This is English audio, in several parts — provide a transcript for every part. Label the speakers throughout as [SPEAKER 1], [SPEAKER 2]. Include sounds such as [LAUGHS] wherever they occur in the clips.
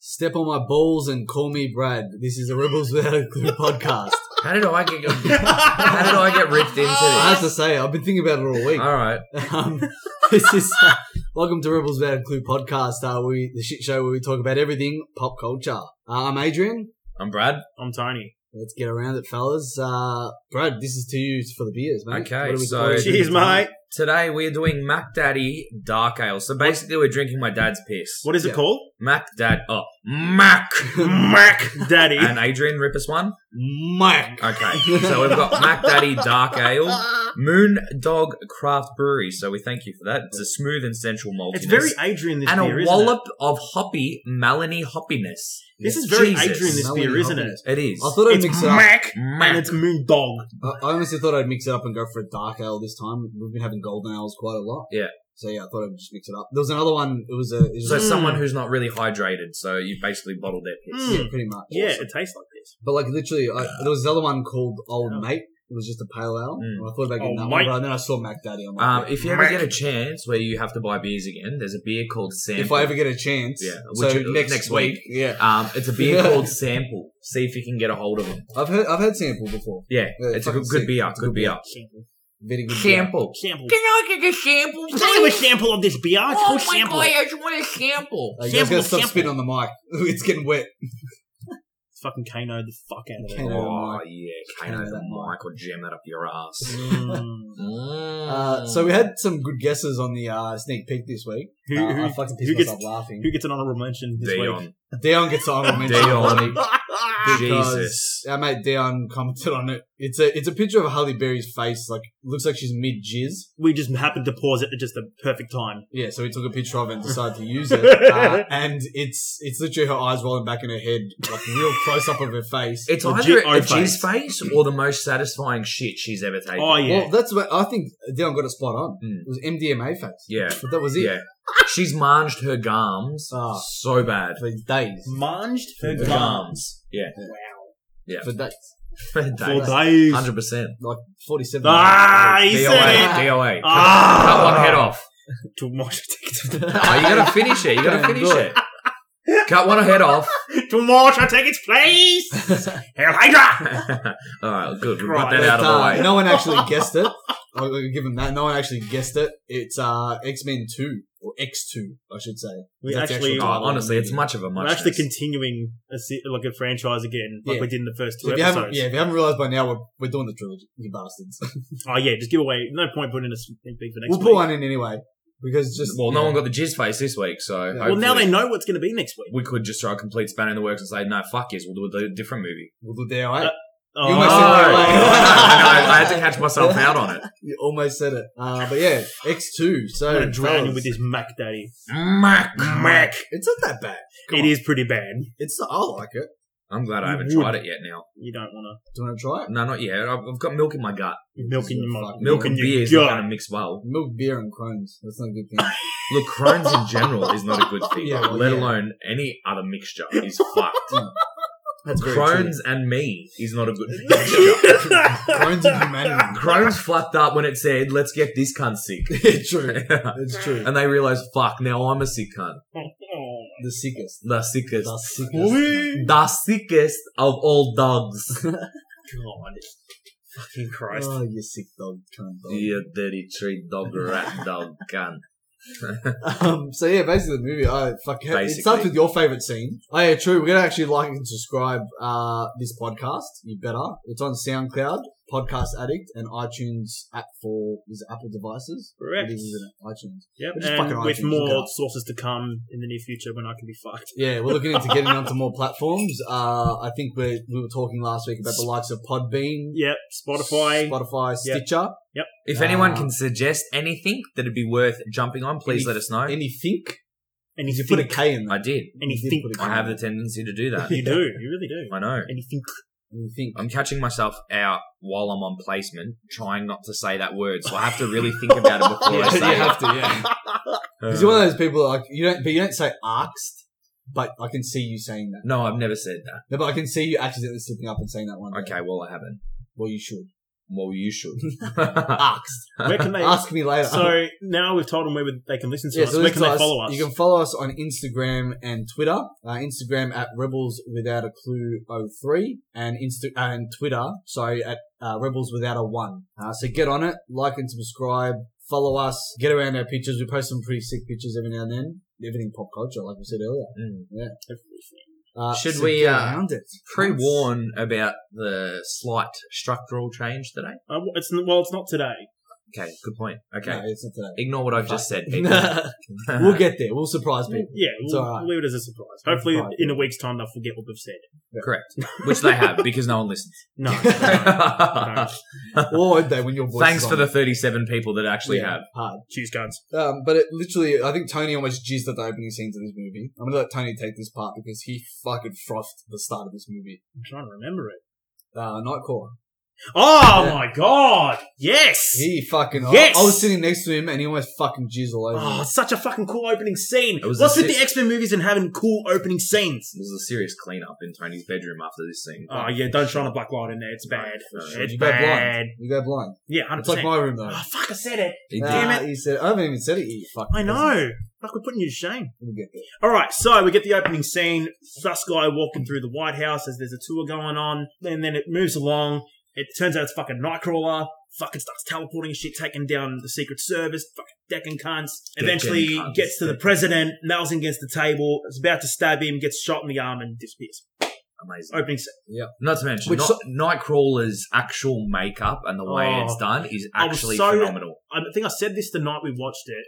[SPEAKER 1] Step on my balls and call me Brad. This is a [LAUGHS] Rebels Without a Clue
[SPEAKER 2] [LAUGHS]
[SPEAKER 1] podcast.
[SPEAKER 3] How did I get? How did I get ripped into
[SPEAKER 1] I have
[SPEAKER 3] this?
[SPEAKER 1] to say, I've been thinking about it all week.
[SPEAKER 3] All right.
[SPEAKER 1] Um, [LAUGHS] this is uh, welcome to Rebels Without a Clue podcast. Uh, we the shit show where we talk about everything pop culture. Uh, I'm Adrian.
[SPEAKER 3] I'm Brad.
[SPEAKER 2] I'm Tony.
[SPEAKER 1] Let's get around it, fellas. Uh, Brad, this is to you for the beers, mate.
[SPEAKER 3] Okay,
[SPEAKER 1] What do we
[SPEAKER 3] so-
[SPEAKER 1] call it?
[SPEAKER 2] Cheers, mate.
[SPEAKER 3] Today we're doing Mac Daddy Dark Ale. So basically, we're drinking my dad's piss.
[SPEAKER 2] What is
[SPEAKER 1] Yeah.
[SPEAKER 3] [LAUGHS]
[SPEAKER 2] it called?
[SPEAKER 3] Mac Dad. Oh, Mac.
[SPEAKER 2] Mac Daddy.
[SPEAKER 3] and Adrian, rip us one.
[SPEAKER 1] Mike.
[SPEAKER 3] Okay. So we've got Mac Daddy Dark Ale, Moon Dog Craft Brewery. So we thank you for that. It's a smooth and sensual maltiness.
[SPEAKER 2] It's very Adrian this
[SPEAKER 3] and
[SPEAKER 2] beer,
[SPEAKER 3] a
[SPEAKER 2] isn't
[SPEAKER 3] wallop of hoppy Melanie hoppiness.
[SPEAKER 2] This is very Adrian, this
[SPEAKER 1] Melanie
[SPEAKER 2] beer, isn't
[SPEAKER 1] Hopkins.
[SPEAKER 2] it?
[SPEAKER 3] It is.
[SPEAKER 1] I thought I'd
[SPEAKER 2] It's
[SPEAKER 1] mix it up.
[SPEAKER 2] Mac,
[SPEAKER 3] Mac.
[SPEAKER 2] and it's Moon Dog.
[SPEAKER 1] I I honestly thought I'd mix it up and go for a dark ale this time. We've been having golden ales quite a lot.
[SPEAKER 3] Yeah.
[SPEAKER 1] So yeah, I thought I'd just mix it up. There was another one. It was a. It was
[SPEAKER 3] so
[SPEAKER 1] a-
[SPEAKER 2] Mm.
[SPEAKER 3] someone who's not really hydrated. So you've basically bottled their piss.
[SPEAKER 2] Mm.
[SPEAKER 1] yeah, pretty much.
[SPEAKER 2] Yeah,
[SPEAKER 1] Awesome.
[SPEAKER 2] it tastes like this.
[SPEAKER 1] But like literally, I, there was another one called Old
[SPEAKER 2] Yeah.
[SPEAKER 1] Mate. It was just a pale ale.
[SPEAKER 3] Mm.
[SPEAKER 1] And I thought about getting
[SPEAKER 2] Oh,
[SPEAKER 1] that one,
[SPEAKER 2] mate.
[SPEAKER 1] but then I saw Mac Daddy. I'm like,
[SPEAKER 3] Um,
[SPEAKER 1] yeah.
[SPEAKER 3] if you ever
[SPEAKER 2] Mac.
[SPEAKER 3] get a chance where you have to buy beers again, there's a beer called Sample.
[SPEAKER 1] if I ever get a chance,
[SPEAKER 3] Yeah,
[SPEAKER 1] So
[SPEAKER 3] which- uh,
[SPEAKER 1] next,
[SPEAKER 3] next
[SPEAKER 1] week,
[SPEAKER 3] week.
[SPEAKER 1] yeah,
[SPEAKER 3] [LAUGHS] um, it's a
[SPEAKER 1] [LAUGHS]
[SPEAKER 3] beer
[SPEAKER 1] Yeah.
[SPEAKER 3] called Sample. See if you can get a hold of them.
[SPEAKER 1] I've heard I've had sample before.
[SPEAKER 3] Yeah,
[SPEAKER 1] Yeah,
[SPEAKER 3] it's a
[SPEAKER 1] fucking
[SPEAKER 3] good, good
[SPEAKER 1] sick.
[SPEAKER 3] beer.
[SPEAKER 1] It's a
[SPEAKER 3] Good
[SPEAKER 1] good
[SPEAKER 3] beer.
[SPEAKER 1] Very good. beer.
[SPEAKER 3] Sample.
[SPEAKER 2] Sample.
[SPEAKER 3] Can I get a sample?
[SPEAKER 2] Can I have a sample of this beer? It's
[SPEAKER 3] Oh
[SPEAKER 2] called
[SPEAKER 3] my
[SPEAKER 2] sample.
[SPEAKER 3] god, I just want a sample.
[SPEAKER 1] Uh, you guys
[SPEAKER 2] Sample,
[SPEAKER 1] gotta stop
[SPEAKER 2] sample.
[SPEAKER 1] spitting on the mic. [LAUGHS] it's getting wet.
[SPEAKER 2] It's fucking Kano the fuck out
[SPEAKER 3] [LAUGHS]
[SPEAKER 2] of
[SPEAKER 1] Kano.
[SPEAKER 2] it.
[SPEAKER 3] Oh yeah, Kano
[SPEAKER 1] Kano
[SPEAKER 3] the
[SPEAKER 1] that
[SPEAKER 3] mic or jam that up your ass.
[SPEAKER 2] Mm.
[SPEAKER 1] Uh, so we had some good guesses on the uh, sneak peek this week.
[SPEAKER 2] Who,
[SPEAKER 1] Uh,
[SPEAKER 2] who,
[SPEAKER 1] I fucking pissed
[SPEAKER 2] who gets-
[SPEAKER 1] myself laughing.
[SPEAKER 2] who gets an honorable mention this
[SPEAKER 1] [LAUGHS]
[SPEAKER 3] Dion.
[SPEAKER 1] Dion gets on mention.
[SPEAKER 3] Dion.
[SPEAKER 2] week?
[SPEAKER 3] Jesus.
[SPEAKER 1] Our mate Dion commented on it. It's a it's a picture of Halle Berry's face. Like looks like she's mid jizz.
[SPEAKER 2] [LAUGHS] we just happened to pause it at just the perfect time.
[SPEAKER 1] Yeah, so we took a picture of it and decided to use it. Uh, and it's it's literally her eyes rolling back in her head, like real close up of her face.
[SPEAKER 3] It's
[SPEAKER 2] Legit
[SPEAKER 3] either a
[SPEAKER 2] O-face.
[SPEAKER 3] jizz face or the most satisfying shit she's ever taken.
[SPEAKER 2] Oh yeah.
[SPEAKER 1] Well, that's what I think Dion got it spot on.
[SPEAKER 3] Mm.
[SPEAKER 1] It was MDMA face.
[SPEAKER 3] Yeah.
[SPEAKER 1] But that was it.
[SPEAKER 3] Yeah. She's manged her gums
[SPEAKER 1] Ah.
[SPEAKER 3] so bad.
[SPEAKER 1] For days.
[SPEAKER 2] Munged
[SPEAKER 3] Her
[SPEAKER 1] For
[SPEAKER 3] gums. Yeah. Yeah.
[SPEAKER 1] For days.
[SPEAKER 2] For
[SPEAKER 3] Hundred
[SPEAKER 2] days.
[SPEAKER 3] percent.
[SPEAKER 1] Like 47.
[SPEAKER 2] Ah, he said it.
[SPEAKER 1] it.
[SPEAKER 3] DOA.
[SPEAKER 2] Ah.
[SPEAKER 3] Cut one head off. [LAUGHS]
[SPEAKER 2] To Mosh,
[SPEAKER 3] Oh, you gotta finish it. You
[SPEAKER 2] [LAUGHS]
[SPEAKER 3] gotta
[SPEAKER 1] Okay,
[SPEAKER 3] finish
[SPEAKER 1] do
[SPEAKER 3] it. Cut one head off. [LAUGHS]
[SPEAKER 2] to Mosh, I take
[SPEAKER 1] [LAUGHS]
[SPEAKER 2] its place. Hail Hydra.
[SPEAKER 3] All right, good. We got
[SPEAKER 2] Right.
[SPEAKER 3] that out
[SPEAKER 1] But, uh,
[SPEAKER 3] of the way. Oh,
[SPEAKER 1] No one
[SPEAKER 3] [LAUGHS]
[SPEAKER 1] actually guessed it. I'll I'll give him that. No one actually guessed it. It's uh, X Men Two or X Two, I should say.
[SPEAKER 2] We
[SPEAKER 1] That's the
[SPEAKER 2] actually-
[SPEAKER 1] actual
[SPEAKER 3] Oh,
[SPEAKER 1] title of the
[SPEAKER 3] honestly, it's
[SPEAKER 1] movie.
[SPEAKER 3] much of a
[SPEAKER 2] We're
[SPEAKER 3] much.
[SPEAKER 2] actually continuing a se- like a franchise again, like
[SPEAKER 1] Yeah.
[SPEAKER 2] we did in the first two
[SPEAKER 1] So if you haven't,
[SPEAKER 2] episodes.
[SPEAKER 1] yeah, if you haven't realized by now, we're, we're doing the trilogy, you bastards.
[SPEAKER 2] Oh yeah, just give away. No point putting in a sneak peek for next
[SPEAKER 1] we'll
[SPEAKER 2] week.
[SPEAKER 1] put one in anyway because just
[SPEAKER 3] well, no one got the jizz face this week, so
[SPEAKER 1] Well,
[SPEAKER 2] well, now
[SPEAKER 3] hopefully
[SPEAKER 2] they know what's going to be next week.
[SPEAKER 3] we could just throw a complete spanner in the works and say, "No, fuck yes, we'll do a different movie."
[SPEAKER 1] We'll do the alright.
[SPEAKER 2] Oh,
[SPEAKER 1] almost
[SPEAKER 3] Oh,
[SPEAKER 1] said [LAUGHS]
[SPEAKER 3] I,
[SPEAKER 2] [LAUGHS]
[SPEAKER 1] that,
[SPEAKER 3] know,
[SPEAKER 1] like-
[SPEAKER 3] I had to catch myself out on it.
[SPEAKER 1] You almost said it, uh, but yeah, X Two. So [LAUGHS]
[SPEAKER 2] I'm going to drown you
[SPEAKER 1] fellas,
[SPEAKER 2] with this Mac Daddy.
[SPEAKER 3] Mac,
[SPEAKER 2] Mac.
[SPEAKER 1] It's not that bad.
[SPEAKER 2] It is pretty bad.
[SPEAKER 1] It's I like it.
[SPEAKER 3] I'm glad I
[SPEAKER 2] You
[SPEAKER 3] haven't
[SPEAKER 2] would.
[SPEAKER 3] tried it yet. Now,
[SPEAKER 2] You don't want
[SPEAKER 1] Do you want to try it?
[SPEAKER 3] no, not yet. I've, I've got milk in my gut.
[SPEAKER 2] to milk in your
[SPEAKER 1] Fuck.
[SPEAKER 2] mouth.
[SPEAKER 3] Milk
[SPEAKER 2] in
[SPEAKER 3] and beer
[SPEAKER 2] your
[SPEAKER 3] is not
[SPEAKER 2] gut.
[SPEAKER 3] going to mix well.
[SPEAKER 1] Milk, beer, and Crohn's. That's not a good thing.
[SPEAKER 3] Look, Crohn's in general is not
[SPEAKER 1] [LAUGHS]
[SPEAKER 3] a good thing.
[SPEAKER 1] Yeah, well,
[SPEAKER 3] let
[SPEAKER 1] yeah.
[SPEAKER 3] alone any other mixture is
[SPEAKER 1] [LAUGHS]
[SPEAKER 3] fucked.
[SPEAKER 1] That's very true.
[SPEAKER 3] Crohn's and me is not
[SPEAKER 1] [LAUGHS]
[SPEAKER 3] a good mixture.
[SPEAKER 2] [LAUGHS]
[SPEAKER 1] Crohn's and
[SPEAKER 3] [LAUGHS]
[SPEAKER 1] humanity.
[SPEAKER 3] Crohn's flapped up when it said, let's get this cunt
[SPEAKER 1] [LAUGHS]
[SPEAKER 3] sick.
[SPEAKER 1] true. It's true.
[SPEAKER 3] [LAUGHS] and they realised, fuck, now I'm a sick cunt.
[SPEAKER 2] Oh,
[SPEAKER 1] The sickest.
[SPEAKER 3] The sickest.
[SPEAKER 1] The sickest.
[SPEAKER 2] we-
[SPEAKER 3] The sickest of all
[SPEAKER 1] [LAUGHS]
[SPEAKER 3] dogs.
[SPEAKER 2] God. Fucking Christ.
[SPEAKER 1] Oh, you sick dog, cunt dog.
[SPEAKER 3] you dirty tree dog, rat dog, cunt.
[SPEAKER 1] Um, so yeah, basically the movie. I fuck. It
[SPEAKER 3] Basically.
[SPEAKER 1] starts with your favorite scene. Oh yeah, true. We're gonna actually like and subscribe uh, this podcast. You better. It's on SoundCloud, Podcast Addict, and iTunes app for is it Apple devices.
[SPEAKER 2] Correct.
[SPEAKER 1] It is, isn't it? iTunes.
[SPEAKER 2] Yep,
[SPEAKER 1] Just fucking
[SPEAKER 2] and with
[SPEAKER 1] iTunes, look it
[SPEAKER 2] more
[SPEAKER 1] up.
[SPEAKER 2] sources to come in the near future when I can be fucked.
[SPEAKER 1] Yeah, we're looking into getting onto more platforms. Uh, I think we we were talking last week about the likes of Podbean,
[SPEAKER 2] Yep, Spotify.
[SPEAKER 1] Spotify,
[SPEAKER 2] Yep.
[SPEAKER 1] Stitcher.
[SPEAKER 3] If
[SPEAKER 1] Ah.
[SPEAKER 3] anyone can suggest anything that'd be worth jumping on, please
[SPEAKER 1] Any-
[SPEAKER 3] let us know.
[SPEAKER 1] Any think?
[SPEAKER 2] And
[SPEAKER 1] Did
[SPEAKER 2] you
[SPEAKER 1] you put a
[SPEAKER 2] think-
[SPEAKER 1] K in
[SPEAKER 3] I
[SPEAKER 1] there?
[SPEAKER 3] did.
[SPEAKER 2] And you
[SPEAKER 1] You did
[SPEAKER 2] think-
[SPEAKER 1] put a K
[SPEAKER 3] I have
[SPEAKER 1] in
[SPEAKER 3] the tendency to do
[SPEAKER 1] [LAUGHS]
[SPEAKER 3] that.
[SPEAKER 2] You do. You really do.
[SPEAKER 3] I know.
[SPEAKER 2] And you think
[SPEAKER 1] You think?
[SPEAKER 3] I'm catching myself out while I'm on placement, trying not to say that word, so I have to really think about it before
[SPEAKER 1] [LAUGHS]
[SPEAKER 3] I
[SPEAKER 1] Yeah,
[SPEAKER 3] say Uh,
[SPEAKER 1] you
[SPEAKER 3] it.
[SPEAKER 1] have to, yeah. [LAUGHS] Because you're one of those people like you don't, but you don't say "axed," but I can see you saying that.
[SPEAKER 3] No, I've never said that.
[SPEAKER 1] No, but I can see you accidentally slipping up and saying that one. day.
[SPEAKER 3] Okay, well I haven't.
[SPEAKER 1] Well, you should.
[SPEAKER 3] Well, you should.
[SPEAKER 1] [LAUGHS] Asked.
[SPEAKER 2] Where can
[SPEAKER 1] [LAUGHS]
[SPEAKER 2] they?
[SPEAKER 1] Ask me later.
[SPEAKER 2] so now we've told them where they can listen to
[SPEAKER 1] Yeah,
[SPEAKER 2] us.
[SPEAKER 1] so
[SPEAKER 2] where
[SPEAKER 1] listen
[SPEAKER 2] can
[SPEAKER 1] to
[SPEAKER 2] they
[SPEAKER 1] us.
[SPEAKER 2] follow us?
[SPEAKER 1] You can follow us on Instagram and Twitter. Uh, Instagram at Rebels Without a Clue 03 and Insta- and Twitter, sorry, at uh, Rebels Without a 1. Uh, so get on it, like and subscribe, follow us, get around our pictures. We post some pretty sick pictures every now and then. Everything pop culture, like we said earlier.
[SPEAKER 3] [LAUGHS] Mm.
[SPEAKER 1] Uh,
[SPEAKER 3] Should
[SPEAKER 1] so
[SPEAKER 3] we,
[SPEAKER 1] get
[SPEAKER 3] uh,
[SPEAKER 1] around it?
[SPEAKER 3] Pre-warn about the slight structural change today.
[SPEAKER 2] Uh, well, it's well, it's not today.
[SPEAKER 3] Okay, good point. Okay,
[SPEAKER 1] No, it's not
[SPEAKER 3] ignore what I've
[SPEAKER 1] [LAUGHS]
[SPEAKER 3] just said.
[SPEAKER 1] today.
[SPEAKER 3] people. Uh-huh.
[SPEAKER 1] we'll get there. We'll surprise people.
[SPEAKER 2] Yeah,
[SPEAKER 1] It's
[SPEAKER 2] we'll,
[SPEAKER 1] all right.
[SPEAKER 2] we'll leave it as a surprise. Hopefully,
[SPEAKER 1] Right.
[SPEAKER 2] in a week's time, they'll forget what we've said.
[SPEAKER 3] [LAUGHS]
[SPEAKER 1] [LAUGHS]
[SPEAKER 3] correct, which they have because no one listens.
[SPEAKER 2] No. no.
[SPEAKER 3] Thanks
[SPEAKER 1] Or won't they when your voice is
[SPEAKER 3] for
[SPEAKER 1] on?
[SPEAKER 3] the 37 people that actually
[SPEAKER 1] Yeah,
[SPEAKER 3] have.
[SPEAKER 1] hard.
[SPEAKER 2] Cheers, guns.
[SPEAKER 1] Um, but it literally, I think Tony almost jizzed at the opening scenes of this movie. I'm gonna let Tony take this part because he fucking frothed the start of this movie.
[SPEAKER 2] I'm trying to remember it.
[SPEAKER 1] Uh, Nightcrawler.
[SPEAKER 2] Oh
[SPEAKER 1] Yeah.
[SPEAKER 2] my god! Yes.
[SPEAKER 1] He fucking. I-
[SPEAKER 2] Yes!
[SPEAKER 1] I, was sitting next to him and he almost fucking jizzed all over.
[SPEAKER 2] Oh,
[SPEAKER 1] me.
[SPEAKER 2] it's such a fucking cool opening scene.
[SPEAKER 3] It was
[SPEAKER 2] What's
[SPEAKER 3] a
[SPEAKER 2] with the
[SPEAKER 3] sick-
[SPEAKER 2] X Men movies and having cool opening scenes?
[SPEAKER 3] There's a serious cleanup in Tony's bedroom after this scene.
[SPEAKER 2] Oh yeah, don't shine a black light in there. It's bad.
[SPEAKER 3] No, no,
[SPEAKER 2] It's
[SPEAKER 1] you go
[SPEAKER 2] bad.
[SPEAKER 1] blind. You go blind.
[SPEAKER 2] Yeah, hundred
[SPEAKER 1] It's like
[SPEAKER 2] percent.
[SPEAKER 1] my room though.
[SPEAKER 2] Oh fuck! I said it.
[SPEAKER 3] He
[SPEAKER 1] Nah,
[SPEAKER 3] did.
[SPEAKER 2] Damn it.
[SPEAKER 1] He said, I haven't even said it. You fucking.
[SPEAKER 2] I know. Fuck, we're putting you to shame.
[SPEAKER 1] We'll get there.
[SPEAKER 2] All right, so we get the opening scene. Sus guy walking through the White House as there's a tour going on, and then it moves along. It turns out it's fucking Nightcrawler. Fucking starts teleporting shit, taking down the Secret Service. Fucking decking cunts. Eventually
[SPEAKER 3] Decking cunts.
[SPEAKER 2] gets to the president, nails him against the table. Is about to stab him, gets shot in the arm, and disappears.
[SPEAKER 3] Amazing.
[SPEAKER 2] Opening scene.
[SPEAKER 3] Not to mention,
[SPEAKER 1] Which
[SPEAKER 3] not, Nightcrawler's actual makeup and the way
[SPEAKER 2] Oh.
[SPEAKER 3] it's done is
[SPEAKER 2] I was
[SPEAKER 3] actually
[SPEAKER 2] so-
[SPEAKER 3] phenomenal.
[SPEAKER 2] I think I said this the night we watched it.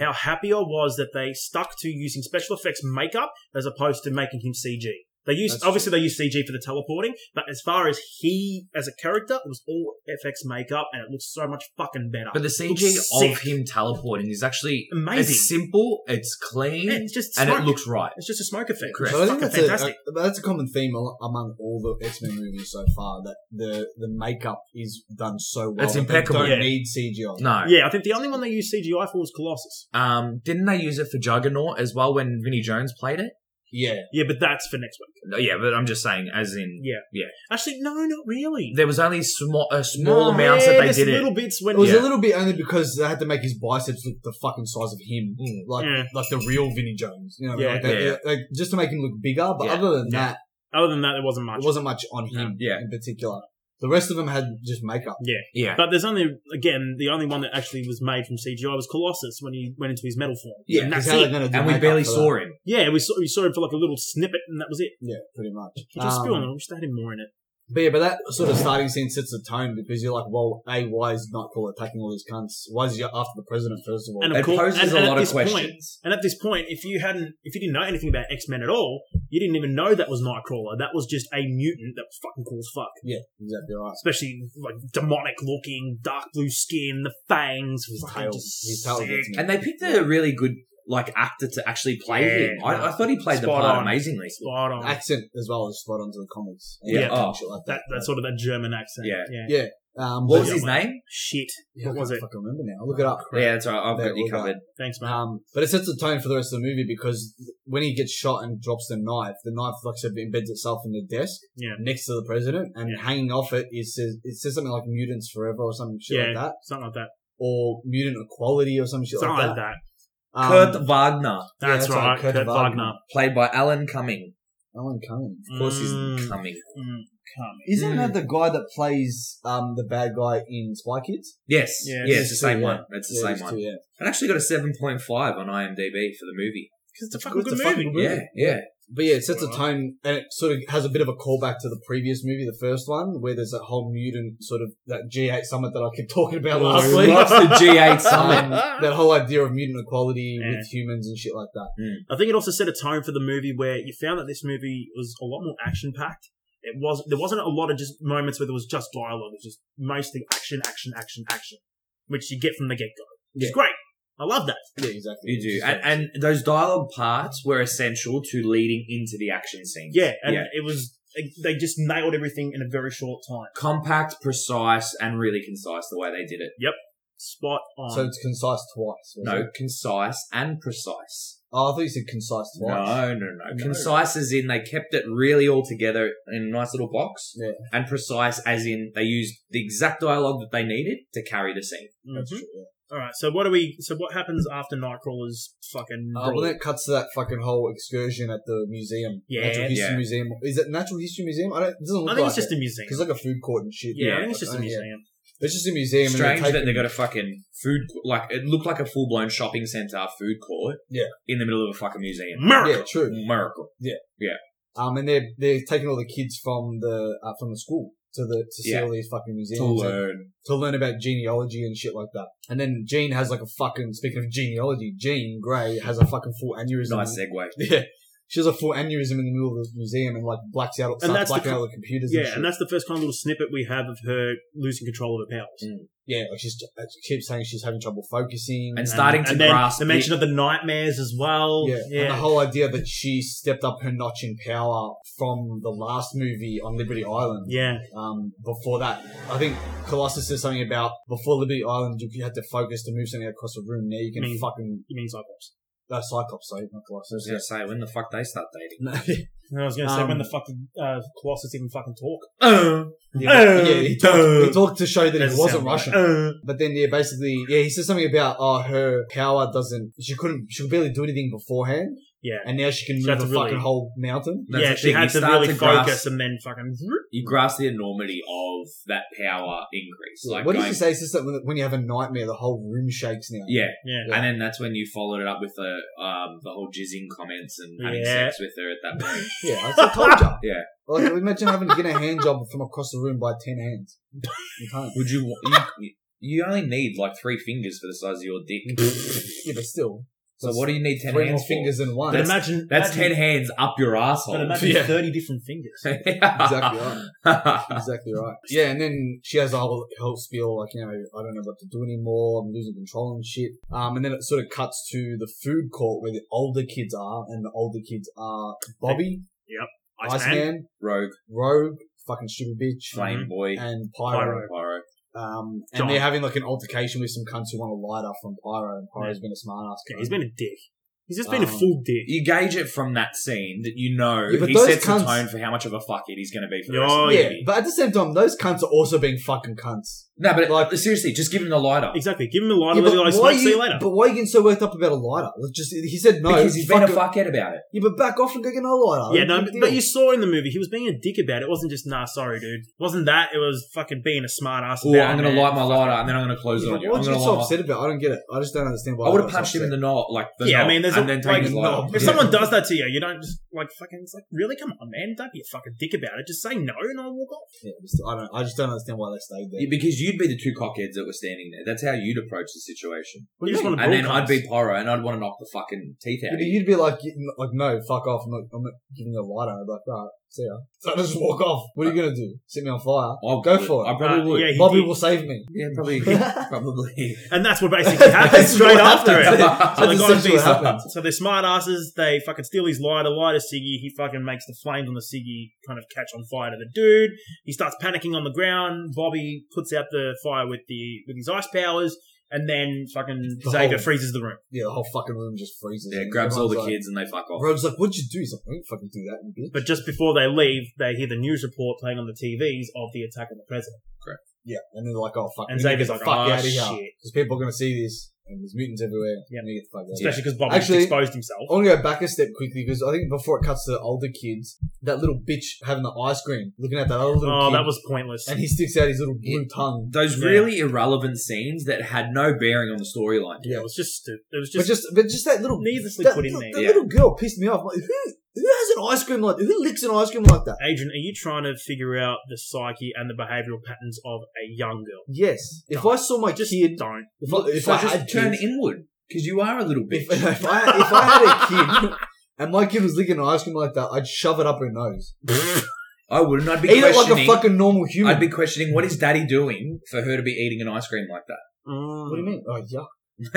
[SPEAKER 2] How happy I was that they stuck to using special effects makeup as opposed to making him CG. They used
[SPEAKER 1] That's
[SPEAKER 2] obviously they used CG for the teleporting, but as far as he as a character, it was all FX makeup, and it looks so much fucking better.
[SPEAKER 3] But the
[SPEAKER 2] It
[SPEAKER 3] CG
[SPEAKER 2] looks
[SPEAKER 3] of
[SPEAKER 2] sick.
[SPEAKER 3] him teleporting is actually
[SPEAKER 2] amazing.
[SPEAKER 3] it's simple, it's clean,
[SPEAKER 2] Yeah, it's just
[SPEAKER 3] and
[SPEAKER 2] smoke.
[SPEAKER 3] it looks right.
[SPEAKER 2] it's just a smoke effect.
[SPEAKER 3] Correct.
[SPEAKER 2] Correct.
[SPEAKER 1] But I
[SPEAKER 2] It's
[SPEAKER 1] think
[SPEAKER 2] fucking
[SPEAKER 1] that's
[SPEAKER 2] fantastic.
[SPEAKER 1] a, a- that's a common theme al- among all the X Men movies so far that the the makeup is done so well.
[SPEAKER 3] It's
[SPEAKER 1] that they
[SPEAKER 3] impeccable.
[SPEAKER 1] Don't
[SPEAKER 2] Yeah.
[SPEAKER 1] need CGI.
[SPEAKER 3] No,
[SPEAKER 2] yeah, I think the only one they used CGI for was Colossus.
[SPEAKER 3] um, didn't they use it for Juggernaut as well when Vinnie Jones played it?
[SPEAKER 1] Yeah.
[SPEAKER 2] Yeah, but that's for next week.
[SPEAKER 3] No, yeah, but I'm just saying, as in
[SPEAKER 2] Actually, no, not really.
[SPEAKER 3] there was only small a small
[SPEAKER 1] No,
[SPEAKER 3] amounts
[SPEAKER 2] yeah,
[SPEAKER 3] that they
[SPEAKER 2] there's
[SPEAKER 3] did it.
[SPEAKER 2] little bits when
[SPEAKER 1] It was
[SPEAKER 3] Yeah.
[SPEAKER 1] a little bit only because they had to make his biceps look the fucking size of him,
[SPEAKER 3] Mm.
[SPEAKER 1] like
[SPEAKER 2] Yeah.
[SPEAKER 1] like the real Vinnie Jones. You know,
[SPEAKER 2] Yeah.
[SPEAKER 1] like, they-
[SPEAKER 3] Yeah.
[SPEAKER 1] like, just to make him look bigger. But
[SPEAKER 3] Yeah.
[SPEAKER 1] other than
[SPEAKER 2] Yeah.
[SPEAKER 1] that,
[SPEAKER 2] Other than that, there wasn't much.
[SPEAKER 1] it wasn't much on him
[SPEAKER 3] Yeah.
[SPEAKER 1] in particular. The rest of them had just makeup.
[SPEAKER 3] Yeah,
[SPEAKER 2] But there's only again the only one that actually was made from CGI was Colossus when he went into his metal form.
[SPEAKER 3] Yeah,
[SPEAKER 2] and that's
[SPEAKER 1] Because how
[SPEAKER 2] it.
[SPEAKER 1] they're gonna do
[SPEAKER 3] and we
[SPEAKER 1] makeup
[SPEAKER 3] barely
[SPEAKER 1] for
[SPEAKER 3] saw
[SPEAKER 1] that.
[SPEAKER 3] him.
[SPEAKER 2] Yeah, we saw, we saw him for like a little snippet, and that was it.
[SPEAKER 1] Yeah, pretty much.
[SPEAKER 2] Which was spilling.
[SPEAKER 1] Um,
[SPEAKER 2] I wish they had him more in it.
[SPEAKER 1] but yeah, but that sort of starting scene sets the tone because you're like, well, a why is Nightcrawler attacking all these cunts? Why is he after the president first of all?
[SPEAKER 2] And
[SPEAKER 3] It
[SPEAKER 2] of course,
[SPEAKER 3] poses
[SPEAKER 2] and,
[SPEAKER 3] a
[SPEAKER 2] and
[SPEAKER 3] lot of
[SPEAKER 2] at this Point,
[SPEAKER 3] questions.
[SPEAKER 2] and at this point, if you hadn't, if you didn't know anything about X Men at all, you didn't even know that was Nightcrawler. That was just a mutant that was fucking cool as fuck.
[SPEAKER 1] yeah, exactly right.
[SPEAKER 2] Especially like demonic looking, dark blue skin, the fangs,
[SPEAKER 1] His
[SPEAKER 2] fucking
[SPEAKER 1] tail,
[SPEAKER 2] just
[SPEAKER 1] his tail
[SPEAKER 2] sick.
[SPEAKER 1] gets me.
[SPEAKER 3] And they picked a really good like actor to actually play
[SPEAKER 2] Yeah.
[SPEAKER 3] him. I, I thought he played the
[SPEAKER 2] Spot
[SPEAKER 3] part
[SPEAKER 2] on.
[SPEAKER 3] amazingly.
[SPEAKER 2] Spot on.
[SPEAKER 1] accent as well as spot onto the comics. and
[SPEAKER 3] Yeah. Oh.
[SPEAKER 1] shit like that.
[SPEAKER 2] that that sort of that German accent.
[SPEAKER 3] Yeah.
[SPEAKER 2] yeah.
[SPEAKER 1] Yeah. Um,
[SPEAKER 3] What
[SPEAKER 1] but-
[SPEAKER 3] was his name?
[SPEAKER 2] Shit.
[SPEAKER 1] Yeah,
[SPEAKER 2] What was
[SPEAKER 1] I
[SPEAKER 2] it?
[SPEAKER 1] can't fucking remember now. Look it up.
[SPEAKER 3] Yeah, that's right. I've
[SPEAKER 1] That
[SPEAKER 3] got you
[SPEAKER 1] was
[SPEAKER 3] covered.
[SPEAKER 2] Thanks, man.
[SPEAKER 1] Um, but it sets the tone for the rest of the movie because when he gets shot and drops the knife, the knife like I said, embeds itself in the desk
[SPEAKER 2] Yeah.
[SPEAKER 1] next to the president, and
[SPEAKER 2] Yeah.
[SPEAKER 1] hanging off it is says it says something like "mutants forever" or some shit like
[SPEAKER 2] Yeah.
[SPEAKER 1] that,
[SPEAKER 2] Something like that.
[SPEAKER 1] or "mutant equality" or some shit
[SPEAKER 2] Something
[SPEAKER 1] like
[SPEAKER 2] like
[SPEAKER 1] that.
[SPEAKER 2] that.
[SPEAKER 1] Um,
[SPEAKER 3] Kurt Wagner,
[SPEAKER 1] Yeah,
[SPEAKER 2] That's,
[SPEAKER 1] that's
[SPEAKER 2] right,
[SPEAKER 1] right,
[SPEAKER 2] Kurt,
[SPEAKER 1] Kurt
[SPEAKER 2] Wagner.
[SPEAKER 3] played by Alan Cumming.
[SPEAKER 1] Alan Cumming.
[SPEAKER 3] Of course, he's
[SPEAKER 2] Mm.
[SPEAKER 3] Cumming.
[SPEAKER 2] Mm, come.
[SPEAKER 1] Isn't
[SPEAKER 3] Mm.
[SPEAKER 1] that the guy that plays um, the bad guy in Spy Kids?
[SPEAKER 3] Yes,
[SPEAKER 2] Yeah,
[SPEAKER 3] yeah,
[SPEAKER 2] it's
[SPEAKER 3] it's the same
[SPEAKER 1] yeah.
[SPEAKER 3] one. It's the
[SPEAKER 1] Yeah,
[SPEAKER 3] same
[SPEAKER 1] these
[SPEAKER 3] one.
[SPEAKER 1] two, yeah.
[SPEAKER 3] It actually got a seven point five on IMDb for the movie.
[SPEAKER 2] 'Cause it's a fucking
[SPEAKER 1] It's
[SPEAKER 2] good
[SPEAKER 1] a
[SPEAKER 2] movie.
[SPEAKER 1] fucking good
[SPEAKER 3] Yeah,
[SPEAKER 1] Really?
[SPEAKER 3] yeah.
[SPEAKER 1] But yeah, it sets a
[SPEAKER 2] Right.
[SPEAKER 1] tone and it sort of has a bit of a callback to the previous movie, the first one, where there's that whole mutant sort of that G8 summit that I kept [LAUGHS] talking about
[SPEAKER 2] Oh,
[SPEAKER 1] last
[SPEAKER 2] yeah.
[SPEAKER 1] week.
[SPEAKER 3] [LAUGHS] Loves the
[SPEAKER 2] [LAUGHS]
[SPEAKER 3] G8
[SPEAKER 1] Um,
[SPEAKER 3] summit.
[SPEAKER 1] that whole idea of mutant equality
[SPEAKER 2] Yeah.
[SPEAKER 1] with humans and shit like that.
[SPEAKER 2] I think it also set a tone for the movie where you found that this movie was a lot more action packed. It was there wasn't a lot of just moments where there was just dialogue. It was just mostly action, action, action, action, which you get from the get go. Which is
[SPEAKER 1] Yeah.
[SPEAKER 2] great. I love that.
[SPEAKER 1] Yeah, exactly.
[SPEAKER 3] You do, and, and those dialogue parts were essential to leading into the action scenes.
[SPEAKER 2] Yeah, and
[SPEAKER 3] yeah.
[SPEAKER 2] it was they just nailed everything in a very short time.
[SPEAKER 3] Compact, precise, and really concise the way they did it.
[SPEAKER 2] Spot on.
[SPEAKER 1] so it's concise twice. was
[SPEAKER 3] No,
[SPEAKER 1] it?
[SPEAKER 3] concise and precise.
[SPEAKER 1] Oh, I thought you said concise twice.
[SPEAKER 3] No, no, no, Concise as in they kept it really all together in a nice little box.
[SPEAKER 1] Yeah.
[SPEAKER 3] And precise as in they used the exact dialogue that they needed to carry the scene.
[SPEAKER 1] That's
[SPEAKER 2] Mhm.
[SPEAKER 1] true, yeah.
[SPEAKER 2] All right. So what do we? So what happens after Nightcrawler's fucking?
[SPEAKER 1] Uh, well,
[SPEAKER 2] rule?
[SPEAKER 1] then it cuts to that fucking whole excursion at the museum.
[SPEAKER 2] Yeah,
[SPEAKER 1] Natural History
[SPEAKER 3] yeah.
[SPEAKER 1] Museum. Is it Natural History Museum? I don't, it doesn't look
[SPEAKER 2] I think
[SPEAKER 1] like
[SPEAKER 2] it's just a museum.
[SPEAKER 1] Because like a food court and shit.
[SPEAKER 2] yeah, I
[SPEAKER 3] yeah,
[SPEAKER 2] think it's just a
[SPEAKER 1] uh, yeah.
[SPEAKER 2] museum.
[SPEAKER 1] It's just a museum. and
[SPEAKER 3] Strange
[SPEAKER 1] they're
[SPEAKER 3] that they
[SPEAKER 1] taking-
[SPEAKER 3] got a fucking food, like, it looked like a full blown shopping center food court.
[SPEAKER 1] Yeah.
[SPEAKER 3] In the middle of a fucking museum.
[SPEAKER 2] Miracle.
[SPEAKER 1] [LAUGHS] Yeah, true.
[SPEAKER 3] Miracle.
[SPEAKER 1] Um, and they're they're taking all the kids from the uh, from the school to the to see
[SPEAKER 3] Yeah.
[SPEAKER 1] all these fucking museums
[SPEAKER 3] To
[SPEAKER 2] uh,
[SPEAKER 1] and-
[SPEAKER 3] learn.
[SPEAKER 1] to learn about genealogy and shit like that. And then Gene has like a fucking speaking of genealogy, Jean Grey has a fucking full aneurysm.
[SPEAKER 3] Nice segue.
[SPEAKER 1] [LAUGHS] Yeah. She has a full aneurysm in the middle of the museum and like blacks out, starts
[SPEAKER 2] that's the
[SPEAKER 1] blacking
[SPEAKER 2] co-
[SPEAKER 1] out all the computers and
[SPEAKER 2] Yeah,
[SPEAKER 1] shit.
[SPEAKER 2] and that's the first kind of little snippet we have of her losing control of her powers.
[SPEAKER 3] Mm.
[SPEAKER 1] yeah, like she's, she keeps saying she's having trouble focusing.
[SPEAKER 3] And starting to
[SPEAKER 2] and then
[SPEAKER 3] grasp
[SPEAKER 2] the mention of the nightmares as well.
[SPEAKER 1] yeah,
[SPEAKER 2] Yeah,
[SPEAKER 1] and the whole idea that she stepped up her notch in power from the last movie on Liberty Island.
[SPEAKER 2] yeah.
[SPEAKER 1] um, before that. I think Colossus says something about before Liberty Island, you had to focus to move something across the room. Now you can
[SPEAKER 2] Me.
[SPEAKER 1] fucking
[SPEAKER 2] You mean Cyclops?
[SPEAKER 1] that's Cyclops, sorry, not
[SPEAKER 3] I was
[SPEAKER 1] Colossus.
[SPEAKER 3] going to say, when the fuck they start dating?
[SPEAKER 1] No, [LAUGHS]
[SPEAKER 2] [LAUGHS] And I was going to say
[SPEAKER 1] Um, Uh,
[SPEAKER 2] when the fuck did, uh, Colossus even fucking talk?
[SPEAKER 3] Oh.
[SPEAKER 1] yeah, yeah, he talked, he talked to show that he
[SPEAKER 2] Doesn't
[SPEAKER 1] wasn't
[SPEAKER 2] sound right. Uh,
[SPEAKER 1] Russian. But then, yeah, basically, yeah, he says something about, oh, her power doesn't, she couldn't, she could barely do anything beforehand,
[SPEAKER 2] Yeah,
[SPEAKER 1] and now she can
[SPEAKER 2] She
[SPEAKER 1] move
[SPEAKER 2] had
[SPEAKER 1] a
[SPEAKER 2] to
[SPEAKER 1] fucking
[SPEAKER 2] really-
[SPEAKER 1] whole mountain.
[SPEAKER 3] That's
[SPEAKER 2] yeah.
[SPEAKER 3] the
[SPEAKER 2] She
[SPEAKER 3] thing, you
[SPEAKER 2] had to
[SPEAKER 3] start
[SPEAKER 2] really
[SPEAKER 3] to grasp-
[SPEAKER 2] focus and then fucking.
[SPEAKER 3] you grasp the enormity of that power increase. Like
[SPEAKER 1] what did
[SPEAKER 3] going,
[SPEAKER 1] you say? It's just that when- when you have a nightmare, the whole room shakes now.
[SPEAKER 3] Yeah.
[SPEAKER 2] Yeah.
[SPEAKER 1] Yeah.
[SPEAKER 3] and then that's when you followed it up with the um, the whole jizzing comments and having
[SPEAKER 2] Yeah.
[SPEAKER 3] sex with her at that point.
[SPEAKER 1] Yeah, I said, told you.
[SPEAKER 3] [LAUGHS] Yeah.
[SPEAKER 1] Like, imagine having to get a hand job from across the room by 10 hands. You can't.
[SPEAKER 3] Would you, wa- you? You only need like three fingers for the size of your [LAUGHS] dick.
[SPEAKER 1] Yeah, but still.
[SPEAKER 3] so what do you need ten
[SPEAKER 1] Three
[SPEAKER 3] hands
[SPEAKER 1] more fingers in one.
[SPEAKER 2] But imagine
[SPEAKER 3] For? That's
[SPEAKER 2] imagine,
[SPEAKER 3] ten hands up your asshole.
[SPEAKER 2] But imagine
[SPEAKER 3] [LAUGHS]
[SPEAKER 1] Yeah.
[SPEAKER 2] thirty different fingers.
[SPEAKER 1] [LAUGHS] exactly right. Exactly right. Yeah, and then she has a whole whole spiel like, you know, I don't know what to do anymore. I'm losing control and shit. Um, and then it sort of cuts to the food court where the older kids are, and the older kids are Bobby,
[SPEAKER 2] Iceman.
[SPEAKER 1] Iceman,
[SPEAKER 3] Rogue,
[SPEAKER 1] Rogue, fucking stupid bitch,
[SPEAKER 3] flame boy,
[SPEAKER 1] and Pyro.
[SPEAKER 3] pyro.
[SPEAKER 1] Um, and
[SPEAKER 2] John.
[SPEAKER 1] they're having like an altercation with some cunts who want a lighter from Pyro, and Pyro's been a smart ass
[SPEAKER 2] Yeah,
[SPEAKER 1] guy.
[SPEAKER 2] he's been a dick. He's just been a
[SPEAKER 1] Um,
[SPEAKER 2] full dick.
[SPEAKER 3] You gauge it from that scene that you know
[SPEAKER 1] Yeah, but
[SPEAKER 3] he
[SPEAKER 1] those
[SPEAKER 3] sets the
[SPEAKER 1] cunts-
[SPEAKER 3] tone for how much of a fuckhead he's going to be for the
[SPEAKER 2] Oh,
[SPEAKER 3] rest of the
[SPEAKER 1] yeah,
[SPEAKER 3] movie.
[SPEAKER 1] but at the same time, those cunts are also being fucking cunts.
[SPEAKER 3] No, but
[SPEAKER 1] Like-
[SPEAKER 3] like seriously, just give him the lighter.
[SPEAKER 2] Exactly. Give him a lighter.
[SPEAKER 1] Yeah,
[SPEAKER 2] let the guy
[SPEAKER 1] why
[SPEAKER 2] smoke.
[SPEAKER 1] you,
[SPEAKER 2] See you later.
[SPEAKER 1] But why are you getting so worked up about a lighter? Let's just he said no.
[SPEAKER 3] because he's been a
[SPEAKER 1] fucking-
[SPEAKER 3] fuckhead about it.
[SPEAKER 1] Yeah, but back off and go get another lighter.
[SPEAKER 2] Yeah, no,
[SPEAKER 1] Big
[SPEAKER 2] but,
[SPEAKER 1] Oh, deal.
[SPEAKER 2] but you saw in the movie he was being a dick about it. It wasn't just nah, sorry, dude. It wasn't that? It was fucking being a smart ass.
[SPEAKER 3] Or I'm going to light my lighter and then I'm going to close
[SPEAKER 1] Yeah,
[SPEAKER 3] it
[SPEAKER 1] but
[SPEAKER 3] on you.
[SPEAKER 1] why
[SPEAKER 3] I'm
[SPEAKER 1] did you
[SPEAKER 3] gonna
[SPEAKER 1] get so
[SPEAKER 3] light my-
[SPEAKER 1] upset about? it? I don't get it. I just don't understand why.
[SPEAKER 3] I would have
[SPEAKER 1] everyone's
[SPEAKER 3] punched him in
[SPEAKER 1] upset.
[SPEAKER 3] the knob, like the
[SPEAKER 2] Yeah, I
[SPEAKER 3] knob,
[SPEAKER 2] mean, there's
[SPEAKER 3] and
[SPEAKER 2] a-
[SPEAKER 3] then
[SPEAKER 2] like,
[SPEAKER 3] take his lighter.
[SPEAKER 1] knob.
[SPEAKER 2] If
[SPEAKER 3] Yeah.
[SPEAKER 2] someone does that to you, you don't just like fucking. It's like really, come on, man, don't be a fucking dick about it. Just say no, and I'll walk off.
[SPEAKER 1] Yeah, just- I don't. I just don't understand why they stayed there.
[SPEAKER 3] Yeah, because you'd be the two cockheads that were standing there. That's how you'd approach the situation.
[SPEAKER 1] What do
[SPEAKER 2] you just
[SPEAKER 1] mean?
[SPEAKER 2] wanna- The
[SPEAKER 3] And then I'd
[SPEAKER 2] broadcast.
[SPEAKER 3] be pyro and I'd want to knock the fucking teeth
[SPEAKER 1] Yeah,
[SPEAKER 3] out.
[SPEAKER 1] but
[SPEAKER 3] of you.
[SPEAKER 1] you'd be like, you- like no, fuck off. I'm not, I'm not giving you a lighter. I'd be like, all right, see ya. [LAUGHS] So I just walk off. What are you gonna do? Set me on fire?
[SPEAKER 3] I'll
[SPEAKER 1] go for it.
[SPEAKER 3] I probably
[SPEAKER 2] Uh,
[SPEAKER 3] would.
[SPEAKER 2] yeah,
[SPEAKER 3] Yeah,
[SPEAKER 2] he
[SPEAKER 1] Bobby
[SPEAKER 2] did.
[SPEAKER 1] will save me.
[SPEAKER 2] [LAUGHS]
[SPEAKER 3] probably. [LAUGHS] probably.
[SPEAKER 2] And that's what basically happens
[SPEAKER 1] That's
[SPEAKER 2] straight
[SPEAKER 1] what
[SPEAKER 3] [LAUGHS]
[SPEAKER 2] after
[SPEAKER 1] happens.
[SPEAKER 2] it.
[SPEAKER 1] That's
[SPEAKER 2] So the guy
[SPEAKER 1] essentially what
[SPEAKER 2] beats up-
[SPEAKER 1] happens.
[SPEAKER 2] So they're smart asses. They fucking steal his lighter, light a ciggy. He fucking makes the flames on the ciggy kind of catch on fire to the dude. He starts panicking on the ground. Bobby puts out the fire with the with his ice powers, and then fucking
[SPEAKER 1] The
[SPEAKER 2] Xavier
[SPEAKER 1] whole-
[SPEAKER 2] freezes the room.
[SPEAKER 1] Yeah, the whole fucking room just freezes.
[SPEAKER 3] Yeah,
[SPEAKER 1] And
[SPEAKER 3] grabs all the
[SPEAKER 1] everyone's like-
[SPEAKER 3] kids and they fuck off.
[SPEAKER 1] Rogue's like, what'd you do? He's like, I didn't fucking do that, you bitch.
[SPEAKER 2] But just before they leave, they hear the news report playing on the TVs of the attack on the president.
[SPEAKER 1] Yeah, and they're like, oh fuck,
[SPEAKER 2] And
[SPEAKER 1] we need to
[SPEAKER 2] Xavier's
[SPEAKER 1] get
[SPEAKER 2] like,
[SPEAKER 1] the
[SPEAKER 2] oh
[SPEAKER 1] outta
[SPEAKER 2] shit.
[SPEAKER 1] because people are gonna see this, and there's mutants everywhere.
[SPEAKER 2] Yeah.
[SPEAKER 1] and we need to get the fuck out of here.
[SPEAKER 2] Especially because Bobby
[SPEAKER 1] Actually- oh,
[SPEAKER 2] exposed himself.
[SPEAKER 1] I want to go back a step quickly because I think before it cuts to the older kids, that little bitch having the ice cream, looking at that other little
[SPEAKER 2] Oh,
[SPEAKER 1] kid,
[SPEAKER 2] that was pointless.
[SPEAKER 1] and he sticks out his little blue tongue.
[SPEAKER 3] Those
[SPEAKER 2] Yeah.
[SPEAKER 3] really irrelevant scenes that had no bearing on the storyline.
[SPEAKER 1] Yeah,
[SPEAKER 2] it was just stupid. It was
[SPEAKER 1] but just
[SPEAKER 2] just,
[SPEAKER 1] but just that little
[SPEAKER 2] needlessly
[SPEAKER 1] that,
[SPEAKER 2] put in
[SPEAKER 1] little-
[SPEAKER 2] there.
[SPEAKER 1] that
[SPEAKER 3] yeah.
[SPEAKER 1] little girl pissed me off. I'm Like, who who has an ice cream like that? Who licks an ice cream like that?
[SPEAKER 2] Adrian, are you trying to figure out the psyche and the behavioural patterns of a young girl?
[SPEAKER 1] Yes. If I saw my
[SPEAKER 2] Just
[SPEAKER 1] kid,
[SPEAKER 2] don't.
[SPEAKER 1] if I, if
[SPEAKER 3] so
[SPEAKER 1] I
[SPEAKER 3] just
[SPEAKER 1] had
[SPEAKER 3] turn
[SPEAKER 1] kids,
[SPEAKER 3] inward because you are a little bitch.
[SPEAKER 1] [LAUGHS] If, [LAUGHS] if, I, if I had a kid [LAUGHS] and my kid was licking an ice cream like that, I'd shove it up her nose. [LAUGHS]
[SPEAKER 3] I wouldn't. I'd be
[SPEAKER 1] Eat it like
[SPEAKER 3] questioning.
[SPEAKER 1] a fucking normal human.
[SPEAKER 3] I'd be questioning what is Daddy doing for her to be eating an ice cream like that.
[SPEAKER 1] what do you mean? Oh,
[SPEAKER 3] [LAUGHS]
[SPEAKER 1] yuck.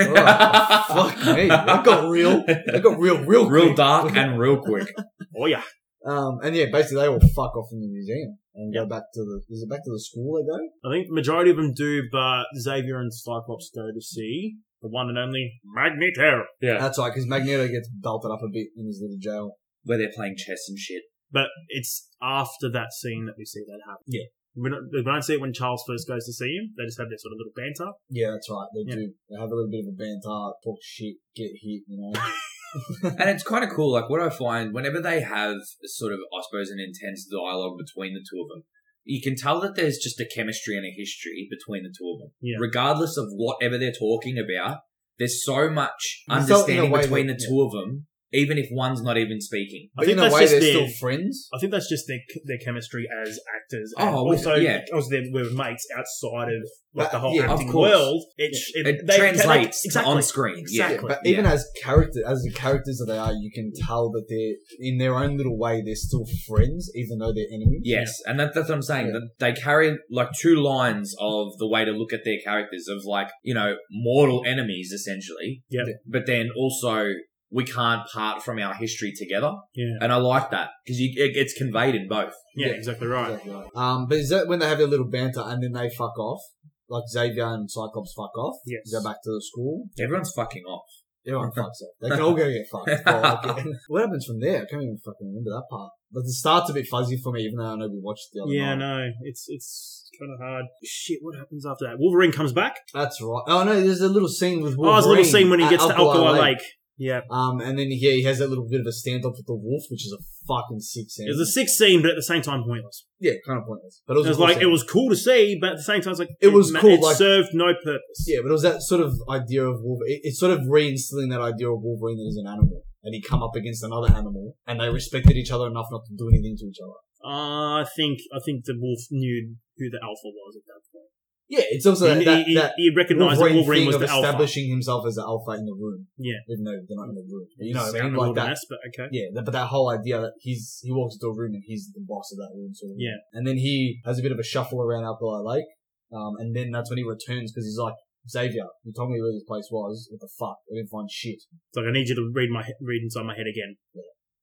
[SPEAKER 2] [LAUGHS]
[SPEAKER 1] Oh, fuck me. That got real. That got real, real
[SPEAKER 3] real
[SPEAKER 1] quick.
[SPEAKER 3] dark and real quick.
[SPEAKER 2] Oh yeah.
[SPEAKER 1] Um, and yeah, basically they all fuck off in the museum. and go back to the. Is it back to the school they go?
[SPEAKER 2] I think majority of them do, but Xavier and Cyclops go to see the one and only Magneto.
[SPEAKER 3] Yeah.
[SPEAKER 1] That's right, because Magneto gets belted up a bit in his little jail.
[SPEAKER 3] Where they're playing chess and shit.
[SPEAKER 2] But it's after that scene that we see that happen. Yeah. We don't, we don't see it when Charles first goes to see him. They just have their sort of little banter.
[SPEAKER 1] Yeah, that's right. They
[SPEAKER 2] Yeah.
[SPEAKER 1] do. They have a little bit of a banter, talk shit, get hit. You
[SPEAKER 3] [LAUGHS]
[SPEAKER 1] know.
[SPEAKER 3] And it's kind of cool. Like what I find whenever they have sort of, I suppose, an intense dialogue between the two of them, you can tell that there's just a chemistry and a history between the two of them.
[SPEAKER 2] Yeah.
[SPEAKER 3] Regardless of whatever they're talking about, there's so much
[SPEAKER 1] You felt in a
[SPEAKER 3] understanding
[SPEAKER 1] way
[SPEAKER 3] between
[SPEAKER 1] that-
[SPEAKER 3] the two of them, even if one's not even speaking.
[SPEAKER 1] But
[SPEAKER 2] think
[SPEAKER 1] in a
[SPEAKER 2] that's
[SPEAKER 1] way,
[SPEAKER 2] just
[SPEAKER 1] they're
[SPEAKER 2] their-
[SPEAKER 1] still friends.
[SPEAKER 2] I think that's just their their chemistry as actors.
[SPEAKER 3] Oh,
[SPEAKER 2] And
[SPEAKER 3] we-
[SPEAKER 2] also,
[SPEAKER 3] yeah.
[SPEAKER 2] also they were mates outside of like the
[SPEAKER 1] But-
[SPEAKER 2] whole
[SPEAKER 1] yeah, of
[SPEAKER 2] acting
[SPEAKER 3] course.
[SPEAKER 2] world. It, it,
[SPEAKER 3] It
[SPEAKER 2] they-
[SPEAKER 3] translates to
[SPEAKER 2] exactly.
[SPEAKER 3] on screen.
[SPEAKER 1] Yeah,
[SPEAKER 3] Yeah.
[SPEAKER 2] Exactly.
[SPEAKER 1] but even as character, as the characters that they are, you can tell that they're in their own little way. They're still friends, even though they're enemies.
[SPEAKER 3] Yes, and that, that's what I'm saying.
[SPEAKER 1] Yeah.
[SPEAKER 3] That they carry like two lines of the way to look at their characters of like you know mortal enemies essentially.
[SPEAKER 2] Yeah.
[SPEAKER 3] But then also we can't part from our history together,
[SPEAKER 2] Yeah.
[SPEAKER 3] and I like that because it gets conveyed in both.
[SPEAKER 2] Yeah,
[SPEAKER 1] Yeah.
[SPEAKER 2] exactly right.
[SPEAKER 1] Exactly right. Um, but is that when they have their little banter and then they fuck off? Like Xavier and Cyclops fuck off.
[SPEAKER 2] Yes.
[SPEAKER 1] Go back to the school.
[SPEAKER 3] Everyone's fucking off.
[SPEAKER 2] [LAUGHS]
[SPEAKER 1] Everyone fucks up. They can all go get fucked. Well, like, [LAUGHS] what happens from there? I can't even fucking remember that part. But the start's a bit fuzzy for me, even though I know we watched the other
[SPEAKER 2] Yeah,
[SPEAKER 1] night.
[SPEAKER 2] no, it's it's kind of hard. Shit, what happens after that? Wolverine comes back.
[SPEAKER 1] That's right. Oh no, there's a little scene with
[SPEAKER 2] Oh,
[SPEAKER 1] Wolverine.
[SPEAKER 2] there's a little scene when he
[SPEAKER 1] at
[SPEAKER 2] gets to Alkali Lake. Yeah,
[SPEAKER 1] Um, and then yeah, he has that little bit of a standoff with the wolf, which is a fucking sick scene.
[SPEAKER 2] it's a sick scene, but at the same time pointless.
[SPEAKER 1] yeah, kind of pointless. But it
[SPEAKER 2] It
[SPEAKER 1] was,
[SPEAKER 2] was,
[SPEAKER 1] a cool
[SPEAKER 2] like it
[SPEAKER 1] scene.
[SPEAKER 2] was cool to see, but at the same time, it's like
[SPEAKER 1] It was
[SPEAKER 2] ma-
[SPEAKER 1] cool,
[SPEAKER 2] It
[SPEAKER 1] like-
[SPEAKER 2] served no purpose.
[SPEAKER 1] Yeah, but it was that sort of idea of Wolverine. It's sort of reinstilling that idea of Wolverine as an animal, and he come up against another animal, and they respected each other enough not to do anything to each other.
[SPEAKER 2] Uh, I think I think the wolf knew who the alpha was at that point.
[SPEAKER 1] Yeah, it's also that,
[SPEAKER 2] he,
[SPEAKER 1] that,
[SPEAKER 2] he,
[SPEAKER 1] that
[SPEAKER 2] he recognized
[SPEAKER 1] Wolverine,
[SPEAKER 2] that Wolverine
[SPEAKER 1] thing
[SPEAKER 2] was
[SPEAKER 1] of
[SPEAKER 2] the alpha.
[SPEAKER 1] establishing himself as the alpha in the room.
[SPEAKER 2] Yeah.
[SPEAKER 1] even though they're not in the room. But you know what I
[SPEAKER 2] Out in
[SPEAKER 1] mean?
[SPEAKER 2] the
[SPEAKER 1] Like that.
[SPEAKER 2] wilderness, but okay.
[SPEAKER 1] Yeah, that, but that whole idea that he's he walks into a room and he's the boss of that room, sort of.
[SPEAKER 2] Yeah.
[SPEAKER 1] and then he has a bit of a shuffle around Alkali Lake, um, and then that's when he returns because he's like. Xavier, you told me where this place was. What the fuck? I didn't find shit.
[SPEAKER 2] It's like I need you to read my he- read inside my head again.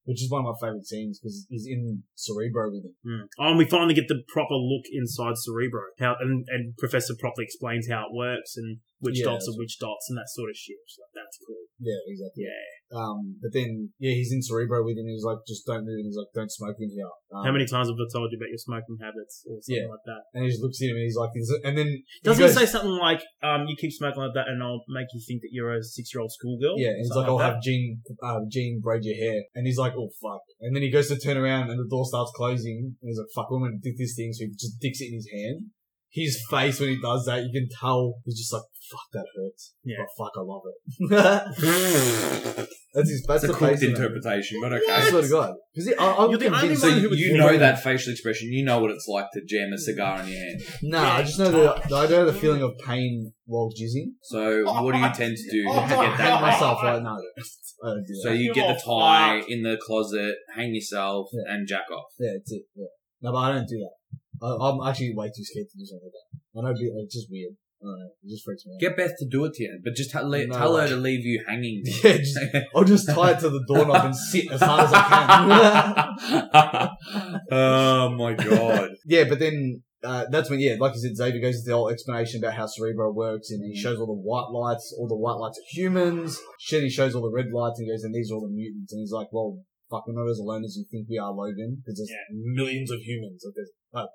[SPEAKER 1] which is one of my favorite scenes because he's in Cerebro with him.
[SPEAKER 2] Mm. Oh, and we finally get the proper look inside Cerebro. How and, and Professor properly explains how it works and which
[SPEAKER 1] Yeah,
[SPEAKER 2] dots
[SPEAKER 1] that's
[SPEAKER 2] are which dots and that sort of shit. It's like, that's cool.
[SPEAKER 1] Yeah, exactly.
[SPEAKER 2] Yeah.
[SPEAKER 1] Um, but then yeah, he's in Cerebro with him. He's like, just don't move. And he's like, don't smoke in here. Um,
[SPEAKER 2] how many times have I told you about your smoking habits or something
[SPEAKER 1] Yeah.
[SPEAKER 2] like that?
[SPEAKER 1] And he just looks at him and he's like, he's- and then he
[SPEAKER 2] Doesn't
[SPEAKER 1] goes-
[SPEAKER 2] he say something like, um, you keep smoking like that and I'll make you think that you're a six year old schoolgirl?
[SPEAKER 1] Yeah, and he's like, I'll
[SPEAKER 2] Something that?
[SPEAKER 1] have Gene, uh, Gene braid your hair. And he's like, oh fuck. And then he goes to turn around and the door starts closing. And he's like, fuck, I'm gonna dick this thing. So he just dicks it in his hand. His face when he does that, you can tell he's just like, fuck, that hurts.
[SPEAKER 2] Yeah.
[SPEAKER 1] But fuck, I love it.
[SPEAKER 2] [LAUGHS]
[SPEAKER 1] that's his, that's
[SPEAKER 3] It's a
[SPEAKER 1] the
[SPEAKER 3] cooked
[SPEAKER 1] face. in it.
[SPEAKER 3] interpretation, but okay.
[SPEAKER 1] I swear to God. Because I'm
[SPEAKER 2] You're the only
[SPEAKER 1] convinced-
[SPEAKER 3] So
[SPEAKER 2] one
[SPEAKER 3] you,
[SPEAKER 2] who would
[SPEAKER 3] you
[SPEAKER 2] think
[SPEAKER 3] know
[SPEAKER 2] that.
[SPEAKER 3] that facial expression. You know what it's like to jam a cigar in your hand.
[SPEAKER 1] No, I just know the, the I know the feeling of pain while
[SPEAKER 2] [LAUGHS]
[SPEAKER 1] jizzing. [LAUGHS]
[SPEAKER 3] So what do you tend to do
[SPEAKER 1] I
[SPEAKER 3] to
[SPEAKER 1] had
[SPEAKER 3] get
[SPEAKER 1] to
[SPEAKER 3] that?
[SPEAKER 1] hang myself right now. I don't do
[SPEAKER 3] So
[SPEAKER 1] that.
[SPEAKER 3] you get the tie in the closet, hang yourself,
[SPEAKER 1] Yeah.
[SPEAKER 3] and jack off.
[SPEAKER 1] Yeah, that's it. Yeah. No, but I don't do that. I, I'm actually way too scared to do something like that. I know be- it's just weird. I don't know. It just freaks me out.
[SPEAKER 3] Get Beth to do it to you, but just tell, le-
[SPEAKER 1] No.
[SPEAKER 3] tell her to leave you hanging.
[SPEAKER 1] [LAUGHS] yeah, just, I'll just tie it to the doorknob and sit as hard as
[SPEAKER 4] [LAUGHS]
[SPEAKER 1] I can.
[SPEAKER 3] [LAUGHS] oh
[SPEAKER 1] [LAUGHS]
[SPEAKER 3] my god!
[SPEAKER 1] yeah, but then uh, that's when, yeah, like you said, Xavier goes into the whole explanation about how Cerebro works and
[SPEAKER 4] Mm-hmm.
[SPEAKER 1] he shows all the white lights, all the white lights are humans. Shit, he shows all the red lights and goes, and these are all the mutants. And he's like, well, fuck, we're not as alone as you think we are, Logan, because there's millions of humans. Like there's, uh,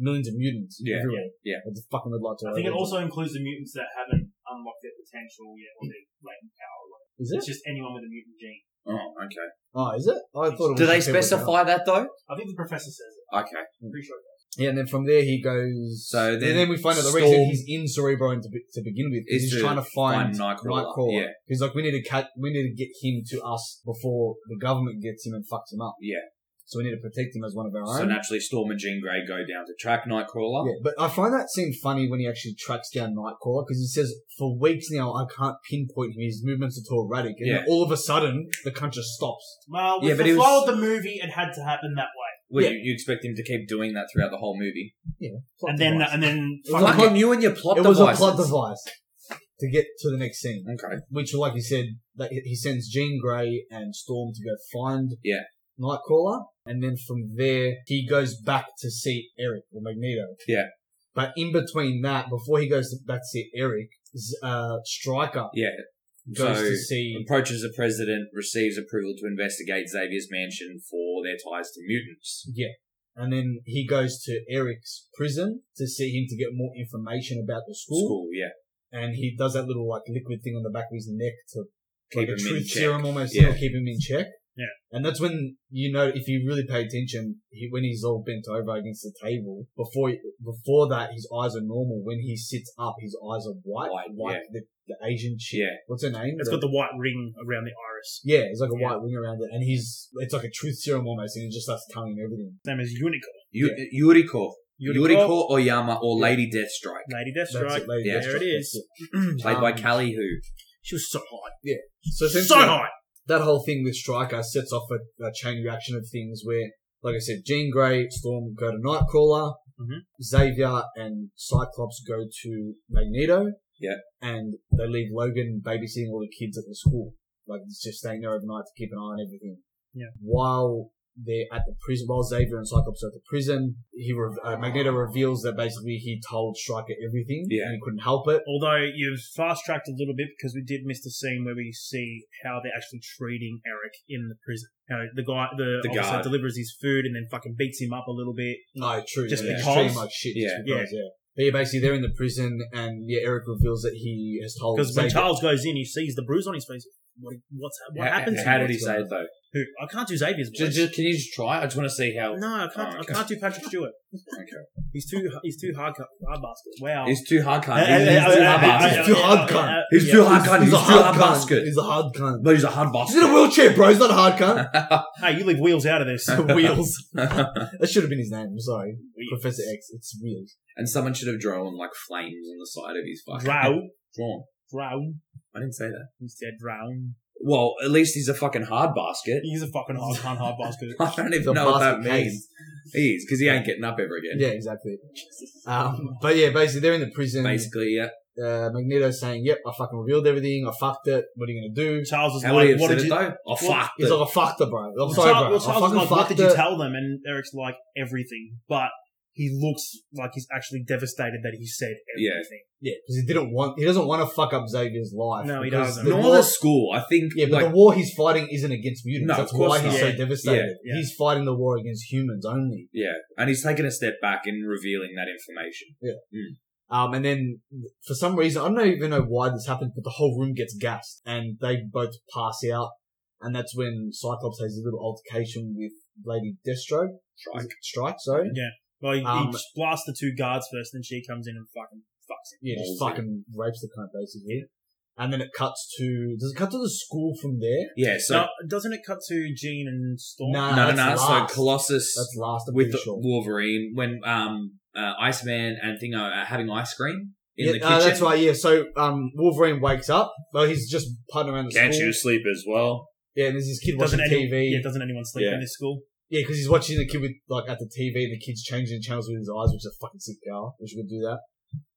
[SPEAKER 1] millions of mutants
[SPEAKER 3] Yeah,
[SPEAKER 1] everywhere.
[SPEAKER 3] yeah, yeah.
[SPEAKER 1] With the fucking red lights all
[SPEAKER 4] I think it
[SPEAKER 1] over.
[SPEAKER 4] also includes the mutants that haven't unlocked their potential yet, or their latent power. Like,
[SPEAKER 1] Is
[SPEAKER 4] it's
[SPEAKER 1] it?
[SPEAKER 4] just anyone with a mutant gene.
[SPEAKER 3] Oh, okay.
[SPEAKER 1] Oh, is it? I thought it was
[SPEAKER 3] Do they
[SPEAKER 1] just people that-
[SPEAKER 3] specify that though?
[SPEAKER 4] I think the professor says it.
[SPEAKER 3] Okay.
[SPEAKER 4] I'm pretty sure. it does.
[SPEAKER 1] Yeah, and then from there he goes.
[SPEAKER 3] So
[SPEAKER 1] and
[SPEAKER 3] then
[SPEAKER 1] then we find out the
[SPEAKER 3] Storm-
[SPEAKER 1] reason he's in Cerebro to, be- to begin with is
[SPEAKER 3] Is
[SPEAKER 1] he's
[SPEAKER 3] to
[SPEAKER 1] trying to find,
[SPEAKER 3] find Nightcrawler, yeah.
[SPEAKER 1] he's like, we need to cut, we need to get him to us before the government gets him and fucks him up.
[SPEAKER 3] Yeah.
[SPEAKER 1] So we need to protect him as one of our
[SPEAKER 3] So
[SPEAKER 1] own.
[SPEAKER 3] naturally, Storm and Jean Grey go down to track Nightcrawler.
[SPEAKER 1] yeah, but I find that scene funny when he actually tracks down Nightcrawler because he says, "For weeks now, I can't pinpoint him. His movements are too erratic." And then
[SPEAKER 3] Yeah.
[SPEAKER 1] all of a sudden, the country stops.
[SPEAKER 4] Well, with
[SPEAKER 3] Yeah, but
[SPEAKER 4] the
[SPEAKER 3] it was-
[SPEAKER 4] flow of the movie, it had to happen that way.
[SPEAKER 3] Well,
[SPEAKER 1] Yeah.
[SPEAKER 3] You, you expect him to keep doing that throughout the whole movie.
[SPEAKER 1] Plot
[SPEAKER 4] and then,
[SPEAKER 1] device.
[SPEAKER 4] and then,
[SPEAKER 1] It was a
[SPEAKER 3] Fucking
[SPEAKER 1] plot-
[SPEAKER 3] you and your plot
[SPEAKER 1] it was a
[SPEAKER 3] devices.
[SPEAKER 1] plot device to get to the next scene.
[SPEAKER 3] Okay.
[SPEAKER 1] which, like you said, that he he sends Jean Grey and Storm to go find
[SPEAKER 3] Yeah.
[SPEAKER 1] Nightcrawler, and then from there he goes back to see Eric or Magneto.
[SPEAKER 3] Yeah.
[SPEAKER 1] But in between that, before he goes to, back to see Eric, Z- uh, Striker
[SPEAKER 3] Yeah.
[SPEAKER 1] goes
[SPEAKER 3] so
[SPEAKER 1] to see.
[SPEAKER 3] approaches the president, receives approval to investigate Xavier's mansion for their ties to mutants.
[SPEAKER 1] And then he goes to Eric's prison to see him to get more information about the school.
[SPEAKER 3] School, yeah.
[SPEAKER 1] And he does that little like liquid thing on the back of his neck to like
[SPEAKER 3] Keep
[SPEAKER 1] a
[SPEAKER 3] him in
[SPEAKER 1] truth
[SPEAKER 3] check.
[SPEAKER 1] serum almost
[SPEAKER 3] Yeah.
[SPEAKER 1] to keep him in check.
[SPEAKER 2] Yeah.
[SPEAKER 1] And that's when you know if you really pay attention, he, when he's all bent over against the table, before before that his eyes are normal. When he sits up, his eyes are white,
[SPEAKER 3] White,
[SPEAKER 1] like the, the Asian chick.
[SPEAKER 3] Yeah.
[SPEAKER 1] What's her name?
[SPEAKER 2] It's got the white ring around the iris.
[SPEAKER 1] yeah, it's like a
[SPEAKER 2] Yeah.
[SPEAKER 1] white ring around it, and he's it's like a truth serum almost, and he just starts telling him everything.
[SPEAKER 2] His name is Unicorn.
[SPEAKER 3] U- Yuriko.
[SPEAKER 2] Yuriko.
[SPEAKER 3] Yuriko Oyama or Lady Deathstrike.
[SPEAKER 2] Lady Deathstrike.
[SPEAKER 1] lady.
[SPEAKER 3] Yeah.
[SPEAKER 1] That's
[SPEAKER 2] There it
[SPEAKER 1] That's
[SPEAKER 2] is.
[SPEAKER 3] Played by
[SPEAKER 1] Um,
[SPEAKER 3] Callie Who.
[SPEAKER 2] She was so hot.
[SPEAKER 1] So
[SPEAKER 2] So
[SPEAKER 1] essentially,
[SPEAKER 2] hot.
[SPEAKER 1] that whole thing with Striker sets off a, a chain reaction of things where, like I said, Jean Grey, Storm go to Nightcrawler,
[SPEAKER 3] Mm-hmm.
[SPEAKER 2] Mhm.
[SPEAKER 1] Xavier and Cyclops go to Magneto.
[SPEAKER 3] Yeah.
[SPEAKER 1] And they leave Logan babysitting all the kids at the school. Like, it's just staying there overnight to keep an eye on everything.
[SPEAKER 2] Yeah.
[SPEAKER 1] While they're at the prison, while Xavier and Cyclops are at the prison, he re- uh, Magneto reveals that basically he told Striker everything
[SPEAKER 3] Yeah.
[SPEAKER 1] and he couldn't help it.
[SPEAKER 2] Although you was fast tracked a little bit because we did miss the scene where we see how they're actually treating Eric in the prison. How the guy, the,
[SPEAKER 3] The
[SPEAKER 2] officer
[SPEAKER 3] guard.
[SPEAKER 2] delivers his food and then fucking beats him up a little bit.
[SPEAKER 1] No, true.
[SPEAKER 2] Just
[SPEAKER 1] yeah,
[SPEAKER 2] because?
[SPEAKER 1] pretty much shit.
[SPEAKER 3] Yeah.
[SPEAKER 1] just because, yeah. But yeah, basically they're in the prison, and yeah, Eric reveals that he has
[SPEAKER 3] Oh,
[SPEAKER 1] told.
[SPEAKER 2] Because
[SPEAKER 1] Xavier-
[SPEAKER 2] when Charles goes in, he sees the bruise on his face. What, what's what
[SPEAKER 3] How-
[SPEAKER 2] happened? to
[SPEAKER 3] How
[SPEAKER 2] him?
[SPEAKER 3] did he say it though?
[SPEAKER 2] Who? I can't do Xavier's voice.
[SPEAKER 3] Just, just, can you just try? it? I just want to see how.
[SPEAKER 2] no, I can't.
[SPEAKER 3] Oh,
[SPEAKER 2] I
[SPEAKER 3] okay.
[SPEAKER 2] can't do Patrick Stewart.
[SPEAKER 3] Okay.
[SPEAKER 2] He's too. He's too hard. cut- Hard basket. Wow.
[SPEAKER 3] He's too hard cunt. He's,
[SPEAKER 2] Uh, uh,
[SPEAKER 3] he's
[SPEAKER 2] uh,
[SPEAKER 3] too
[SPEAKER 2] uh,
[SPEAKER 3] hard
[SPEAKER 2] uh,
[SPEAKER 3] bastard.
[SPEAKER 1] He's too hard cunt.
[SPEAKER 2] uh, uh,
[SPEAKER 3] He's
[SPEAKER 2] yeah.
[SPEAKER 3] too hard cunt. He's too hard
[SPEAKER 1] cunt.
[SPEAKER 3] basket.
[SPEAKER 1] He's a hard cunt.
[SPEAKER 3] No, he's a hard
[SPEAKER 1] He's in a wheelchair, bro. He's not a hard
[SPEAKER 2] [LAUGHS]
[SPEAKER 1] cunt.
[SPEAKER 3] bastard.
[SPEAKER 2] Hey, you leave wheels out
[SPEAKER 3] [LAUGHS]
[SPEAKER 2] of this. [LAUGHS]
[SPEAKER 1] Wheels. That should have been his name. I'm sorry, Professor X. It's Wheels.
[SPEAKER 3] and someone should have drawn like flames on the side of his fucking
[SPEAKER 2] Drow.
[SPEAKER 3] Drawn.
[SPEAKER 2] Drow.
[SPEAKER 3] I didn't say that.
[SPEAKER 2] Instead, drown.
[SPEAKER 3] Well, at least he's a fucking hard basket.
[SPEAKER 2] He's a fucking hard cunt. Hard
[SPEAKER 1] [LAUGHS]
[SPEAKER 2] basket.
[SPEAKER 3] [LAUGHS] I don't even
[SPEAKER 1] The
[SPEAKER 3] know what that
[SPEAKER 1] basket case.
[SPEAKER 3] means. He is because he ain't getting up ever again.
[SPEAKER 1] Yeah, exactly. Um, but yeah, basically they're in the prison.
[SPEAKER 3] Basically, yeah.
[SPEAKER 1] Uh, Magneto's saying, "Yep, I fucking revealed everything. I fucked it. What are you gonna do?"
[SPEAKER 2] Charles is
[SPEAKER 3] How would he
[SPEAKER 2] like,
[SPEAKER 3] have
[SPEAKER 2] "What
[SPEAKER 3] said
[SPEAKER 2] did
[SPEAKER 3] it
[SPEAKER 2] you?"
[SPEAKER 3] though? Oh, I fucked
[SPEAKER 1] He's
[SPEAKER 3] it.
[SPEAKER 1] like, "I fucked it, bro. I'm
[SPEAKER 2] Well,
[SPEAKER 1] sorry, bro.
[SPEAKER 2] Charles- well,
[SPEAKER 1] I
[SPEAKER 2] Charles is
[SPEAKER 1] fucking
[SPEAKER 2] like, "What
[SPEAKER 1] fucked
[SPEAKER 2] did you
[SPEAKER 1] it."
[SPEAKER 2] tell them?" And Eric's like, "Everything." But he looks like he's actually devastated that he said
[SPEAKER 3] Yeah.
[SPEAKER 2] everything.
[SPEAKER 1] Yeah, because he didn't want. He doesn't want to fuck up Xavier's life.
[SPEAKER 2] No, he
[SPEAKER 1] because
[SPEAKER 2] doesn't.
[SPEAKER 1] the
[SPEAKER 3] Nor
[SPEAKER 1] war-
[SPEAKER 3] the school. I think.
[SPEAKER 1] Yeah, but
[SPEAKER 3] like,
[SPEAKER 1] the war he's fighting isn't against mutants.
[SPEAKER 3] No,
[SPEAKER 1] That's
[SPEAKER 3] of course
[SPEAKER 1] why he's
[SPEAKER 3] not.
[SPEAKER 1] so
[SPEAKER 2] Yeah,
[SPEAKER 1] devastated.
[SPEAKER 2] yeah.
[SPEAKER 1] He's fighting the war against humans only.
[SPEAKER 3] yeah, and he's taking a step back in revealing that information.
[SPEAKER 1] Um, and then for some reason, I don't even know why this happens, but the whole room gets gassed and they both pass out. And that's when Cyclops has a little altercation with Lady Deathstroke. Is it Strike, sorry.
[SPEAKER 2] Well, he,
[SPEAKER 1] Um,
[SPEAKER 2] he blasts the two guards first, then she comes in and fucking fucks him.
[SPEAKER 1] Yeah, just
[SPEAKER 3] Ballsy.
[SPEAKER 1] fucking rapes the cunt basically. And then it cuts to, does it cut to the school from there?
[SPEAKER 3] Yeah. So
[SPEAKER 2] now, doesn't it cut to Jean and Storm?
[SPEAKER 1] Nah.
[SPEAKER 3] no, no,
[SPEAKER 1] that's
[SPEAKER 3] no. So
[SPEAKER 1] last.
[SPEAKER 3] Colossus
[SPEAKER 1] That's last, I'm
[SPEAKER 3] with
[SPEAKER 1] pretty
[SPEAKER 3] the
[SPEAKER 1] sure.
[SPEAKER 3] Wolverine when um uh, Iceman and Thingo are having ice cream in
[SPEAKER 1] yeah,
[SPEAKER 3] the kitchen.
[SPEAKER 1] uh, that's right, yeah. So, um, Wolverine wakes up. Well, he's just putting around the
[SPEAKER 3] Can't
[SPEAKER 1] school.
[SPEAKER 3] you sleep as well?
[SPEAKER 1] Yeah, and there's this kid
[SPEAKER 2] Doesn't
[SPEAKER 1] watching
[SPEAKER 2] any-
[SPEAKER 1] TV.
[SPEAKER 2] Yeah, doesn't anyone sleep
[SPEAKER 3] Yeah.
[SPEAKER 2] in this school?
[SPEAKER 1] Yeah, because he's watching the kid with like at the TV, and the kid's changing the channels with his eyes, which is a fucking sick power. Wish we could do that.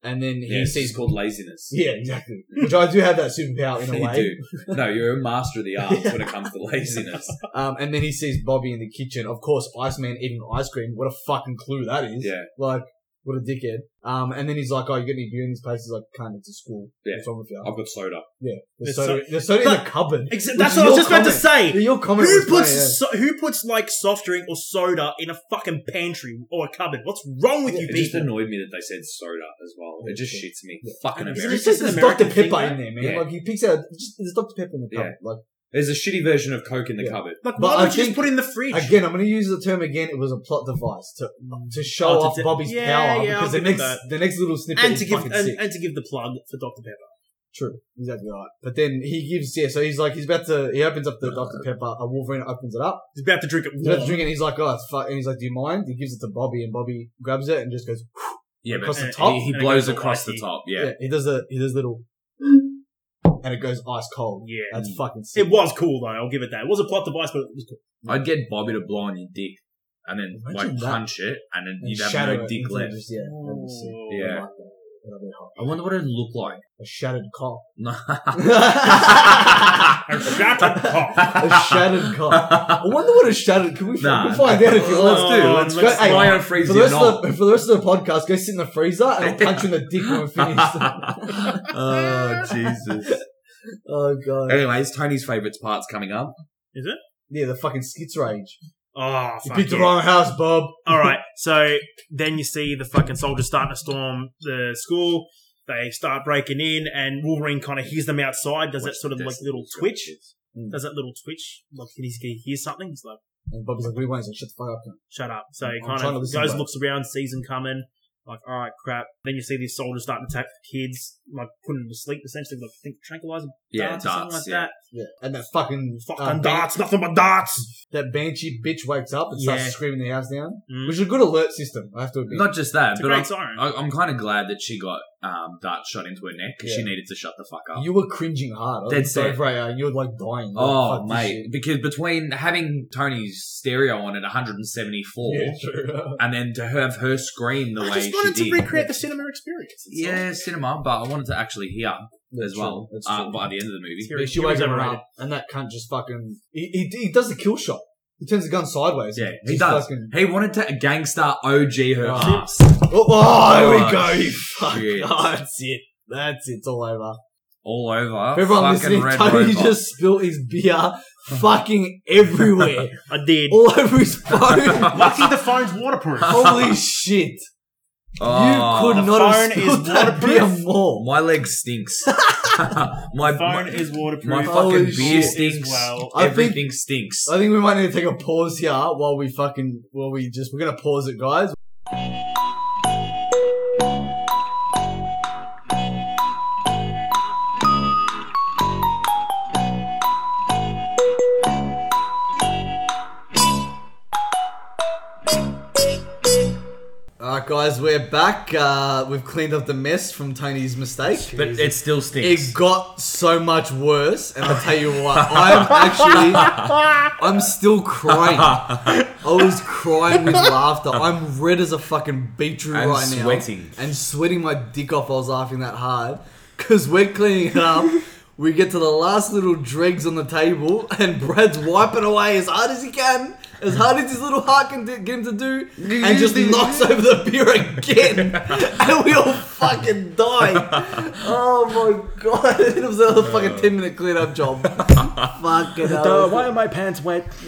[SPEAKER 1] And then he
[SPEAKER 3] Yeah, it's
[SPEAKER 1] sees.
[SPEAKER 3] just called laziness.
[SPEAKER 1] Yeah, exactly. Which I do have that superpower
[SPEAKER 3] [LAUGHS]
[SPEAKER 2] [LAUGHS]
[SPEAKER 1] in a
[SPEAKER 3] you
[SPEAKER 1] way.
[SPEAKER 3] do. No, you're a master of
[SPEAKER 1] [LAUGHS]
[SPEAKER 3] the arts when it comes to laziness.
[SPEAKER 1] Um, and then he sees Bobby in the kitchen. Of course, Iceman eating ice cream. What a fucking clue that is.
[SPEAKER 3] Yeah.
[SPEAKER 1] Like, what a dickhead. Um, and then he's like, "Oh, you got any beer in this place?" He's like, "Can't. It's a school.
[SPEAKER 3] Yeah.
[SPEAKER 1] What's wrong with you?"
[SPEAKER 3] I've got soda.
[SPEAKER 1] There's
[SPEAKER 2] It's
[SPEAKER 1] soda.
[SPEAKER 2] so-
[SPEAKER 1] There's soda in the cupboard.
[SPEAKER 2] Except,
[SPEAKER 1] Which
[SPEAKER 2] that's
[SPEAKER 1] is
[SPEAKER 2] what I was
[SPEAKER 1] your
[SPEAKER 2] just about to say.
[SPEAKER 1] [LAUGHS] Your comment.
[SPEAKER 2] Who
[SPEAKER 1] was funny,
[SPEAKER 2] puts
[SPEAKER 1] yeah.
[SPEAKER 2] so, who puts like soft drink or soda in a fucking pantry or a cupboard? What's wrong with you
[SPEAKER 3] It just
[SPEAKER 2] people?
[SPEAKER 3] annoyed me that they said soda as well. It just shits me.
[SPEAKER 1] Oh, Yeah.
[SPEAKER 3] Fucking
[SPEAKER 2] And
[SPEAKER 1] It's
[SPEAKER 3] American.
[SPEAKER 1] just,
[SPEAKER 2] American-
[SPEAKER 1] just
[SPEAKER 2] It's an
[SPEAKER 1] there's Dr.
[SPEAKER 2] American thing,
[SPEAKER 1] Pepper in
[SPEAKER 2] right?
[SPEAKER 1] there, man.
[SPEAKER 3] Yeah.
[SPEAKER 1] Like, he picks out, just, there's Dr. Pepper in the
[SPEAKER 3] Yeah.
[SPEAKER 1] cup. Like,
[SPEAKER 3] There's a shitty version of Coke in the
[SPEAKER 1] Yeah.
[SPEAKER 3] cupboard.
[SPEAKER 2] Like,
[SPEAKER 1] But
[SPEAKER 2] why
[SPEAKER 1] I
[SPEAKER 2] would you
[SPEAKER 1] think-
[SPEAKER 2] just put it in the fridge?
[SPEAKER 1] [LAUGHS] Again, I'm going to use the term again. It was a plot device to to show
[SPEAKER 2] Oh, to
[SPEAKER 1] off
[SPEAKER 2] de-
[SPEAKER 1] Bobby's
[SPEAKER 2] Yeah,
[SPEAKER 1] power
[SPEAKER 2] yeah, I'll
[SPEAKER 1] because the
[SPEAKER 2] give him
[SPEAKER 1] next
[SPEAKER 2] that.
[SPEAKER 1] the next little snippet
[SPEAKER 2] and
[SPEAKER 1] is
[SPEAKER 2] to give
[SPEAKER 1] fucking
[SPEAKER 2] and,
[SPEAKER 1] sick.
[SPEAKER 2] and to give the plug for Dr Pepper.
[SPEAKER 1] True, exactly right. But then he gives yeah. So he's like he's about to he opens up the Dr Pepper. A Wolverine opens it up.
[SPEAKER 2] He's about to drink it
[SPEAKER 1] He's about to
[SPEAKER 2] warm.
[SPEAKER 1] drink it. And he's like, oh, it's fuck. And he's like, do you mind? He gives it to Bobby, and Bobby grabs it and just goes.
[SPEAKER 3] Yeah,
[SPEAKER 1] Across the
[SPEAKER 3] he-
[SPEAKER 1] top?
[SPEAKER 3] He,
[SPEAKER 2] And it
[SPEAKER 3] blows
[SPEAKER 2] goes all
[SPEAKER 3] across the
[SPEAKER 2] icy.
[SPEAKER 3] top.
[SPEAKER 1] Yeah.
[SPEAKER 3] Yeah.
[SPEAKER 1] he does the he does little, and it goes ice cold.
[SPEAKER 2] Yeah,
[SPEAKER 1] That's fucking sick.
[SPEAKER 2] it was cool though. I'll give it that. It was a plot device, but it was cool.
[SPEAKER 3] I'd get Bobby to blow on your dick and then
[SPEAKER 1] Imagine
[SPEAKER 3] like
[SPEAKER 1] that.
[SPEAKER 3] punch it and then
[SPEAKER 1] And
[SPEAKER 3] you'd have
[SPEAKER 1] shatter
[SPEAKER 3] no
[SPEAKER 1] it
[SPEAKER 3] dick
[SPEAKER 1] into
[SPEAKER 3] left.
[SPEAKER 1] just- yeah, that'd be sick.
[SPEAKER 2] Oh.
[SPEAKER 1] I
[SPEAKER 3] Yeah.
[SPEAKER 1] like that. That'll be hot.
[SPEAKER 3] I wonder what it'd look
[SPEAKER 2] [LAUGHS]
[SPEAKER 3] like.
[SPEAKER 1] A shattered cock. [LAUGHS]
[SPEAKER 2] A
[SPEAKER 1] a
[SPEAKER 2] shattered cock.
[SPEAKER 1] shattered cock. I wonder what a shattered. Can we,
[SPEAKER 3] Nah.
[SPEAKER 1] we'll find out if you want?
[SPEAKER 2] Let's do,
[SPEAKER 3] Oh,
[SPEAKER 2] let's-
[SPEAKER 3] let's
[SPEAKER 1] hey,
[SPEAKER 3] [LAUGHS] try and freeze
[SPEAKER 1] For the,
[SPEAKER 3] your
[SPEAKER 1] rest of
[SPEAKER 3] knob.
[SPEAKER 1] the, [LAUGHS] for the rest of the podcast, go sit in the freezer and I'll punch you in the dick
[SPEAKER 3] [LAUGHS]
[SPEAKER 1] when we're finished. [LAUGHS]
[SPEAKER 3] oh Jesus!
[SPEAKER 1] oh god.
[SPEAKER 3] Anyways, Tony's favourite part's coming up.
[SPEAKER 1] Yeah, the fucking skits rage.
[SPEAKER 2] Oh,
[SPEAKER 1] You
[SPEAKER 2] fuck
[SPEAKER 1] picked
[SPEAKER 2] yeah.
[SPEAKER 1] the wrong house, Bob.
[SPEAKER 2] All right. So then you see the fucking soldiers starting to storm the school. They start breaking in, and Wolverine kind of hears them outside. Does that sort of like little twitch? Does that little twitch? Like he's he hears something. He's like,
[SPEAKER 1] And Bob's like, rewind. He's like, shut the fuck up. cunt."
[SPEAKER 2] shut up. So he
[SPEAKER 1] I'm
[SPEAKER 2] kind
[SPEAKER 1] trying to
[SPEAKER 2] of
[SPEAKER 1] listen,
[SPEAKER 2] goes,
[SPEAKER 1] bro.
[SPEAKER 2] looks around, sees them coming. Like, all right, crap. Then you see these soldiers starting to attack the kids, like putting them to sleep. Essentially, like I think tranquilizer
[SPEAKER 3] Yeah,
[SPEAKER 2] darts, or something
[SPEAKER 3] darts.
[SPEAKER 2] like
[SPEAKER 3] yeah.
[SPEAKER 2] that.
[SPEAKER 1] Yeah. And that fucking
[SPEAKER 2] Fucking
[SPEAKER 1] uh, ban-
[SPEAKER 2] darts, nothing but darts.
[SPEAKER 1] that banshee bitch wakes up and
[SPEAKER 2] Yeah.
[SPEAKER 1] starts screaming the house down.
[SPEAKER 2] Mm.
[SPEAKER 1] Which is a good alert system. I have to admit.
[SPEAKER 3] Not just that,
[SPEAKER 2] It's a
[SPEAKER 3] but
[SPEAKER 2] great
[SPEAKER 3] I'm,
[SPEAKER 2] siren.
[SPEAKER 3] I- I'm kind of glad that she got um, dart shot into her neck because she
[SPEAKER 1] Yeah.
[SPEAKER 3] needed to shut the fuck up.
[SPEAKER 1] you were cringing hard. I
[SPEAKER 3] Dead
[SPEAKER 1] was so
[SPEAKER 3] set.
[SPEAKER 1] right, uh, you were like dying. You're like,
[SPEAKER 3] Oh
[SPEAKER 1] "Fuck this
[SPEAKER 3] mate, because between having Tony's stereo on at 174
[SPEAKER 1] shit." Yeah, true.
[SPEAKER 3] and then to have her scream the
[SPEAKER 5] I
[SPEAKER 3] way
[SPEAKER 5] just wanted
[SPEAKER 3] she
[SPEAKER 5] to
[SPEAKER 3] did,
[SPEAKER 5] recreate the cinema experience. That's all.
[SPEAKER 3] yeah, cinema. But I wanted to actually hear as
[SPEAKER 1] That's
[SPEAKER 3] well
[SPEAKER 1] [LAUGHS] true, that's
[SPEAKER 3] uh,
[SPEAKER 1] true.
[SPEAKER 3] by the end of the movie.
[SPEAKER 2] Here-
[SPEAKER 1] Yeah, she
[SPEAKER 2] here
[SPEAKER 1] wakes
[SPEAKER 2] is
[SPEAKER 1] her
[SPEAKER 2] overrated.
[SPEAKER 1] up, and that cunt just fucking. He, he, he does the kill shot. He turns the gun sideways.
[SPEAKER 3] Yeah, he
[SPEAKER 1] Just
[SPEAKER 3] does.
[SPEAKER 1] fucking-
[SPEAKER 3] He wanted to gangster OG her
[SPEAKER 1] Oh.
[SPEAKER 3] ass.
[SPEAKER 1] oh, oh, here
[SPEAKER 3] Oh,
[SPEAKER 1] we go. you fuck.
[SPEAKER 3] shit.
[SPEAKER 1] Oh, that's it. That's it. It's all over.
[SPEAKER 3] all over.
[SPEAKER 1] Everyone
[SPEAKER 3] fucking
[SPEAKER 1] listening,
[SPEAKER 3] red
[SPEAKER 1] Tony
[SPEAKER 3] robot.
[SPEAKER 1] just spilled his beer fucking everywhere.
[SPEAKER 2] I did. [LAUGHS]
[SPEAKER 1] all over his phone.
[SPEAKER 5] Lucky the
[SPEAKER 3] [LAUGHS]
[SPEAKER 5] phone's waterproof.
[SPEAKER 1] Holy shit.
[SPEAKER 3] Oh,
[SPEAKER 1] you could not have
[SPEAKER 2] phone is
[SPEAKER 1] spilled that beer
[SPEAKER 2] waterproof.
[SPEAKER 1] more.
[SPEAKER 3] My
[SPEAKER 1] [LAUGHS]
[SPEAKER 3] leg stinks. [LAUGHS] my
[SPEAKER 2] The phone is waterproof.
[SPEAKER 3] my
[SPEAKER 1] Holy
[SPEAKER 3] fucking beer
[SPEAKER 1] shit.
[SPEAKER 3] stinks.
[SPEAKER 2] Well,
[SPEAKER 1] I think-
[SPEAKER 3] Everything stinks.
[SPEAKER 1] I think we might need to take a pause here while we fucking while we just we're gonna pause it, guys. Alright guys, we're back. Uh, we've cleaned up the mess from Tony's mistake.
[SPEAKER 3] but it still stinks.
[SPEAKER 1] It got so much worse, and I'll tell you what, I'm actually, I'm still crying.
[SPEAKER 3] [LAUGHS]
[SPEAKER 1] I was crying with laughter. I'm red as a fucking beetroot
[SPEAKER 3] And
[SPEAKER 1] right
[SPEAKER 3] sweating.
[SPEAKER 1] now. And sweating my dick off. I was laughing that hard. Because we're cleaning it up. we get to the last little dregs on the table, and Brad's wiping away as hard as he can. As hard as his little heart can do, get him to do, and just knocks over the beer again, [LAUGHS] and we all fucking die. Oh my god! [LAUGHS] It was another fucking ten minute cleanup job. fucking hell!
[SPEAKER 5] why are my pants wet?
[SPEAKER 1] [LAUGHS]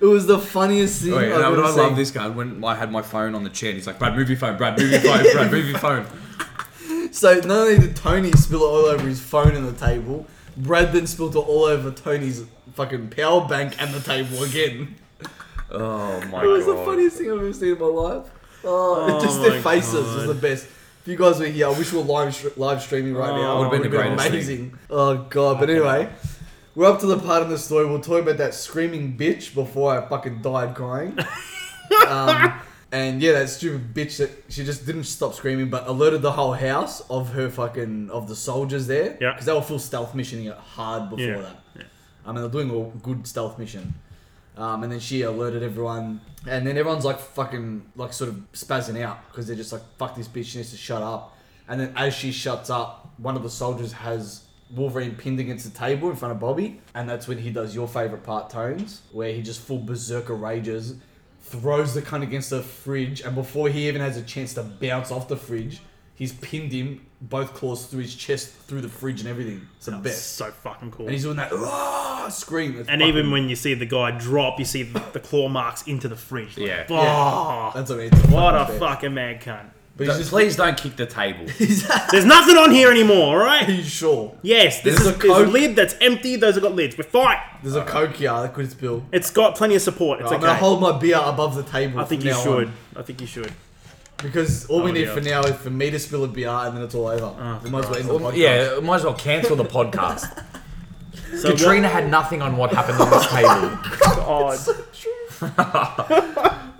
[SPEAKER 1] It was the funniest thing.
[SPEAKER 3] Wait,
[SPEAKER 1] I've
[SPEAKER 3] and I,
[SPEAKER 1] ever
[SPEAKER 3] I
[SPEAKER 1] seen.
[SPEAKER 3] love this guy. When I had my phone on the chair, and he's like, "Brad, move your phone. Brad, move your phone. Brad, move your phone."
[SPEAKER 1] So not only did Tony spill it all over his phone and the table, Brad then spilled it all over Tony's fucking power bank and the table again.
[SPEAKER 3] [LAUGHS] Oh my
[SPEAKER 1] It was the
[SPEAKER 3] god.
[SPEAKER 1] funniest thing I've ever seen in my life. Oh,
[SPEAKER 2] Oh
[SPEAKER 1] just their
[SPEAKER 2] my
[SPEAKER 1] faces was
[SPEAKER 2] God.
[SPEAKER 1] the best. If you guys were here, I wish we were live, str- live streaming right now. It
[SPEAKER 2] Oh,
[SPEAKER 3] would've been the
[SPEAKER 1] would've
[SPEAKER 3] greatest thing.
[SPEAKER 1] amazing. Oh god! But anyway, we're up to the part in the story. We'll talk about that screaming bitch before I fucking died
[SPEAKER 2] [LAUGHS]
[SPEAKER 1] crying. um, and yeah, that stupid bitch that she just didn't stop screaming, but alerted the whole house of her fucking of the soldiers there.
[SPEAKER 2] Yeah.
[SPEAKER 1] because they were full stealth missioning it hard before
[SPEAKER 2] Yeah.
[SPEAKER 1] that. I mean, they're doing a good stealth mission. Um, and then she alerted everyone, and then everyone's like fucking like sort of spazzing out because they're just like fuck this bitch, she needs to shut up. And then as she shuts up, one of the soldiers has Wolverine pinned against the table in front of Bobby, and that's when he does your favorite part, Tones, where he just full berserker rages, throws the cunt against the fridge, and before he even has a chance to bounce off the fridge, he's pinned him both claws through his chest, through the fridge, and everything. It's the
[SPEAKER 2] That's
[SPEAKER 1] best.
[SPEAKER 2] so fucking cool.
[SPEAKER 1] And he's doing that "Ah!" scream. It's
[SPEAKER 2] And
[SPEAKER 1] fucking-
[SPEAKER 2] even when you see the guy drop, you see the, the claw marks into the fridge. Like,
[SPEAKER 3] Yeah.
[SPEAKER 2] "Oh,
[SPEAKER 1] that's amazing.
[SPEAKER 2] What
[SPEAKER 1] [LAUGHS]
[SPEAKER 2] a
[SPEAKER 1] Fucking bad.
[SPEAKER 2] fucking mad cunt.
[SPEAKER 1] But he's
[SPEAKER 3] Don't-
[SPEAKER 1] just
[SPEAKER 3] please don't kick the table. [LAUGHS]
[SPEAKER 2] There's nothing on here anymore, alright?
[SPEAKER 1] he's sure.
[SPEAKER 2] Yes, this
[SPEAKER 1] There's
[SPEAKER 2] is
[SPEAKER 1] a
[SPEAKER 2] a, there's a
[SPEAKER 1] coke.
[SPEAKER 2] lid that's empty. Those have got lids. We're fine.
[SPEAKER 1] There's a coke here that could spill.
[SPEAKER 2] It's got plenty of support. It's
[SPEAKER 1] I'm
[SPEAKER 2] okay.
[SPEAKER 1] gonna hold my beer above the table.
[SPEAKER 2] I think
[SPEAKER 1] from
[SPEAKER 2] you
[SPEAKER 1] now
[SPEAKER 2] should.
[SPEAKER 1] on,
[SPEAKER 2] I think you should.
[SPEAKER 1] because all we
[SPEAKER 2] Oh,
[SPEAKER 1] need
[SPEAKER 2] yeah. Ah,
[SPEAKER 1] for now is for me to spill a beer and then it's all over. we might as well end the podcast.
[SPEAKER 3] yeah, might as well cancel the podcast. [LAUGHS]
[SPEAKER 2] So
[SPEAKER 3] Katrina had nothing on what happened on [LAUGHS] this table.
[SPEAKER 2] what- God.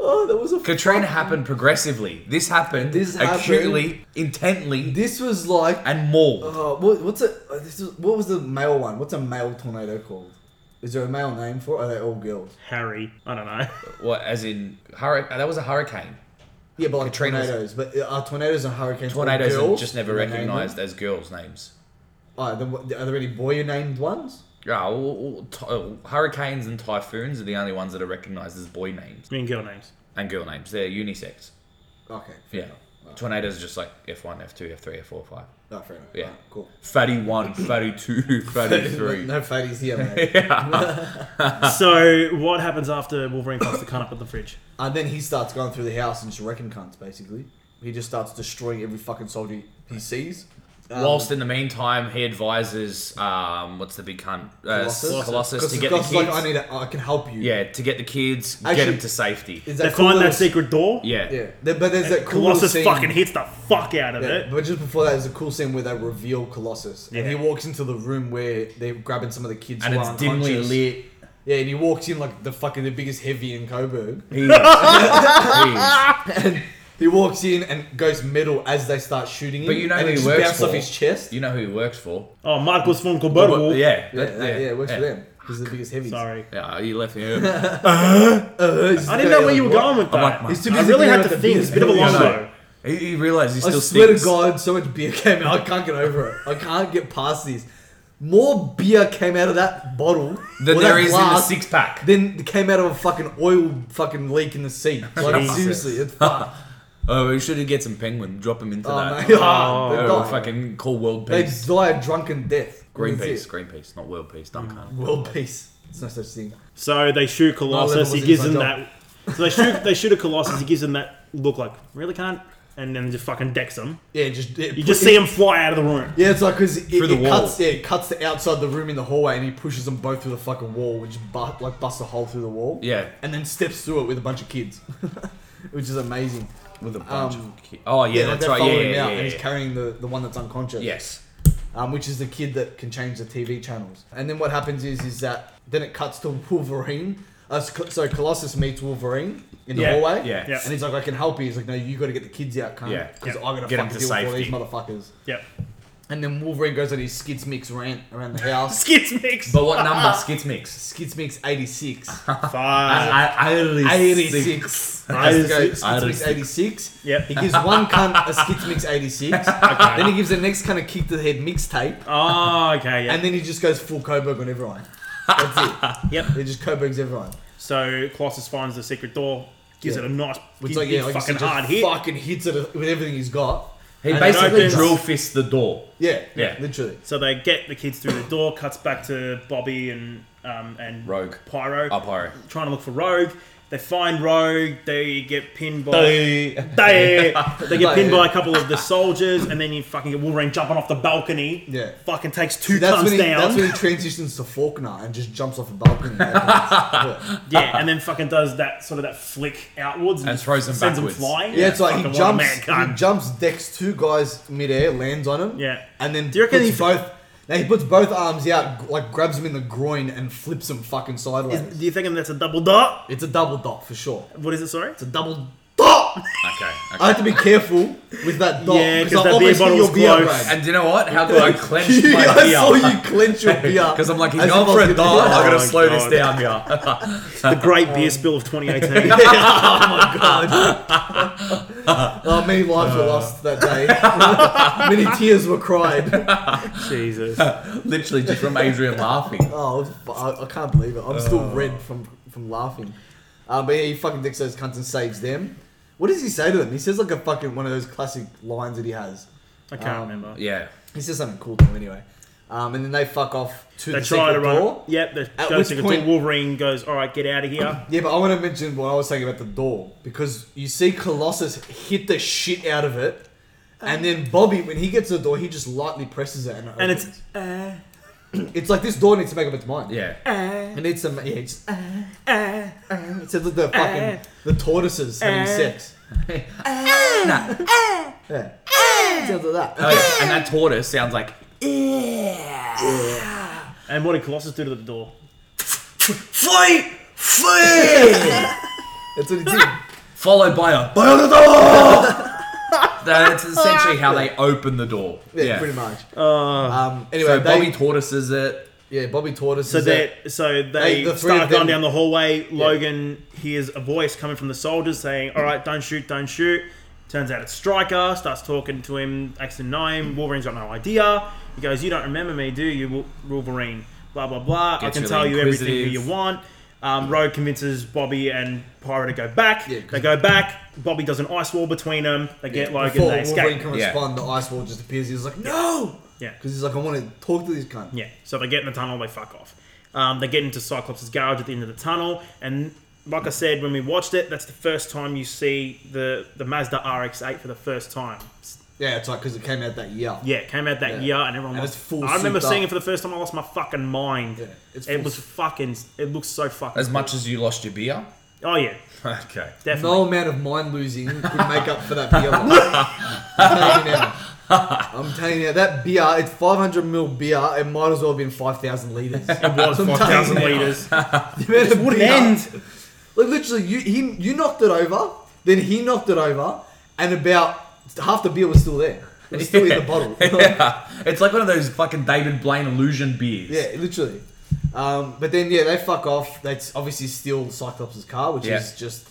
[SPEAKER 1] Oh, that was a.
[SPEAKER 3] Katrina happened progressively. This happened
[SPEAKER 1] This happened.
[SPEAKER 3] acutely, intently,
[SPEAKER 1] This was like.
[SPEAKER 3] and more.
[SPEAKER 1] Uh, what, what's a? uh, This is, what was the male one? What's a male tornado called? Is there a male name for it? Are they all girls?
[SPEAKER 2] Harry. I don't know.
[SPEAKER 3] What, as in, hurri- that was a hurricane.
[SPEAKER 1] Yeah, but like
[SPEAKER 6] Katrina's-
[SPEAKER 1] tornadoes. But uh, are tornadoes and hurricanes all
[SPEAKER 3] Tornadoes are
[SPEAKER 1] girls?
[SPEAKER 3] just never
[SPEAKER 1] Do they name them?
[SPEAKER 3] recognised as girls' names.
[SPEAKER 1] Oh, then what, are there any boy named ones?
[SPEAKER 3] Yeah, all- all- t- oh, hurricanes and typhoons are the only ones that are recognised as boy names
[SPEAKER 2] Mean girl names.
[SPEAKER 3] and girl names. They're unisex.
[SPEAKER 1] Okay. fair
[SPEAKER 3] Yeah.
[SPEAKER 1] enough.
[SPEAKER 3] Tornadoes are just like F1, F2, F3, F4, 5.
[SPEAKER 1] Oh, fair enough.
[SPEAKER 3] Yeah.
[SPEAKER 1] Alright, cool.
[SPEAKER 3] Fatty
[SPEAKER 1] [LAUGHS]
[SPEAKER 3] 1, Fatty 2, Fatty 3.
[SPEAKER 1] no fatties here, mate.
[SPEAKER 3] [LAUGHS] Yeah.
[SPEAKER 1] Ah.
[SPEAKER 2] so what happens after Wolverine fucks the cunt up at the fridge?
[SPEAKER 1] And Uh, then he starts going through the house and just wrecking cunts, basically. He just starts destroying every fucking soldier he sees. Um,
[SPEAKER 3] Whilst in the meantime, he advises, um, what's the big cunt? Uh,
[SPEAKER 1] Colossus?
[SPEAKER 3] Colossus, to
[SPEAKER 1] Because-
[SPEAKER 3] get the
[SPEAKER 1] because,
[SPEAKER 3] kids.
[SPEAKER 1] like, I need, a, I can help you.
[SPEAKER 3] yeah, to get the kids, get
[SPEAKER 1] Actually-
[SPEAKER 3] them to safety.
[SPEAKER 1] Is
[SPEAKER 2] They
[SPEAKER 1] cool
[SPEAKER 2] find
[SPEAKER 1] little-
[SPEAKER 2] that secret door.
[SPEAKER 3] Yeah.
[SPEAKER 1] Yeah, There- but there's that cool
[SPEAKER 2] Colossus
[SPEAKER 1] little scene-
[SPEAKER 2] fucking hits the fuck out of
[SPEAKER 1] Yeah,
[SPEAKER 2] it.
[SPEAKER 1] but just before that, there's a cool scene where they reveal Colossus, and he walks into the room where they're grabbing some of the kids,
[SPEAKER 3] And
[SPEAKER 1] who
[SPEAKER 3] it's
[SPEAKER 1] are
[SPEAKER 3] dimly
[SPEAKER 1] unconscious.
[SPEAKER 3] lit.
[SPEAKER 1] Yeah, and he walks in like the fucking the biggest heavy in Coburg.
[SPEAKER 3] He is. He is.
[SPEAKER 1] He walks in and goes metal as they start shooting him.
[SPEAKER 3] But you know
[SPEAKER 1] and
[SPEAKER 3] who
[SPEAKER 1] it
[SPEAKER 3] he
[SPEAKER 1] just
[SPEAKER 3] works
[SPEAKER 1] bounced off
[SPEAKER 3] for.
[SPEAKER 1] his chest.
[SPEAKER 3] You know who he works for?
[SPEAKER 2] Oh, Marcos von Coburgo.
[SPEAKER 3] yeah,
[SPEAKER 1] yeah,
[SPEAKER 3] that-
[SPEAKER 1] that- yeah, it works for them. He's the biggest Uh, heavy.
[SPEAKER 2] Sorry.
[SPEAKER 3] Yeah, he left him.
[SPEAKER 1] [LAUGHS]
[SPEAKER 2] I didn't know where you were going with
[SPEAKER 3] I'm
[SPEAKER 2] that.
[SPEAKER 3] like,
[SPEAKER 1] He's too
[SPEAKER 2] I
[SPEAKER 1] busy
[SPEAKER 2] really
[SPEAKER 1] dealing
[SPEAKER 2] had
[SPEAKER 1] with
[SPEAKER 2] to
[SPEAKER 1] the
[SPEAKER 2] think. It's a bit of a
[SPEAKER 1] beer.
[SPEAKER 2] long
[SPEAKER 3] Yeah, I know.
[SPEAKER 2] though.
[SPEAKER 3] he, he realized he
[SPEAKER 1] I
[SPEAKER 3] still
[SPEAKER 1] swear
[SPEAKER 3] stinks.
[SPEAKER 1] to God, so much beer came out. I can't get over it. I can't get past this. More beer came out of that bottle
[SPEAKER 3] That
[SPEAKER 1] or
[SPEAKER 3] there
[SPEAKER 1] that
[SPEAKER 3] is in the
[SPEAKER 1] glass
[SPEAKER 3] six pack.
[SPEAKER 1] Then it came out of a fucking oil fucking leak in the sea. Like
[SPEAKER 2] Jesus.
[SPEAKER 1] seriously, it's fucked.
[SPEAKER 3] Oh, we should get some penguin. Drop him into
[SPEAKER 1] Oh,
[SPEAKER 3] that.
[SPEAKER 1] mate. [LAUGHS]
[SPEAKER 3] Oh,
[SPEAKER 1] They die.
[SPEAKER 3] fucking call world
[SPEAKER 1] They
[SPEAKER 3] peace.
[SPEAKER 1] die a drunken death.
[SPEAKER 3] Green
[SPEAKER 1] That's
[SPEAKER 3] peace,
[SPEAKER 1] it. Mm.
[SPEAKER 3] green peace, not world peace. Don't cunt.
[SPEAKER 1] World peace. It's no such thing.
[SPEAKER 2] So they shoot
[SPEAKER 1] No,
[SPEAKER 2] Colossus.
[SPEAKER 1] that
[SPEAKER 2] He
[SPEAKER 1] wasn't
[SPEAKER 2] gives
[SPEAKER 1] his
[SPEAKER 2] them
[SPEAKER 1] job.
[SPEAKER 2] that. So they shoot. They shoot a Colossus. He gives them that look like really can't, and then just fucking decks them.
[SPEAKER 1] Yeah, just it,
[SPEAKER 2] You just see him fly out of the room.
[SPEAKER 1] Yeah, it's like because it,
[SPEAKER 3] Through the
[SPEAKER 1] it
[SPEAKER 3] wall.
[SPEAKER 1] cuts. Yeah, it cuts the outside the room in the hallway, and he pushes them both through the fucking wall, which but, like busts a hole through the wall.
[SPEAKER 3] Yeah.
[SPEAKER 1] and then steps through it with a bunch of kids, [LAUGHS] which is amazing.
[SPEAKER 3] With a bunch
[SPEAKER 1] Um,
[SPEAKER 3] of ki- Oh yeah,
[SPEAKER 1] like
[SPEAKER 3] that's
[SPEAKER 1] they're
[SPEAKER 3] right. Yeah,
[SPEAKER 1] following
[SPEAKER 3] yeah,
[SPEAKER 1] him
[SPEAKER 3] yeah,
[SPEAKER 1] out, and
[SPEAKER 3] yeah,
[SPEAKER 1] he's
[SPEAKER 3] yeah.
[SPEAKER 1] carrying the, the one that's unconscious.
[SPEAKER 3] Yes.
[SPEAKER 1] um, which is the kid that can change the TV channels. And then what happens is is that then it cuts to Wolverine. Uh, so so Colossus meets Wolverine in the
[SPEAKER 2] Yeah,
[SPEAKER 1] hallway.
[SPEAKER 3] yeah.
[SPEAKER 2] Yeah.
[SPEAKER 1] And he's like, I can help you. He's like, no, you got to get the kids out, cunt.
[SPEAKER 3] Yeah.
[SPEAKER 1] Because
[SPEAKER 2] Yeah.
[SPEAKER 1] I got to
[SPEAKER 3] Get 'em
[SPEAKER 1] fucking
[SPEAKER 3] to
[SPEAKER 1] deal with all
[SPEAKER 3] safety.
[SPEAKER 1] these motherfuckers.
[SPEAKER 2] Yep.
[SPEAKER 1] And then Wolverine goes on his Skids Mix rant around the
[SPEAKER 3] [LAUGHS]
[SPEAKER 1] house.
[SPEAKER 2] Skits mix.
[SPEAKER 3] But what
[SPEAKER 1] [LAUGHS]
[SPEAKER 3] number skits mix?
[SPEAKER 1] Skids Mix 86.
[SPEAKER 2] Five.
[SPEAKER 3] I, I, I
[SPEAKER 1] 86. He has to go, Skids Mix
[SPEAKER 3] 86.
[SPEAKER 1] 86.
[SPEAKER 2] Yep.
[SPEAKER 1] He gives one cunt a Skids Mix 86.
[SPEAKER 2] [LAUGHS]
[SPEAKER 1] Then he gives the next cunt a kick to the head mixtape.
[SPEAKER 2] Oh, okay. Yeah.
[SPEAKER 1] And then he just goes full Coburg on everyone. That's it.
[SPEAKER 2] [LAUGHS] Yep.
[SPEAKER 1] He just Coburgs everyone.
[SPEAKER 2] so Colossus finds the secret door. Gives
[SPEAKER 1] Yeah.
[SPEAKER 2] it a nice,
[SPEAKER 1] It's
[SPEAKER 2] big,
[SPEAKER 1] like, yeah,
[SPEAKER 2] big
[SPEAKER 1] like you
[SPEAKER 2] fucking
[SPEAKER 1] said, just
[SPEAKER 2] hard hit.
[SPEAKER 1] Fucking hits it with everything he's got.
[SPEAKER 3] He
[SPEAKER 1] And
[SPEAKER 3] basically
[SPEAKER 1] then opens-
[SPEAKER 3] drill fists the door.
[SPEAKER 1] Yeah,
[SPEAKER 3] Yeah.
[SPEAKER 1] literally.
[SPEAKER 2] So they get the kids through the door. Cuts back to Bobby and um, and
[SPEAKER 3] Rogue.
[SPEAKER 2] Pyro
[SPEAKER 3] Up high.
[SPEAKER 2] trying to look for Rogue. They find Rogue. They get pinned by.
[SPEAKER 1] [LAUGHS]
[SPEAKER 2] They,
[SPEAKER 3] They.
[SPEAKER 2] they get pinned
[SPEAKER 1] They-
[SPEAKER 2] by a couple of the soldiers, and then you fucking get Wolverine jumping off the balcony.
[SPEAKER 1] Yeah.
[SPEAKER 2] Fucking takes two
[SPEAKER 1] That's
[SPEAKER 2] cunts
[SPEAKER 1] when, he,
[SPEAKER 2] down.
[SPEAKER 1] that's when he transitions to Faulkner and just jumps off a balcony. yeah.
[SPEAKER 2] yeah, and then fucking does that sort of that flick outwards and,
[SPEAKER 3] And throws them
[SPEAKER 2] sends
[SPEAKER 3] backwards.
[SPEAKER 2] them flying.
[SPEAKER 1] yeah, it's like he
[SPEAKER 2] Fucking
[SPEAKER 1] jumps,
[SPEAKER 2] what a man
[SPEAKER 1] he
[SPEAKER 2] cunt.
[SPEAKER 1] jumps, decks two guys midair, lands on him.
[SPEAKER 2] Yeah.
[SPEAKER 1] and then
[SPEAKER 2] Do you reckon
[SPEAKER 1] puts
[SPEAKER 2] he-
[SPEAKER 1] both? Now he puts both arms out, g- like grabs him in the groin and flips him fucking sideways.
[SPEAKER 2] Is- do you think that's a double dot?
[SPEAKER 1] it's a double dot for sure.
[SPEAKER 2] What is it? Sorry.
[SPEAKER 1] It's a double dot.
[SPEAKER 3] Okay.
[SPEAKER 1] I
[SPEAKER 3] okay.
[SPEAKER 1] have to be careful with that dot
[SPEAKER 2] Yeah, 'cause
[SPEAKER 1] I
[SPEAKER 2] that beer
[SPEAKER 1] almost hit
[SPEAKER 2] bottle's
[SPEAKER 1] your beer
[SPEAKER 2] close.
[SPEAKER 1] brain. [LAUGHS]
[SPEAKER 3] And do you know what? How do I clench my
[SPEAKER 1] You-
[SPEAKER 3] beer?
[SPEAKER 1] I saw you clench
[SPEAKER 2] [LAUGHS]
[SPEAKER 1] your beer.
[SPEAKER 3] Because I'm like, he's
[SPEAKER 1] As
[SPEAKER 3] going
[SPEAKER 1] if I
[SPEAKER 3] for
[SPEAKER 1] was
[SPEAKER 3] a
[SPEAKER 1] gonna- [LAUGHS]
[SPEAKER 3] dive. i got to
[SPEAKER 2] Oh,
[SPEAKER 3] slow this
[SPEAKER 2] God.
[SPEAKER 3] down here.
[SPEAKER 2] [LAUGHS] The great beer spill
[SPEAKER 3] [LAUGHS]
[SPEAKER 2] of 2018. [LAUGHS]
[SPEAKER 1] Oh, many lives
[SPEAKER 2] Uh.
[SPEAKER 1] were lost that day. [LAUGHS] many tears were cried.
[SPEAKER 3] [LAUGHS]
[SPEAKER 2] Jesus.
[SPEAKER 3] Literally just from Adrian laughing.
[SPEAKER 1] Oh, it was- I, I can't believe it. I'm
[SPEAKER 2] Oh.
[SPEAKER 1] still red from from laughing. Uh, but yeah, he fucking dicks those cunts and saves them. What does he say to them? He says like a fucking one of those classic lines that he has.
[SPEAKER 2] I can't
[SPEAKER 1] Um,
[SPEAKER 2] remember.
[SPEAKER 3] Yeah.
[SPEAKER 1] He says something cool to them anyway. Um, and then they fuck off to
[SPEAKER 2] They
[SPEAKER 1] the
[SPEAKER 2] try to
[SPEAKER 1] secret
[SPEAKER 2] run.
[SPEAKER 1] door.
[SPEAKER 2] Yep. They
[SPEAKER 1] At
[SPEAKER 2] go to
[SPEAKER 1] which
[SPEAKER 2] the
[SPEAKER 1] point-
[SPEAKER 2] door. Wolverine goes, "All right, get out of here."
[SPEAKER 1] Yeah, but I want to mention what I was saying about the door because you see Colossus hit the shit out of it, and then Bobby, when he gets to the door, he just lightly presses it, and, it
[SPEAKER 2] And
[SPEAKER 1] opens.
[SPEAKER 2] it's uh,
[SPEAKER 1] it's like this door needs to make up its mind.
[SPEAKER 3] Yeah.
[SPEAKER 1] it needs to. ma- Yeah, it's, uh, uh, it's like the fucking the
[SPEAKER 2] uh,
[SPEAKER 1] tortoises having sex. [LAUGHS]
[SPEAKER 3] Nah.
[SPEAKER 2] uh,
[SPEAKER 1] Yeah, sounds like that.
[SPEAKER 3] Oh, yeah. And that tortoise sounds like
[SPEAKER 2] and what did Colossus do to the door?
[SPEAKER 3] fly,
[SPEAKER 1] [LAUGHS]
[SPEAKER 3] flee,
[SPEAKER 1] That's what he did.
[SPEAKER 3] followed by a by the door.
[SPEAKER 1] [LAUGHS]
[SPEAKER 3] That's essentially how they open the door.
[SPEAKER 1] Yeah,
[SPEAKER 3] [LAUGHS] Yeah.
[SPEAKER 1] pretty much.
[SPEAKER 2] Uh,
[SPEAKER 1] Um, anyway,
[SPEAKER 3] So
[SPEAKER 1] they,
[SPEAKER 3] Bobby tortoises it.
[SPEAKER 1] Yeah, Bobby Tortoise.
[SPEAKER 2] So
[SPEAKER 1] is there.
[SPEAKER 2] they
[SPEAKER 1] They-
[SPEAKER 2] so they,
[SPEAKER 1] the three of
[SPEAKER 2] start
[SPEAKER 1] them-
[SPEAKER 2] going down the hallway. Logan hears a voice coming from the soldiers saying, "All right, don't shoot, don't shoot." Turns out it's Stryker. Starts talking to him, acts to know him. Wolverine's got no idea. He goes, "You don't remember me, do you, Wol- Wolverine?" Blah blah blah.
[SPEAKER 3] Gets
[SPEAKER 2] I can
[SPEAKER 3] really
[SPEAKER 2] tell you everything
[SPEAKER 3] inquisitive.
[SPEAKER 2] you want. Um, Rogue convinces Bobby and Pyro to go back.
[SPEAKER 1] Yeah, 'cause-
[SPEAKER 2] they go back. Bobby does an ice wall between them. They get Logan.
[SPEAKER 1] Before
[SPEAKER 2] They
[SPEAKER 1] Wolverine
[SPEAKER 2] escape.
[SPEAKER 1] can
[SPEAKER 3] Yeah.
[SPEAKER 1] respond, the ice wall just appears. He's like, no!
[SPEAKER 2] Yeah.
[SPEAKER 1] Because he's like, I want to talk to this cunt.
[SPEAKER 2] Yeah, so they get in the tunnel, they fuck off. Um, they get into Cyclops' garage at the end of the tunnel, and like I said when we watched it, that's the first time you see the, the Mazda RX-8 for the first time.
[SPEAKER 1] Yeah, it's like, because it came out that year.
[SPEAKER 2] Yeah, it came out
[SPEAKER 1] Yeah.
[SPEAKER 2] that year, and everyone
[SPEAKER 1] And
[SPEAKER 2] was.
[SPEAKER 1] it's full
[SPEAKER 2] I remember
[SPEAKER 1] souped
[SPEAKER 2] seeing
[SPEAKER 1] up.
[SPEAKER 2] it for the first time. I lost my fucking mind.
[SPEAKER 1] Yeah, it's
[SPEAKER 2] it
[SPEAKER 1] full
[SPEAKER 2] was
[SPEAKER 1] sou-
[SPEAKER 2] fucking. It looks so fucking.
[SPEAKER 3] As much as you lost your beer.
[SPEAKER 2] Oh yeah,
[SPEAKER 3] Okay.
[SPEAKER 2] definitely.
[SPEAKER 1] No amount of mind losing could make up for that
[SPEAKER 2] [LAUGHS]
[SPEAKER 1] beer. I'm telling you now. I'm telling you now, that beer, it's 500 mil beer, it might as well have been 5,000 litres. It
[SPEAKER 2] was
[SPEAKER 1] [LAUGHS]
[SPEAKER 2] 5,000 litres.
[SPEAKER 1] It
[SPEAKER 2] wouldn't end.
[SPEAKER 1] Like, literally, you, he, you knocked it over, then he knocked it over, and about half the beer was still there. It was still
[SPEAKER 3] [LAUGHS]
[SPEAKER 1] in the
[SPEAKER 2] [LAUGHS]
[SPEAKER 1] bottle.
[SPEAKER 3] yeah. It's like one of those fucking David Blaine illusion beers.
[SPEAKER 1] Yeah, literally. Um, but then yeah, they fuck off. They s- obviously steal Cyclops' car, which
[SPEAKER 3] Yeah.
[SPEAKER 1] is just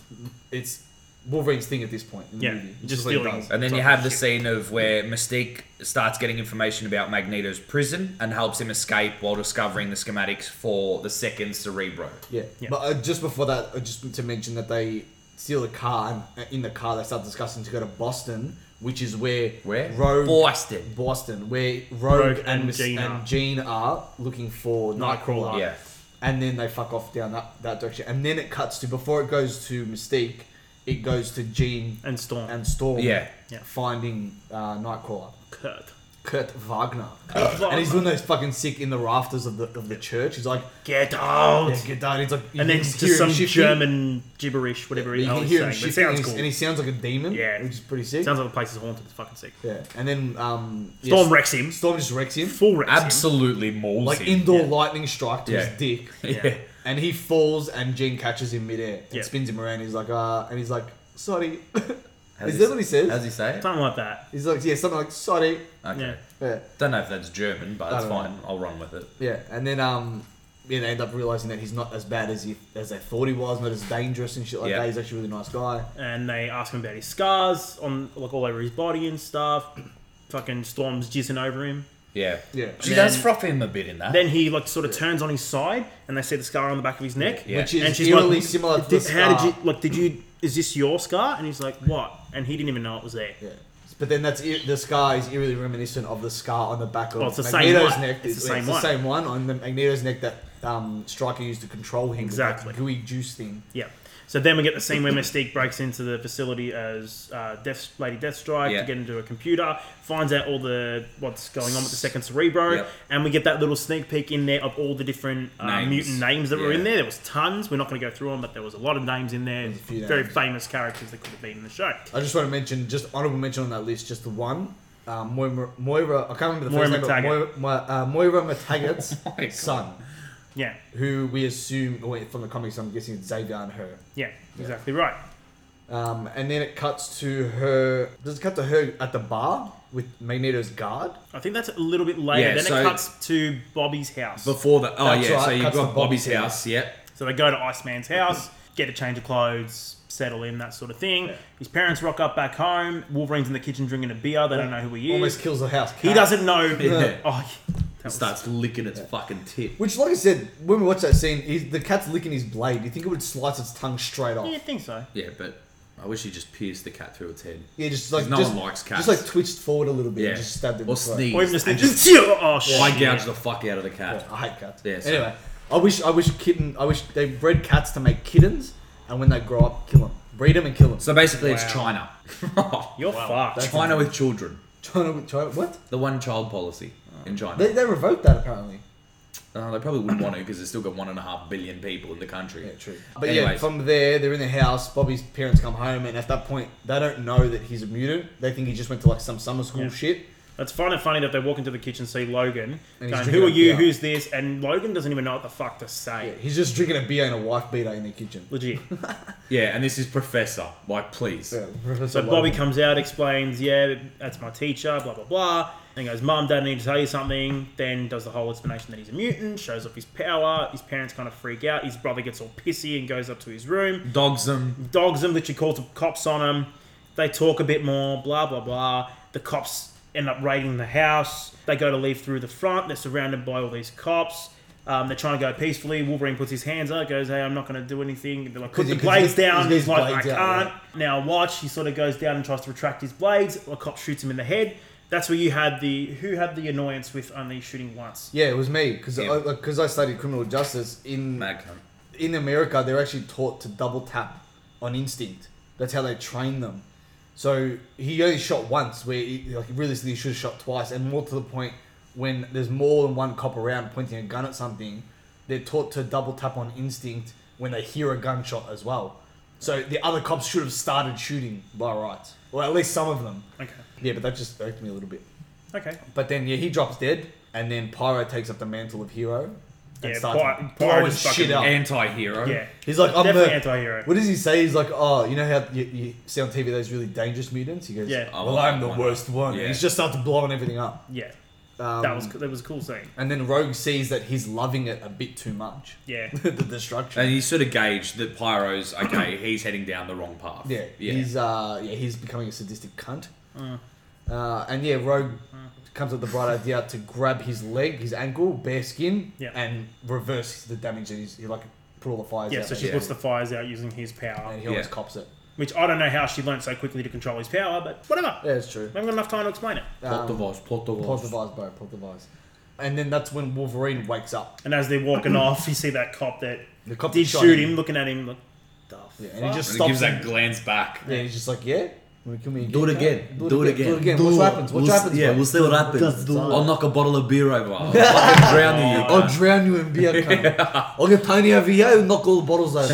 [SPEAKER 1] it's Wolverine's thing at this point. In the
[SPEAKER 2] Yeah,
[SPEAKER 1] movie. It's
[SPEAKER 2] just
[SPEAKER 1] what he
[SPEAKER 2] stealing.
[SPEAKER 1] does.
[SPEAKER 3] And then
[SPEAKER 1] It's
[SPEAKER 3] you
[SPEAKER 1] like-
[SPEAKER 3] have the scene of where Mystique starts getting information about Magneto's prison and helps him escape while discovering the schematics for the second Cerebro.
[SPEAKER 1] yeah.
[SPEAKER 2] Yeah.
[SPEAKER 1] But uh, just before that, uh, just to mention that they steal the car, and uh, in the car they start discussing to go to Boston, which is where
[SPEAKER 3] Where?
[SPEAKER 1] Rogue
[SPEAKER 3] Boston.
[SPEAKER 1] Boston, where Rogue,
[SPEAKER 2] Rogue
[SPEAKER 1] and,
[SPEAKER 2] and
[SPEAKER 1] Miss-
[SPEAKER 2] Jean
[SPEAKER 1] and
[SPEAKER 2] are.
[SPEAKER 1] Jean are looking for Nightcrawler.
[SPEAKER 2] Nightcrawler.
[SPEAKER 3] Yeah.
[SPEAKER 1] and then they fuck off down that, that direction. And then it cuts to before it goes to Mystique, it goes to Jean
[SPEAKER 2] And Storm.
[SPEAKER 1] and Storm.
[SPEAKER 3] Yeah.
[SPEAKER 2] Yeah.
[SPEAKER 1] finding uh, Nightcrawler,
[SPEAKER 2] Kirk.
[SPEAKER 1] Kurt Wagner,
[SPEAKER 2] Wagner.
[SPEAKER 1] and he's doing those fucking sick in the rafters of the of the church. He's like,
[SPEAKER 2] Get out.
[SPEAKER 1] yeah, get down. He's like, you
[SPEAKER 2] and then
[SPEAKER 1] can
[SPEAKER 2] just
[SPEAKER 1] hear him
[SPEAKER 2] some
[SPEAKER 1] shifting.
[SPEAKER 2] German gibberish, whatever
[SPEAKER 1] You
[SPEAKER 2] he
[SPEAKER 1] can
[SPEAKER 2] was
[SPEAKER 1] hear him
[SPEAKER 2] saying. But
[SPEAKER 1] shifting,
[SPEAKER 2] it sounds
[SPEAKER 1] and,
[SPEAKER 2] cool.
[SPEAKER 1] he's- and he sounds like a demon.
[SPEAKER 2] Yeah.
[SPEAKER 1] which is pretty sick.
[SPEAKER 2] Sounds like the place is haunted. It's fucking sick.
[SPEAKER 1] yeah, and then um, yeah,
[SPEAKER 2] Storm wrecks him.
[SPEAKER 1] Storm just wrecks him.
[SPEAKER 2] Full wrecks him.
[SPEAKER 3] Absolutely mauls
[SPEAKER 1] Like
[SPEAKER 3] him.
[SPEAKER 1] indoor lightning strike to
[SPEAKER 3] Yeah.
[SPEAKER 1] his
[SPEAKER 2] [LAUGHS]
[SPEAKER 1] dick.
[SPEAKER 3] Yeah.
[SPEAKER 1] And he falls, and Jean catches him midair and
[SPEAKER 2] Yeah.
[SPEAKER 1] spins him around. He's like, uh, and he's like, sorry. [LAUGHS]
[SPEAKER 3] How's
[SPEAKER 1] Is
[SPEAKER 3] he
[SPEAKER 1] that
[SPEAKER 3] s-
[SPEAKER 1] what he says?
[SPEAKER 3] How's he say it?
[SPEAKER 2] Something like that.
[SPEAKER 1] He's like, yeah, something like, sorry.
[SPEAKER 3] Okay.
[SPEAKER 2] Yeah.
[SPEAKER 1] Yeah,
[SPEAKER 3] Don't know if that's German, but it's
[SPEAKER 1] don't know.
[SPEAKER 3] fine. I'll run with it.
[SPEAKER 1] yeah. And then, um, yeah, they end up realizing that he's not as bad as he, as they thought he was, not as dangerous and shit like
[SPEAKER 3] Yeah.
[SPEAKER 1] that. He's actually a really nice guy.
[SPEAKER 2] And they ask him about his scars on like all over his body and stuff. Fucking storms jizzing over him.
[SPEAKER 3] Yeah.
[SPEAKER 1] Yeah.
[SPEAKER 3] She
[SPEAKER 1] And
[SPEAKER 3] does froth him a bit in that.
[SPEAKER 2] Then he like sort of turns on his side, and they see the scar on the back of his neck.
[SPEAKER 3] Yeah.
[SPEAKER 1] Which is
[SPEAKER 2] And she's
[SPEAKER 1] eerily
[SPEAKER 2] like,
[SPEAKER 1] similar to
[SPEAKER 2] did,
[SPEAKER 1] the
[SPEAKER 2] "How did
[SPEAKER 1] scar.
[SPEAKER 2] you like? Did you? Is this your scar?" And he's like, "What?" And he didn't even know it was there.
[SPEAKER 1] Yeah. But then that's ir- the scar is eerily reminiscent of the scar on the back of
[SPEAKER 2] Well, it's the same
[SPEAKER 1] Magneto's
[SPEAKER 2] one.
[SPEAKER 1] neck.
[SPEAKER 2] It's the same
[SPEAKER 1] the
[SPEAKER 2] one.
[SPEAKER 1] same one on the Magneto's neck that um, Striker used to control him. with that
[SPEAKER 2] Exactly.
[SPEAKER 1] gooey juice thing.
[SPEAKER 2] Yeah. So then we get the scene where Mystique breaks into the facility as uh, Death, Lady Deathstrike
[SPEAKER 3] Yeah.
[SPEAKER 2] to get into a computer, finds out all the what's going on with the second Cerebro,
[SPEAKER 3] Yep.
[SPEAKER 2] and we get that little sneak peek in there of all the different uh,
[SPEAKER 3] Names.
[SPEAKER 2] mutant names that were
[SPEAKER 3] Yeah.
[SPEAKER 2] in there. There was tons. We're not going to go through them, but there was a lot of names in there.
[SPEAKER 1] a few
[SPEAKER 2] Very
[SPEAKER 1] names.
[SPEAKER 2] famous characters that could have been in the show.
[SPEAKER 1] I just want to mention, just honorable mention on that list, just the one. Um, Moira, Moira, I can't remember the
[SPEAKER 2] Moira Oh
[SPEAKER 1] first name, but Moira,
[SPEAKER 2] McTaggart.
[SPEAKER 1] Ma- uh, Moira
[SPEAKER 2] [LAUGHS]
[SPEAKER 1] McTaggart's
[SPEAKER 3] God.
[SPEAKER 1] son,
[SPEAKER 2] Yeah,
[SPEAKER 1] who we assume, well, from the comics, I'm guessing it's Xavier and her.
[SPEAKER 2] yeah, exactly right.
[SPEAKER 1] Um, and then it cuts to her. Does it cut to her at the bar with Magneto's guard?
[SPEAKER 2] I think that's a little bit later.
[SPEAKER 3] Yeah,
[SPEAKER 2] then
[SPEAKER 3] so-
[SPEAKER 2] it cuts to Bobby's house.
[SPEAKER 3] Before the oh
[SPEAKER 1] That's
[SPEAKER 3] yeah,
[SPEAKER 1] right,
[SPEAKER 3] so you've
[SPEAKER 1] cuts to
[SPEAKER 3] got Bobby's
[SPEAKER 1] Bobby's [LAUGHS]
[SPEAKER 3] house. Yep.
[SPEAKER 2] So they go to Iceman's house, get a change of clothes, settle in, that sort of thing. His parents rock up back home. Wolverine's in the kitchen drinking a beer. They don't know who he is.
[SPEAKER 1] Almost kills the house.
[SPEAKER 2] he
[SPEAKER 1] cat. [LAUGHS]
[SPEAKER 2] doesn't know.
[SPEAKER 3] Yeah.
[SPEAKER 2] Oh, that
[SPEAKER 3] [LAUGHS]
[SPEAKER 2] was-
[SPEAKER 3] Starts licking its fucking tip.
[SPEAKER 1] Which, like I said, when we watch that scene, he's, the cat's licking his blade. You think it would slice its tongue straight off?
[SPEAKER 2] Yeah, I
[SPEAKER 1] Yeah,
[SPEAKER 2] think so.
[SPEAKER 3] Yeah, but I wish he just pierced the cat through its head.
[SPEAKER 1] just like
[SPEAKER 3] No
[SPEAKER 1] just,
[SPEAKER 3] one likes cats.
[SPEAKER 1] Just like twitched forward a little bit
[SPEAKER 3] Yeah.
[SPEAKER 1] and just stabbed him.
[SPEAKER 3] or
[SPEAKER 1] sneak.
[SPEAKER 3] sneeze.
[SPEAKER 2] Or even just,
[SPEAKER 3] and
[SPEAKER 2] think, [LAUGHS]
[SPEAKER 3] just
[SPEAKER 2] oh shit.
[SPEAKER 3] eye gouge the fuck out of the cat.
[SPEAKER 1] I hate cats.
[SPEAKER 3] Yeah, so-
[SPEAKER 1] anyway, I wish I wish kitten. I wish they bred cats to make kittens, and when they grow up, kill them, breed them, and kill [LAUGHS] them.
[SPEAKER 3] So basically, it's
[SPEAKER 1] [LAUGHS]
[SPEAKER 3] China.
[SPEAKER 2] You're fucked.
[SPEAKER 3] China with children.
[SPEAKER 1] China, China, what?
[SPEAKER 3] The one child policy in China.
[SPEAKER 1] They, they revoked that apparently.
[SPEAKER 3] Uh, they probably wouldn't want to because they've still got one and a half billion people in the country.
[SPEAKER 1] Yeah, true. But yeah,
[SPEAKER 3] Anyways.
[SPEAKER 1] from there, they're in the house. Bobby's parents come home, and at that point, they don't know that he's a mutant. They think he just went to like some summer school
[SPEAKER 2] Yeah.
[SPEAKER 1] shit.
[SPEAKER 2] It's fun and funny that they walk into the kitchen, see Logan,
[SPEAKER 1] And he's
[SPEAKER 2] going,
[SPEAKER 1] drinking
[SPEAKER 2] "Who are
[SPEAKER 1] a
[SPEAKER 2] you?
[SPEAKER 1] beer."
[SPEAKER 2] Who's this?" And Logan doesn't even know what the fuck to say.
[SPEAKER 1] Yeah, he's just drinking a beer and a wife beater in the kitchen.
[SPEAKER 2] Legit.
[SPEAKER 3] Yeah, and this is Professor. Like, please.
[SPEAKER 1] Yeah, Professor
[SPEAKER 2] So Bobby
[SPEAKER 1] Logan.
[SPEAKER 2] comes out, explains, "Yeah, that's my teacher." Blah blah blah. Then goes, "Mum, Dad, I need to tell you something." Then does the whole explanation that he's a mutant, shows off his power. His parents kind of freak out. His brother gets all pissy and goes up to his room.
[SPEAKER 3] Dogs them.
[SPEAKER 2] dogs him, literally calls the cops on him. They talk a bit more, blah, blah, blah. The cops end up raiding the house. They go to leave through the front. They're surrounded by all these cops. Um, they're trying to go peacefully. Wolverine puts his hands up, goes, Hey, I'm not going to do anything. They're like, Put
[SPEAKER 1] he-
[SPEAKER 2] the
[SPEAKER 1] 'cause he-
[SPEAKER 2] blades
[SPEAKER 1] he's got
[SPEAKER 2] down. He's
[SPEAKER 1] his
[SPEAKER 2] like, I
[SPEAKER 1] blades
[SPEAKER 2] can't.
[SPEAKER 1] out, yeah.
[SPEAKER 2] Now watch. He sort of goes down and tries to retract his blades. A cop shoots him in the head. That's where you had the. Who had the annoyance with only shooting once?
[SPEAKER 1] Yeah, it was me because
[SPEAKER 3] Yeah.
[SPEAKER 1] I, studied criminal justice in
[SPEAKER 3] Mad cunt.
[SPEAKER 1] in America. They're actually taught to double tap on instinct. That's how they train them. So he only shot once, where he, like realistically he should have shot twice, and more to the point, when there's more than one cop around pointing a gun at something, they're taught to double tap on instinct when they hear a gunshot as well. So the other cops should have started shooting by rights, or at least some of them.
[SPEAKER 2] Okay.
[SPEAKER 1] Yeah, but that just irked me a little bit.
[SPEAKER 2] Okay.
[SPEAKER 1] But then yeah, he drops dead, and then Pyro takes up the mantle of hero and
[SPEAKER 2] Yeah,
[SPEAKER 1] starts
[SPEAKER 2] Py- Pyro
[SPEAKER 1] blowing
[SPEAKER 2] just
[SPEAKER 1] shit
[SPEAKER 2] fucking
[SPEAKER 1] up.
[SPEAKER 3] Anti hero.
[SPEAKER 2] Yeah.
[SPEAKER 1] He's like, I'm
[SPEAKER 2] Definitely
[SPEAKER 1] the
[SPEAKER 2] anti-hero.
[SPEAKER 1] What does he say? He's like, oh, you know how you, you see on TV those really dangerous mutants? He goes,
[SPEAKER 2] Yeah.
[SPEAKER 1] yeah. well, I'm the
[SPEAKER 3] One.
[SPEAKER 1] worst one.
[SPEAKER 3] Yeah.
[SPEAKER 1] He's just started blowing everything up.
[SPEAKER 2] Yeah.
[SPEAKER 1] Um,
[SPEAKER 2] That was that was a cool scene.
[SPEAKER 1] And then Rogue sees that he's loving it a bit too much. [LAUGHS]
[SPEAKER 2] Yeah.
[SPEAKER 1] the destruction.
[SPEAKER 3] And you sort of gauge that Pyro's okay. [CLEARS THROAT] he's heading down the wrong path.
[SPEAKER 1] yeah,
[SPEAKER 3] yeah.
[SPEAKER 1] he's uh, yeah, he's becoming a sadistic cunt.
[SPEAKER 2] Mm.
[SPEAKER 1] Uh, and yeah, Rogue comes up with the bright idea to grab his leg, his ankle, bare skin,
[SPEAKER 2] Yeah.
[SPEAKER 1] and reverse the damage that he's he like put all the fires
[SPEAKER 2] Yeah,
[SPEAKER 1] out.
[SPEAKER 2] so she
[SPEAKER 1] basically.
[SPEAKER 2] puts the fires out using his power,
[SPEAKER 1] and he almost
[SPEAKER 3] Yeah.
[SPEAKER 1] cops it.
[SPEAKER 2] which I don't know how she learnt so quickly to control his power, but whatever.
[SPEAKER 1] Yeah, it's true.
[SPEAKER 2] I haven't got enough time to explain it.
[SPEAKER 3] plot
[SPEAKER 1] Um,
[SPEAKER 3] device. Plot
[SPEAKER 1] Pause the
[SPEAKER 3] device.
[SPEAKER 1] vise, bro. Pause the vise. And then that's when Wolverine wakes up.
[SPEAKER 2] And as they're walking off, you see that cop that
[SPEAKER 1] The cop
[SPEAKER 2] did
[SPEAKER 1] shot
[SPEAKER 2] shoot him, looking at him like, the
[SPEAKER 1] Yeah,
[SPEAKER 2] fuck?
[SPEAKER 1] and he just
[SPEAKER 3] And he
[SPEAKER 1] stops.
[SPEAKER 3] gives
[SPEAKER 1] Him.
[SPEAKER 3] that glance back.
[SPEAKER 1] Yeah, he's just like, yeah. wanna kill me again,
[SPEAKER 3] Do it
[SPEAKER 1] cunt?
[SPEAKER 3] again. Do it again.
[SPEAKER 1] Do it again. What happens? What
[SPEAKER 3] We'll s-
[SPEAKER 1] happens?
[SPEAKER 3] Yeah,
[SPEAKER 1] bro?
[SPEAKER 3] we'll see what happens.
[SPEAKER 1] Just do
[SPEAKER 3] I'll
[SPEAKER 1] it.
[SPEAKER 3] knock a bottle of beer
[SPEAKER 1] [LAUGHS]
[SPEAKER 3] over. I'll fucking drown you.
[SPEAKER 1] I'll drown you in beer. cunt. [LAUGHS] I'll get Tony over here and knock all the bottles [LAUGHS] over.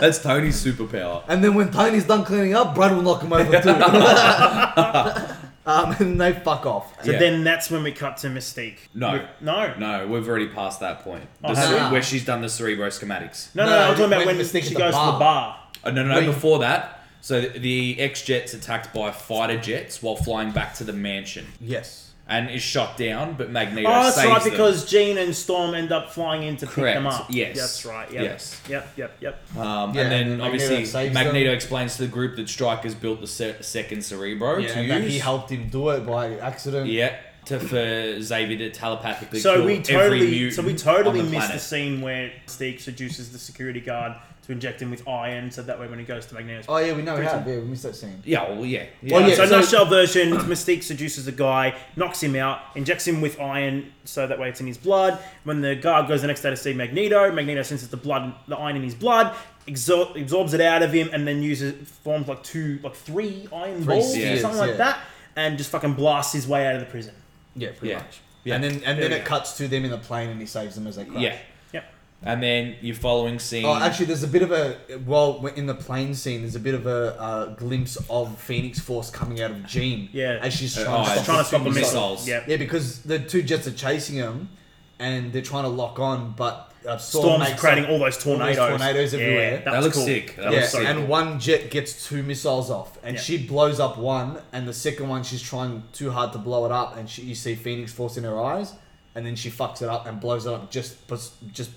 [SPEAKER 3] That's Tony's superpower.
[SPEAKER 1] and then when Tony's done cleaning up, Brad will knock him over too. [LAUGHS] um, and they fuck off.
[SPEAKER 2] So
[SPEAKER 3] Yeah.
[SPEAKER 2] then that's when we cut to Mystique.
[SPEAKER 3] No.
[SPEAKER 2] We- No. No,
[SPEAKER 3] No, we've already passed that point. The
[SPEAKER 2] Oh,
[SPEAKER 3] cere-
[SPEAKER 1] nah.
[SPEAKER 3] where she's done the cerebro schematics.
[SPEAKER 2] no, no,
[SPEAKER 1] No,
[SPEAKER 2] I'm talking about when
[SPEAKER 1] when
[SPEAKER 2] she
[SPEAKER 1] Mystique
[SPEAKER 2] goes
[SPEAKER 1] at
[SPEAKER 2] to
[SPEAKER 1] the bar.
[SPEAKER 2] the bar.
[SPEAKER 3] Oh, no, no,
[SPEAKER 1] Wait.
[SPEAKER 3] no. Before that, so th- the X Jets attacked by fighter jets while flying back to the mansion
[SPEAKER 1] Yes.
[SPEAKER 3] and is shot down, but Magneto
[SPEAKER 2] Oh, that's
[SPEAKER 3] saves
[SPEAKER 2] right,
[SPEAKER 3] them.
[SPEAKER 2] because Jean and Storm end up flying in to pick
[SPEAKER 3] Correct.
[SPEAKER 2] them up.
[SPEAKER 3] Yes.
[SPEAKER 2] That's right, yep.
[SPEAKER 3] Yes.
[SPEAKER 2] Yep, yep, yep.
[SPEAKER 3] Um,
[SPEAKER 1] Yeah,
[SPEAKER 3] and then
[SPEAKER 1] and Magneto
[SPEAKER 3] obviously
[SPEAKER 1] saves
[SPEAKER 3] Magneto
[SPEAKER 1] them.
[SPEAKER 3] explains to the group that Strikers built the se- second Cerebro
[SPEAKER 1] Yeah,
[SPEAKER 3] to
[SPEAKER 1] and that
[SPEAKER 3] use.
[SPEAKER 1] he helped him do it by accident.
[SPEAKER 3] yeah, to for Xavier to telepathically
[SPEAKER 2] So
[SPEAKER 3] kill
[SPEAKER 2] we
[SPEAKER 3] every
[SPEAKER 2] totally,
[SPEAKER 3] mutant
[SPEAKER 2] so we totally
[SPEAKER 3] on the
[SPEAKER 2] missed
[SPEAKER 3] planet.
[SPEAKER 2] the scene where Mystique seduces the security guard to inject him with iron, so that way when he goes to Magneto's
[SPEAKER 1] Oh yeah, we know we have. Yeah, we missed that scene.
[SPEAKER 3] Yeah, well, yeah. yeah.
[SPEAKER 1] Oh, yeah,
[SPEAKER 2] so,
[SPEAKER 1] so-
[SPEAKER 2] nutshell version, [CLEARS THROAT] Mystique seduces a guy, knocks him out, injects him with iron, so that way it's in his blood. When the guard goes the next day to see Magneto, Magneto senses the blood, the iron in his blood, absor- absorbs it out of him, and then uses forms like two, like three iron balls
[SPEAKER 1] spheres,
[SPEAKER 2] or something like
[SPEAKER 1] yeah.
[SPEAKER 2] that, and just fucking blasts his way out of the prison.
[SPEAKER 1] Yeah, pretty
[SPEAKER 3] Yeah.
[SPEAKER 1] much.
[SPEAKER 3] Yeah.
[SPEAKER 1] And then and then
[SPEAKER 2] we
[SPEAKER 1] it
[SPEAKER 2] go.
[SPEAKER 1] cuts to them in the plane, and he saves them as they crash.
[SPEAKER 3] Yeah.
[SPEAKER 2] Yep.
[SPEAKER 3] And then your following scene.
[SPEAKER 1] Oh, actually, there's a bit of a well we're in the plane scene. There's a bit of a uh, glimpse of Phoenix Force coming out of Jean.
[SPEAKER 2] Yeah. Uh,
[SPEAKER 1] as she's
[SPEAKER 3] Oh,
[SPEAKER 1] trying,
[SPEAKER 3] it's
[SPEAKER 1] to, stop
[SPEAKER 2] Trying
[SPEAKER 1] the
[SPEAKER 2] to stop the
[SPEAKER 1] two
[SPEAKER 2] missile.
[SPEAKER 3] missiles.
[SPEAKER 2] Yep.
[SPEAKER 1] Yeah, because the two jets are chasing him, and they're trying to lock on, but uh, Storm
[SPEAKER 2] Storm's
[SPEAKER 1] makes
[SPEAKER 2] creating
[SPEAKER 1] up-
[SPEAKER 2] all those tornadoes.
[SPEAKER 1] tornadoes everywhere.
[SPEAKER 2] Yeah, that,
[SPEAKER 3] That
[SPEAKER 2] was
[SPEAKER 3] looks
[SPEAKER 2] cool.
[SPEAKER 3] sick. That
[SPEAKER 2] was
[SPEAKER 1] Yeah,
[SPEAKER 3] looks sick.
[SPEAKER 1] and one jet gets two missiles off, and
[SPEAKER 2] Yeah.
[SPEAKER 1] she blows up one, and the second one she's trying too hard to blow it up, and she, you see Phoenix Force in her eyes, and then she fucks it up and blows it up just bes- just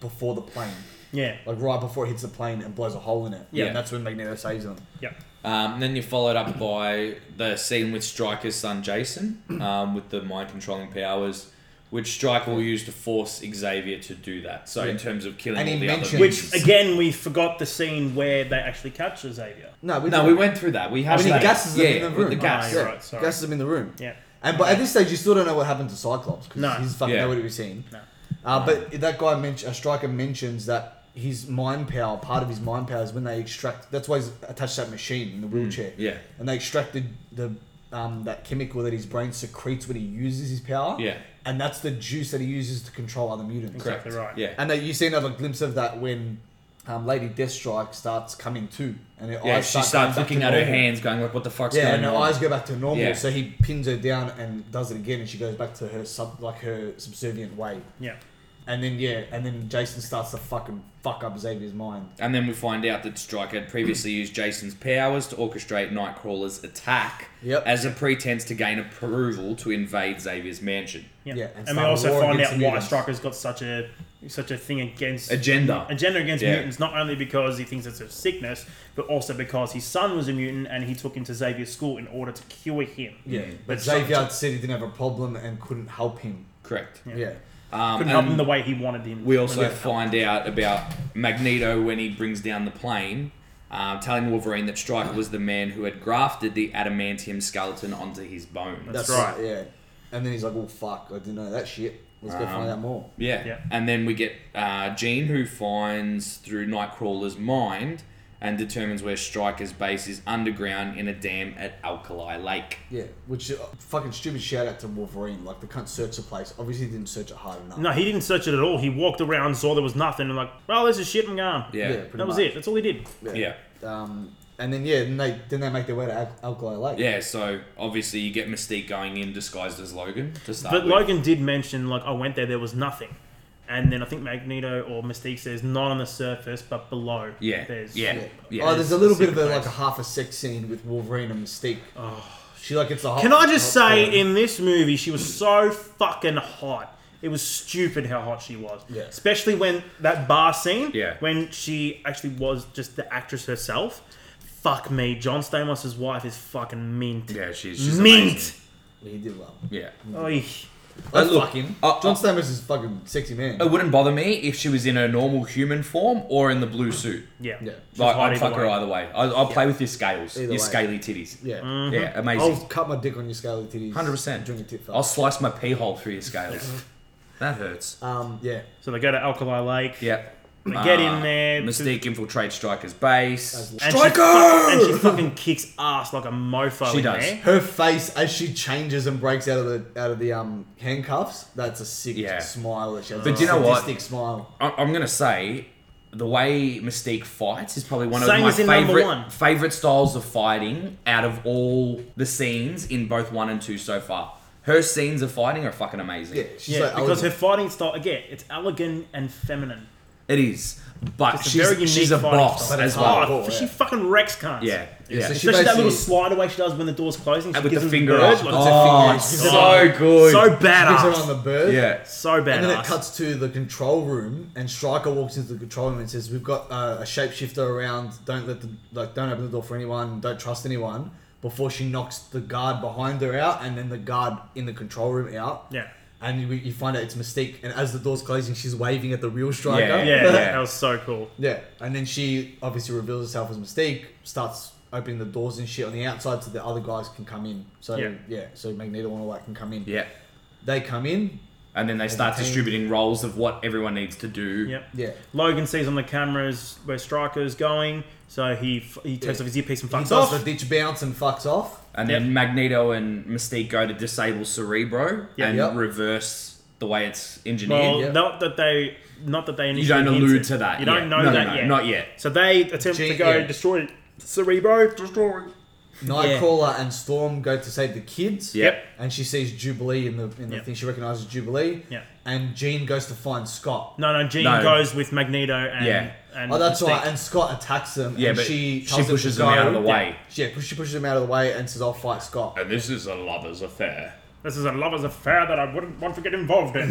[SPEAKER 1] before the plane,
[SPEAKER 2] Yeah.
[SPEAKER 1] like right before it hits the plane and blows a hole in it.
[SPEAKER 2] Yeah.
[SPEAKER 1] and that's when Magneto saves them.
[SPEAKER 2] Yep.
[SPEAKER 3] Um, and then you're followed up by the scene with Striker's son Jason, um, with the mind controlling powers, which Striker will use to force Xavier to do that. So in terms of killing
[SPEAKER 1] And
[SPEAKER 3] all
[SPEAKER 1] he
[SPEAKER 3] the other
[SPEAKER 1] mentions-
[SPEAKER 2] Which
[SPEAKER 3] mutants.
[SPEAKER 2] again, we forgot the scene where they actually capture Xavier.
[SPEAKER 1] No, we
[SPEAKER 3] no,
[SPEAKER 1] didn't.
[SPEAKER 3] we went through that. We have
[SPEAKER 1] When he
[SPEAKER 3] that.
[SPEAKER 1] gasses them
[SPEAKER 3] yeah,
[SPEAKER 1] in the
[SPEAKER 3] with
[SPEAKER 1] room.
[SPEAKER 3] the
[SPEAKER 1] Oh,
[SPEAKER 3] gas.
[SPEAKER 2] yeah. Right, sorry.
[SPEAKER 1] Gasses them in the room.
[SPEAKER 2] Yeah.
[SPEAKER 1] And but at this stage, you still don't know what happened to Cyclops because
[SPEAKER 2] No.
[SPEAKER 1] he's fucking
[SPEAKER 3] Yeah.
[SPEAKER 1] nobody we've seen.
[SPEAKER 2] No.
[SPEAKER 1] Uh, but that guy, mentioned, a striker, mentions that his mind power, part of his mind power, is when they extract. That's why he's attached to that machine in the wheelchair.
[SPEAKER 3] Mm, yeah.
[SPEAKER 1] And they extracted the um, that chemical that his brain secretes when he uses his power.
[SPEAKER 3] Yeah.
[SPEAKER 1] And that's the juice that he uses to control other mutants.
[SPEAKER 3] Correct.
[SPEAKER 1] Oh,
[SPEAKER 2] Exactly right.
[SPEAKER 3] Yeah.
[SPEAKER 1] And that you see another glimpse of that when um, Lady Deathstrike starts coming to, and her
[SPEAKER 3] Yeah,
[SPEAKER 1] eyes
[SPEAKER 3] she
[SPEAKER 1] start
[SPEAKER 3] starts
[SPEAKER 1] going back
[SPEAKER 3] looking
[SPEAKER 1] to
[SPEAKER 3] at her
[SPEAKER 1] normal.
[SPEAKER 3] hands, going like, "What the fuck's
[SPEAKER 1] Yeah,
[SPEAKER 3] going
[SPEAKER 1] and her
[SPEAKER 3] on?"
[SPEAKER 1] eyes go back to normal.
[SPEAKER 3] Yeah.
[SPEAKER 1] So he pins her down and does it again, and she goes back to her sub like her subservient way.
[SPEAKER 2] Yeah.
[SPEAKER 1] And then yeah, and then Jason starts to fucking fuck up Xavier's mind.
[SPEAKER 3] And then we find out that Strike had previously used Jason's powers to orchestrate Nightcrawler's attack
[SPEAKER 1] Yep.
[SPEAKER 3] as a pretense to gain approval to invade Xavier's mansion.
[SPEAKER 2] Yeah.
[SPEAKER 1] Yeah, and
[SPEAKER 2] and, we
[SPEAKER 1] start a
[SPEAKER 2] also
[SPEAKER 1] war
[SPEAKER 2] find
[SPEAKER 1] against
[SPEAKER 2] out
[SPEAKER 1] the
[SPEAKER 2] why
[SPEAKER 1] mutants.
[SPEAKER 2] Striker's got such a such a thing against
[SPEAKER 3] Agenda.
[SPEAKER 2] agenda against
[SPEAKER 3] Yeah.
[SPEAKER 2] mutants, not only because he thinks it's a sickness, but also because his son was a mutant and he took him to Xavier's school in order to cure him.
[SPEAKER 1] Yeah, but
[SPEAKER 2] But
[SPEAKER 1] Xavier said he didn't have a problem and couldn't help him.
[SPEAKER 3] Correct.
[SPEAKER 1] Yeah,
[SPEAKER 3] Um,
[SPEAKER 2] Couldn't
[SPEAKER 3] and
[SPEAKER 2] help him the way he wanted him.
[SPEAKER 3] we also
[SPEAKER 2] Yeah.
[SPEAKER 3] find out about Magneto when he brings down the plane, um, telling Wolverine that Striker was the man who had grafted the adamantium skeleton onto his bone.
[SPEAKER 2] That's right.
[SPEAKER 1] Yeah, and then he's like, "Oh fuck, I didn't know that shit. Let's go find out more."
[SPEAKER 3] Yeah.
[SPEAKER 2] Yeah.
[SPEAKER 3] And then we get uh, Jean, who finds through Nightcrawler's mind and determines where Striker's base is underground in a dam at Alkali Lake.
[SPEAKER 1] Yeah, which uh, fucking stupid shout out to Wolverine. Like the cunt searched the place. Obviously, he didn't search it hard enough.
[SPEAKER 2] No, he didn't search it at all. He walked around, saw there was nothing, and like, well, this is shit, I'm gone.
[SPEAKER 3] Yeah. Yeah.
[SPEAKER 1] pretty
[SPEAKER 2] That was
[SPEAKER 1] much.
[SPEAKER 2] it. That's all he did.
[SPEAKER 3] yeah.
[SPEAKER 1] Um, and then yeah, then they then they make their way to Al- Alkali Lake.
[SPEAKER 3] so obviously you get Mystique going in disguised as Logan to start
[SPEAKER 2] But
[SPEAKER 3] with.
[SPEAKER 2] Logan did mention, like, I went there, there was nothing. And then I think Magneto or Mystique says, not on the surface, but below.
[SPEAKER 3] Yeah.
[SPEAKER 2] There's,
[SPEAKER 3] Yeah.
[SPEAKER 1] Yeah.
[SPEAKER 3] Yeah.
[SPEAKER 1] oh, there's a little bit of a,
[SPEAKER 2] secret
[SPEAKER 1] like a
[SPEAKER 2] place.
[SPEAKER 1] half a sex scene with Wolverine and Mystique. Oh, she like gets the.
[SPEAKER 2] Can I just say, in this movie, she was so fucking hot. It was stupid how hot she was.
[SPEAKER 1] Yeah.
[SPEAKER 2] Especially when that bar scene,
[SPEAKER 3] Yeah.
[SPEAKER 2] when she actually was just the actress herself. Fuck me. John Stamos' wife is fucking mint.
[SPEAKER 3] Yeah, she's she's
[SPEAKER 2] mint.
[SPEAKER 3] amazing.
[SPEAKER 1] he did well.
[SPEAKER 3] Yeah.
[SPEAKER 2] Oy.
[SPEAKER 1] I
[SPEAKER 3] look, Uh,
[SPEAKER 1] fuck him.
[SPEAKER 3] I-
[SPEAKER 1] John
[SPEAKER 3] I-
[SPEAKER 1] Stamos is fucking sexy man.
[SPEAKER 3] It wouldn't bother me if she was in her normal human form or in the blue suit.
[SPEAKER 2] Yeah.
[SPEAKER 1] Yeah.
[SPEAKER 2] She's
[SPEAKER 3] Like,
[SPEAKER 2] hot
[SPEAKER 3] I'd fuck her
[SPEAKER 2] way.
[SPEAKER 3] either way. I, I'll play with your scales,
[SPEAKER 1] Either
[SPEAKER 3] your
[SPEAKER 1] way.
[SPEAKER 3] scaly titties.
[SPEAKER 1] yeah.
[SPEAKER 2] Mm-hmm.
[SPEAKER 3] Yeah, amazing.
[SPEAKER 1] I'll cut my dick on your scaly titties.
[SPEAKER 3] 100%.
[SPEAKER 1] During a tit fight.
[SPEAKER 3] I'll slice my pee hole through your scales. that hurts.
[SPEAKER 1] um. Yeah.
[SPEAKER 2] So they go to Alkali Lake.
[SPEAKER 3] Yep.
[SPEAKER 2] They get
[SPEAKER 3] Uh,
[SPEAKER 2] in there.
[SPEAKER 3] Mystique infiltrates Striker's base.
[SPEAKER 2] And
[SPEAKER 3] Striker!
[SPEAKER 2] She fuck- and she fucking kicks ass like a mofo.
[SPEAKER 3] She
[SPEAKER 2] in
[SPEAKER 3] does.
[SPEAKER 2] There.
[SPEAKER 1] Her face as she changes and breaks out of the out of the um handcuffs. That's a sick
[SPEAKER 3] Yeah.
[SPEAKER 1] smile that she has.
[SPEAKER 3] But
[SPEAKER 1] a
[SPEAKER 3] do you know what?
[SPEAKER 1] Sadistic smile.
[SPEAKER 3] I- I'm gonna say the way Mystique fights is probably one of
[SPEAKER 2] Same
[SPEAKER 3] my
[SPEAKER 2] as in number
[SPEAKER 3] favorite
[SPEAKER 2] one.
[SPEAKER 3] favorite styles of fighting out of all the scenes in both one and two so far. Her scenes of fighting are fucking amazing.
[SPEAKER 1] Yeah. She's
[SPEAKER 2] Yeah,
[SPEAKER 1] like
[SPEAKER 2] because her
[SPEAKER 1] elegant.
[SPEAKER 2] fighting style again, it's elegant and feminine.
[SPEAKER 3] It is, but
[SPEAKER 2] It's a
[SPEAKER 3] she's
[SPEAKER 2] very unique
[SPEAKER 3] she's a
[SPEAKER 2] fighting
[SPEAKER 3] boss
[SPEAKER 2] style.
[SPEAKER 3] as
[SPEAKER 1] But
[SPEAKER 3] well.
[SPEAKER 1] hard.
[SPEAKER 2] Oh,
[SPEAKER 1] Oh,
[SPEAKER 2] she
[SPEAKER 1] yeah.
[SPEAKER 2] fucking wrecks cunts.
[SPEAKER 3] Yeah, yeah.
[SPEAKER 1] so she
[SPEAKER 2] Especially that
[SPEAKER 1] basically-
[SPEAKER 2] little slide away she does when the door's closing. She
[SPEAKER 3] And with
[SPEAKER 2] gives
[SPEAKER 3] the
[SPEAKER 2] them
[SPEAKER 3] finger
[SPEAKER 2] bird,
[SPEAKER 3] up.
[SPEAKER 2] like,
[SPEAKER 3] Oh,
[SPEAKER 1] it's a
[SPEAKER 3] so
[SPEAKER 1] finger.
[SPEAKER 3] good.
[SPEAKER 2] So
[SPEAKER 1] She gives her on
[SPEAKER 2] badass.
[SPEAKER 1] the bird.
[SPEAKER 3] yeah.
[SPEAKER 2] so badass.
[SPEAKER 1] And then it cuts to the control room, and Stryker walks into the control room and says, "We've got uh, a shapeshifter around. Don't let the like, don't open the door for anyone. Don't trust anyone." Before she knocks the guard behind her out, and then the guard in the control room out.
[SPEAKER 2] Yeah.
[SPEAKER 1] And you, you find out it's Mystique, and as the door's closing, she's waving at the real Striker.
[SPEAKER 3] Yeah,
[SPEAKER 1] [LAUGHS]
[SPEAKER 2] Yeah,
[SPEAKER 3] Yeah.
[SPEAKER 2] that was so cool.
[SPEAKER 1] Yeah, and then she obviously reveals herself as Mystique, starts opening the doors and shit on the outside so the other guys can come in. So
[SPEAKER 2] Yeah.
[SPEAKER 1] yeah, so Magneto and all that can come in.
[SPEAKER 3] Yeah.
[SPEAKER 1] They come in.
[SPEAKER 3] And then they start
[SPEAKER 1] team.
[SPEAKER 3] distributing roles of what everyone needs to do.
[SPEAKER 2] Yep.
[SPEAKER 1] Yeah.
[SPEAKER 2] Logan sees on the cameras where Striker's going, so he f- he takes
[SPEAKER 1] Yeah.
[SPEAKER 2] off his earpiece and
[SPEAKER 1] He
[SPEAKER 2] fucks
[SPEAKER 1] does
[SPEAKER 2] off.
[SPEAKER 1] the ditch bounce and fucks off.
[SPEAKER 3] And
[SPEAKER 2] Yep.
[SPEAKER 3] then Magneto and Mystique go to disable Cerebro
[SPEAKER 2] Yeah.
[SPEAKER 3] and
[SPEAKER 1] Yep.
[SPEAKER 3] reverse the way it's engineered.
[SPEAKER 2] Well,
[SPEAKER 1] Yeah.
[SPEAKER 2] not that they, not that they.
[SPEAKER 3] you don't
[SPEAKER 2] initially
[SPEAKER 3] allude
[SPEAKER 2] hinted.
[SPEAKER 3] to that.
[SPEAKER 2] You
[SPEAKER 3] yet.
[SPEAKER 2] don't know
[SPEAKER 3] No, no,
[SPEAKER 2] that
[SPEAKER 3] no,
[SPEAKER 2] yet.
[SPEAKER 3] Not yet.
[SPEAKER 2] So they attempt
[SPEAKER 1] Gee,
[SPEAKER 2] to go
[SPEAKER 1] yeah.
[SPEAKER 2] destroy Cerebro. Destroy.
[SPEAKER 1] Nightcrawler and Storm go to save the kids.
[SPEAKER 3] Yep.
[SPEAKER 1] And she sees Jubilee in the in the
[SPEAKER 2] Yep.
[SPEAKER 1] thing. She recognizes Jubilee.
[SPEAKER 2] Yeah.
[SPEAKER 1] And Jean goes to find Scott.
[SPEAKER 2] No, no. Jean
[SPEAKER 3] No.
[SPEAKER 2] goes with Magneto and
[SPEAKER 3] Yeah.
[SPEAKER 2] and
[SPEAKER 1] Oh, that's
[SPEAKER 2] Mystique.
[SPEAKER 1] right. And Scott attacks them.
[SPEAKER 3] Yeah,
[SPEAKER 1] and
[SPEAKER 3] but
[SPEAKER 1] she
[SPEAKER 3] she,
[SPEAKER 1] tells him to
[SPEAKER 3] pushes them
[SPEAKER 1] go.
[SPEAKER 3] out of the way.
[SPEAKER 1] Yeah, push- she pushes him out of the way and says, "I'll fight Scott."
[SPEAKER 3] And this is a lover's affair.
[SPEAKER 2] This is a lover's affair that I wouldn't want to get involved in.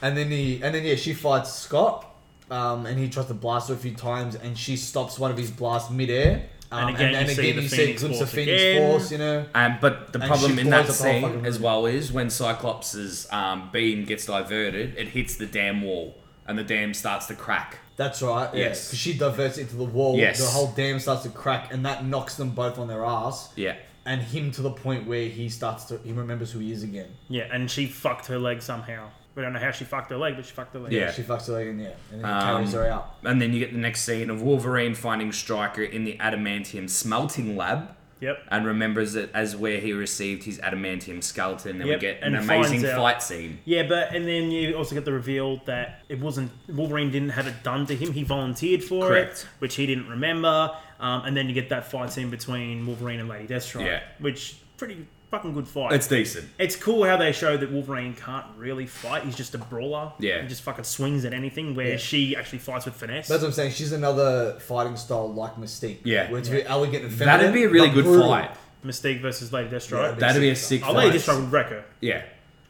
[SPEAKER 1] And then he, and then yeah, she fights Scott, um, and he tries to blast her a few times, and she stops one of his blasts midair. Um,
[SPEAKER 2] And again, you see the Phoenix Force again.
[SPEAKER 1] you know.
[SPEAKER 3] Um, but the
[SPEAKER 1] And
[SPEAKER 3] problem
[SPEAKER 1] she
[SPEAKER 3] in that
[SPEAKER 1] blows up the whole
[SPEAKER 3] scene
[SPEAKER 1] fucking
[SPEAKER 3] as
[SPEAKER 1] room.
[SPEAKER 3] well is when Cyclops' um, beam gets diverted, it hits the dam wall and the dam starts to crack.
[SPEAKER 1] That's right. yeah.
[SPEAKER 3] Yes.
[SPEAKER 1] 'Cause she diverts into the wall.
[SPEAKER 3] Yes.
[SPEAKER 1] The whole dam starts to crack, and that knocks them both on their ass.
[SPEAKER 3] Yeah.
[SPEAKER 1] And him to the point where he starts to he remembers who he is again.
[SPEAKER 2] [LAUGHS] yeah, and she fucked her leg somehow. We don't know how she fucked her leg, but she fucked her leg.
[SPEAKER 3] Yeah.
[SPEAKER 1] She fucks her leg in the air, and then he
[SPEAKER 3] Um,
[SPEAKER 1] carries her out.
[SPEAKER 3] And then you get the next scene of Wolverine finding Stryker in the adamantium smelting lab.
[SPEAKER 2] Yep.
[SPEAKER 3] and remembers it as where he received his adamantium skeleton, and we
[SPEAKER 2] Yep,
[SPEAKER 3] get an
[SPEAKER 2] and
[SPEAKER 3] amazing
[SPEAKER 2] finds out.
[SPEAKER 3] fight scene.
[SPEAKER 2] Yeah, but and then you also get the reveal that it wasn't Wolverine didn't have it done to him. He volunteered for
[SPEAKER 3] Correct.
[SPEAKER 2] it, which he didn't remember. Um, and then you get that fight scene between Wolverine and Lady Deathstrike,
[SPEAKER 3] Yeah.
[SPEAKER 2] which pretty fucking good fight.
[SPEAKER 3] It's
[SPEAKER 2] It's,
[SPEAKER 3] decent.
[SPEAKER 2] cool how they show that Wolverine can't really fight. He's just a brawler.
[SPEAKER 3] Yeah.
[SPEAKER 2] he just fucking swings at anything. Where she actually fights with finesse.
[SPEAKER 1] That's what I'm saying. She's another fighting style like Mystique.
[SPEAKER 3] Yeah.
[SPEAKER 1] Where it's very elegant and feminine.
[SPEAKER 3] That'd be a really
[SPEAKER 1] but
[SPEAKER 3] good
[SPEAKER 1] brutal.
[SPEAKER 3] fight.
[SPEAKER 2] Mystique versus Lady
[SPEAKER 1] Yeah,
[SPEAKER 2] Deathstrike.
[SPEAKER 1] that-
[SPEAKER 3] That'd be a sick
[SPEAKER 2] Oh,
[SPEAKER 3] fight.
[SPEAKER 2] Lady Deathstrike would wreck her,
[SPEAKER 3] Yeah,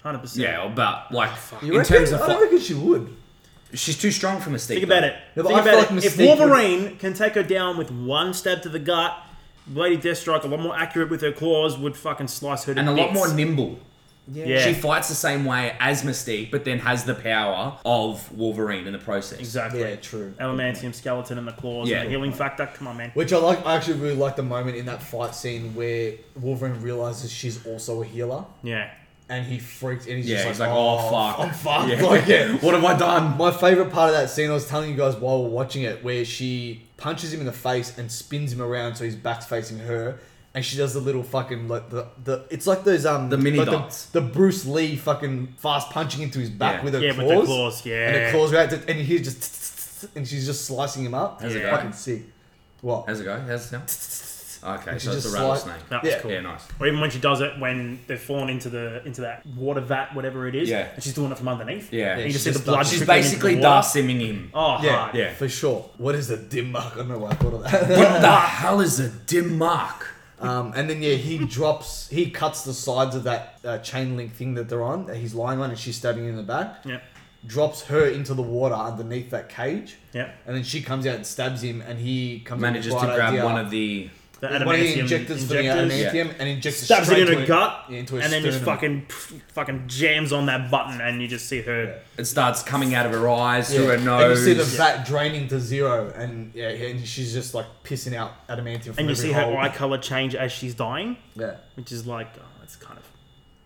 [SPEAKER 2] hundred percent.
[SPEAKER 3] yeah, but like
[SPEAKER 1] You
[SPEAKER 3] in
[SPEAKER 1] reckon?
[SPEAKER 3] terms of
[SPEAKER 1] I don't
[SPEAKER 3] fight,
[SPEAKER 1] reckon she would.
[SPEAKER 3] she's too strong for Mystique.
[SPEAKER 2] Think about
[SPEAKER 3] though.
[SPEAKER 2] it.
[SPEAKER 1] No, but
[SPEAKER 2] Think
[SPEAKER 1] I feel
[SPEAKER 2] about it.
[SPEAKER 1] like
[SPEAKER 2] if
[SPEAKER 1] Mystique would-
[SPEAKER 2] Wolverine can take her down with one stab to the gut, Lady Deathstrike, a lot more accurate with her claws, would fucking slice her to
[SPEAKER 3] and a lot
[SPEAKER 2] bits.
[SPEAKER 3] more nimble.
[SPEAKER 2] Yeah,
[SPEAKER 3] She fights the same way as Mystique, but then has the power of Wolverine in the process.
[SPEAKER 2] exactly.
[SPEAKER 1] Yeah, true.
[SPEAKER 2] Adamantium skeleton and the claws
[SPEAKER 3] Yeah.
[SPEAKER 2] and the healing factor. Come on, man.
[SPEAKER 1] Which I like. I actually really like the moment in that fight scene where Wolverine realizes she's also a healer,
[SPEAKER 2] Yeah.
[SPEAKER 1] and he freaks and he's
[SPEAKER 3] Yeah,
[SPEAKER 1] just
[SPEAKER 3] he's
[SPEAKER 1] like,
[SPEAKER 3] like, "Oh, fuck."
[SPEAKER 1] I'm fucked."
[SPEAKER 3] Yeah.
[SPEAKER 1] [LAUGHS] Like, yeah.
[SPEAKER 3] [LAUGHS] What have I done?
[SPEAKER 1] My favorite part of that scene, I was telling you guys while we are watching it, where she punches him in the face and spins him around so his back's facing her, and she does the little fucking like the, the it's like those um
[SPEAKER 3] The mini
[SPEAKER 1] like
[SPEAKER 3] dots.
[SPEAKER 1] the, Bruce Lee fucking fast punching into his back
[SPEAKER 3] Yeah.
[SPEAKER 1] with her
[SPEAKER 2] Yeah,
[SPEAKER 1] claws,
[SPEAKER 2] with the claws.
[SPEAKER 1] and her
[SPEAKER 2] Yeah.
[SPEAKER 1] claws right, and he's just [LAUGHS] tss, tss, tss, and she's just slicing him up.
[SPEAKER 3] How's it
[SPEAKER 1] It's
[SPEAKER 3] going?
[SPEAKER 1] fucking sick. What?
[SPEAKER 3] How's it go? How's it
[SPEAKER 2] [LAUGHS]
[SPEAKER 3] sound? Okay,
[SPEAKER 1] she
[SPEAKER 3] so it's a
[SPEAKER 1] just
[SPEAKER 3] rattlesnake.
[SPEAKER 2] That was
[SPEAKER 1] Yeah.
[SPEAKER 2] cool.
[SPEAKER 3] Yeah, nice.
[SPEAKER 2] Or even when she does it when they're falling into the into that water vat, whatever it is.
[SPEAKER 3] Yeah.
[SPEAKER 2] And she's doing it from underneath.
[SPEAKER 3] Yeah.
[SPEAKER 2] And you just
[SPEAKER 1] Yeah,
[SPEAKER 2] see the
[SPEAKER 1] she's
[SPEAKER 2] blood.
[SPEAKER 1] done-
[SPEAKER 3] She's
[SPEAKER 2] trickling into
[SPEAKER 3] basically
[SPEAKER 2] the
[SPEAKER 3] Dar
[SPEAKER 2] water.
[SPEAKER 3] Simming him.
[SPEAKER 2] Oh, hard.
[SPEAKER 1] Yeah.
[SPEAKER 3] Yeah.
[SPEAKER 1] For sure. What is the dim mark? I don't know why I thought of that. [LAUGHS]
[SPEAKER 3] What the hell is a dim mark?
[SPEAKER 1] Um, and then yeah, he drops, he cuts the sides of that uh, chain link thing that they're on, that he's lying on, and she's stabbing him in the back.
[SPEAKER 2] Yeah.
[SPEAKER 1] Drops her into the water underneath that cage.
[SPEAKER 2] Yeah.
[SPEAKER 1] And then she comes out and stabs him, and he comes up with
[SPEAKER 3] Manages
[SPEAKER 1] the
[SPEAKER 3] to
[SPEAKER 1] bright
[SPEAKER 3] grab
[SPEAKER 1] idea.
[SPEAKER 3] one of the.
[SPEAKER 2] The
[SPEAKER 1] one of the
[SPEAKER 2] adamantium
[SPEAKER 1] injectors, for the
[SPEAKER 2] injectors.
[SPEAKER 1] adamantium, and injects
[SPEAKER 2] stabs it
[SPEAKER 1] straight
[SPEAKER 2] in
[SPEAKER 1] to
[SPEAKER 2] her gut,
[SPEAKER 1] yeah, into her
[SPEAKER 2] and then just
[SPEAKER 1] sternum.
[SPEAKER 2] fucking pff, fucking jams on that button, and you just see her.
[SPEAKER 3] It starts coming out of her eyes, through her
[SPEAKER 1] Yeah. And you
[SPEAKER 3] nose.
[SPEAKER 1] see the vat draining to zero, and yeah, and she's just like pissing out adamantium. From
[SPEAKER 2] And you
[SPEAKER 1] every
[SPEAKER 2] see her
[SPEAKER 1] hole.
[SPEAKER 2] eye color change as she's dying,
[SPEAKER 1] Yeah.
[SPEAKER 2] which is like, oh, it's kind of.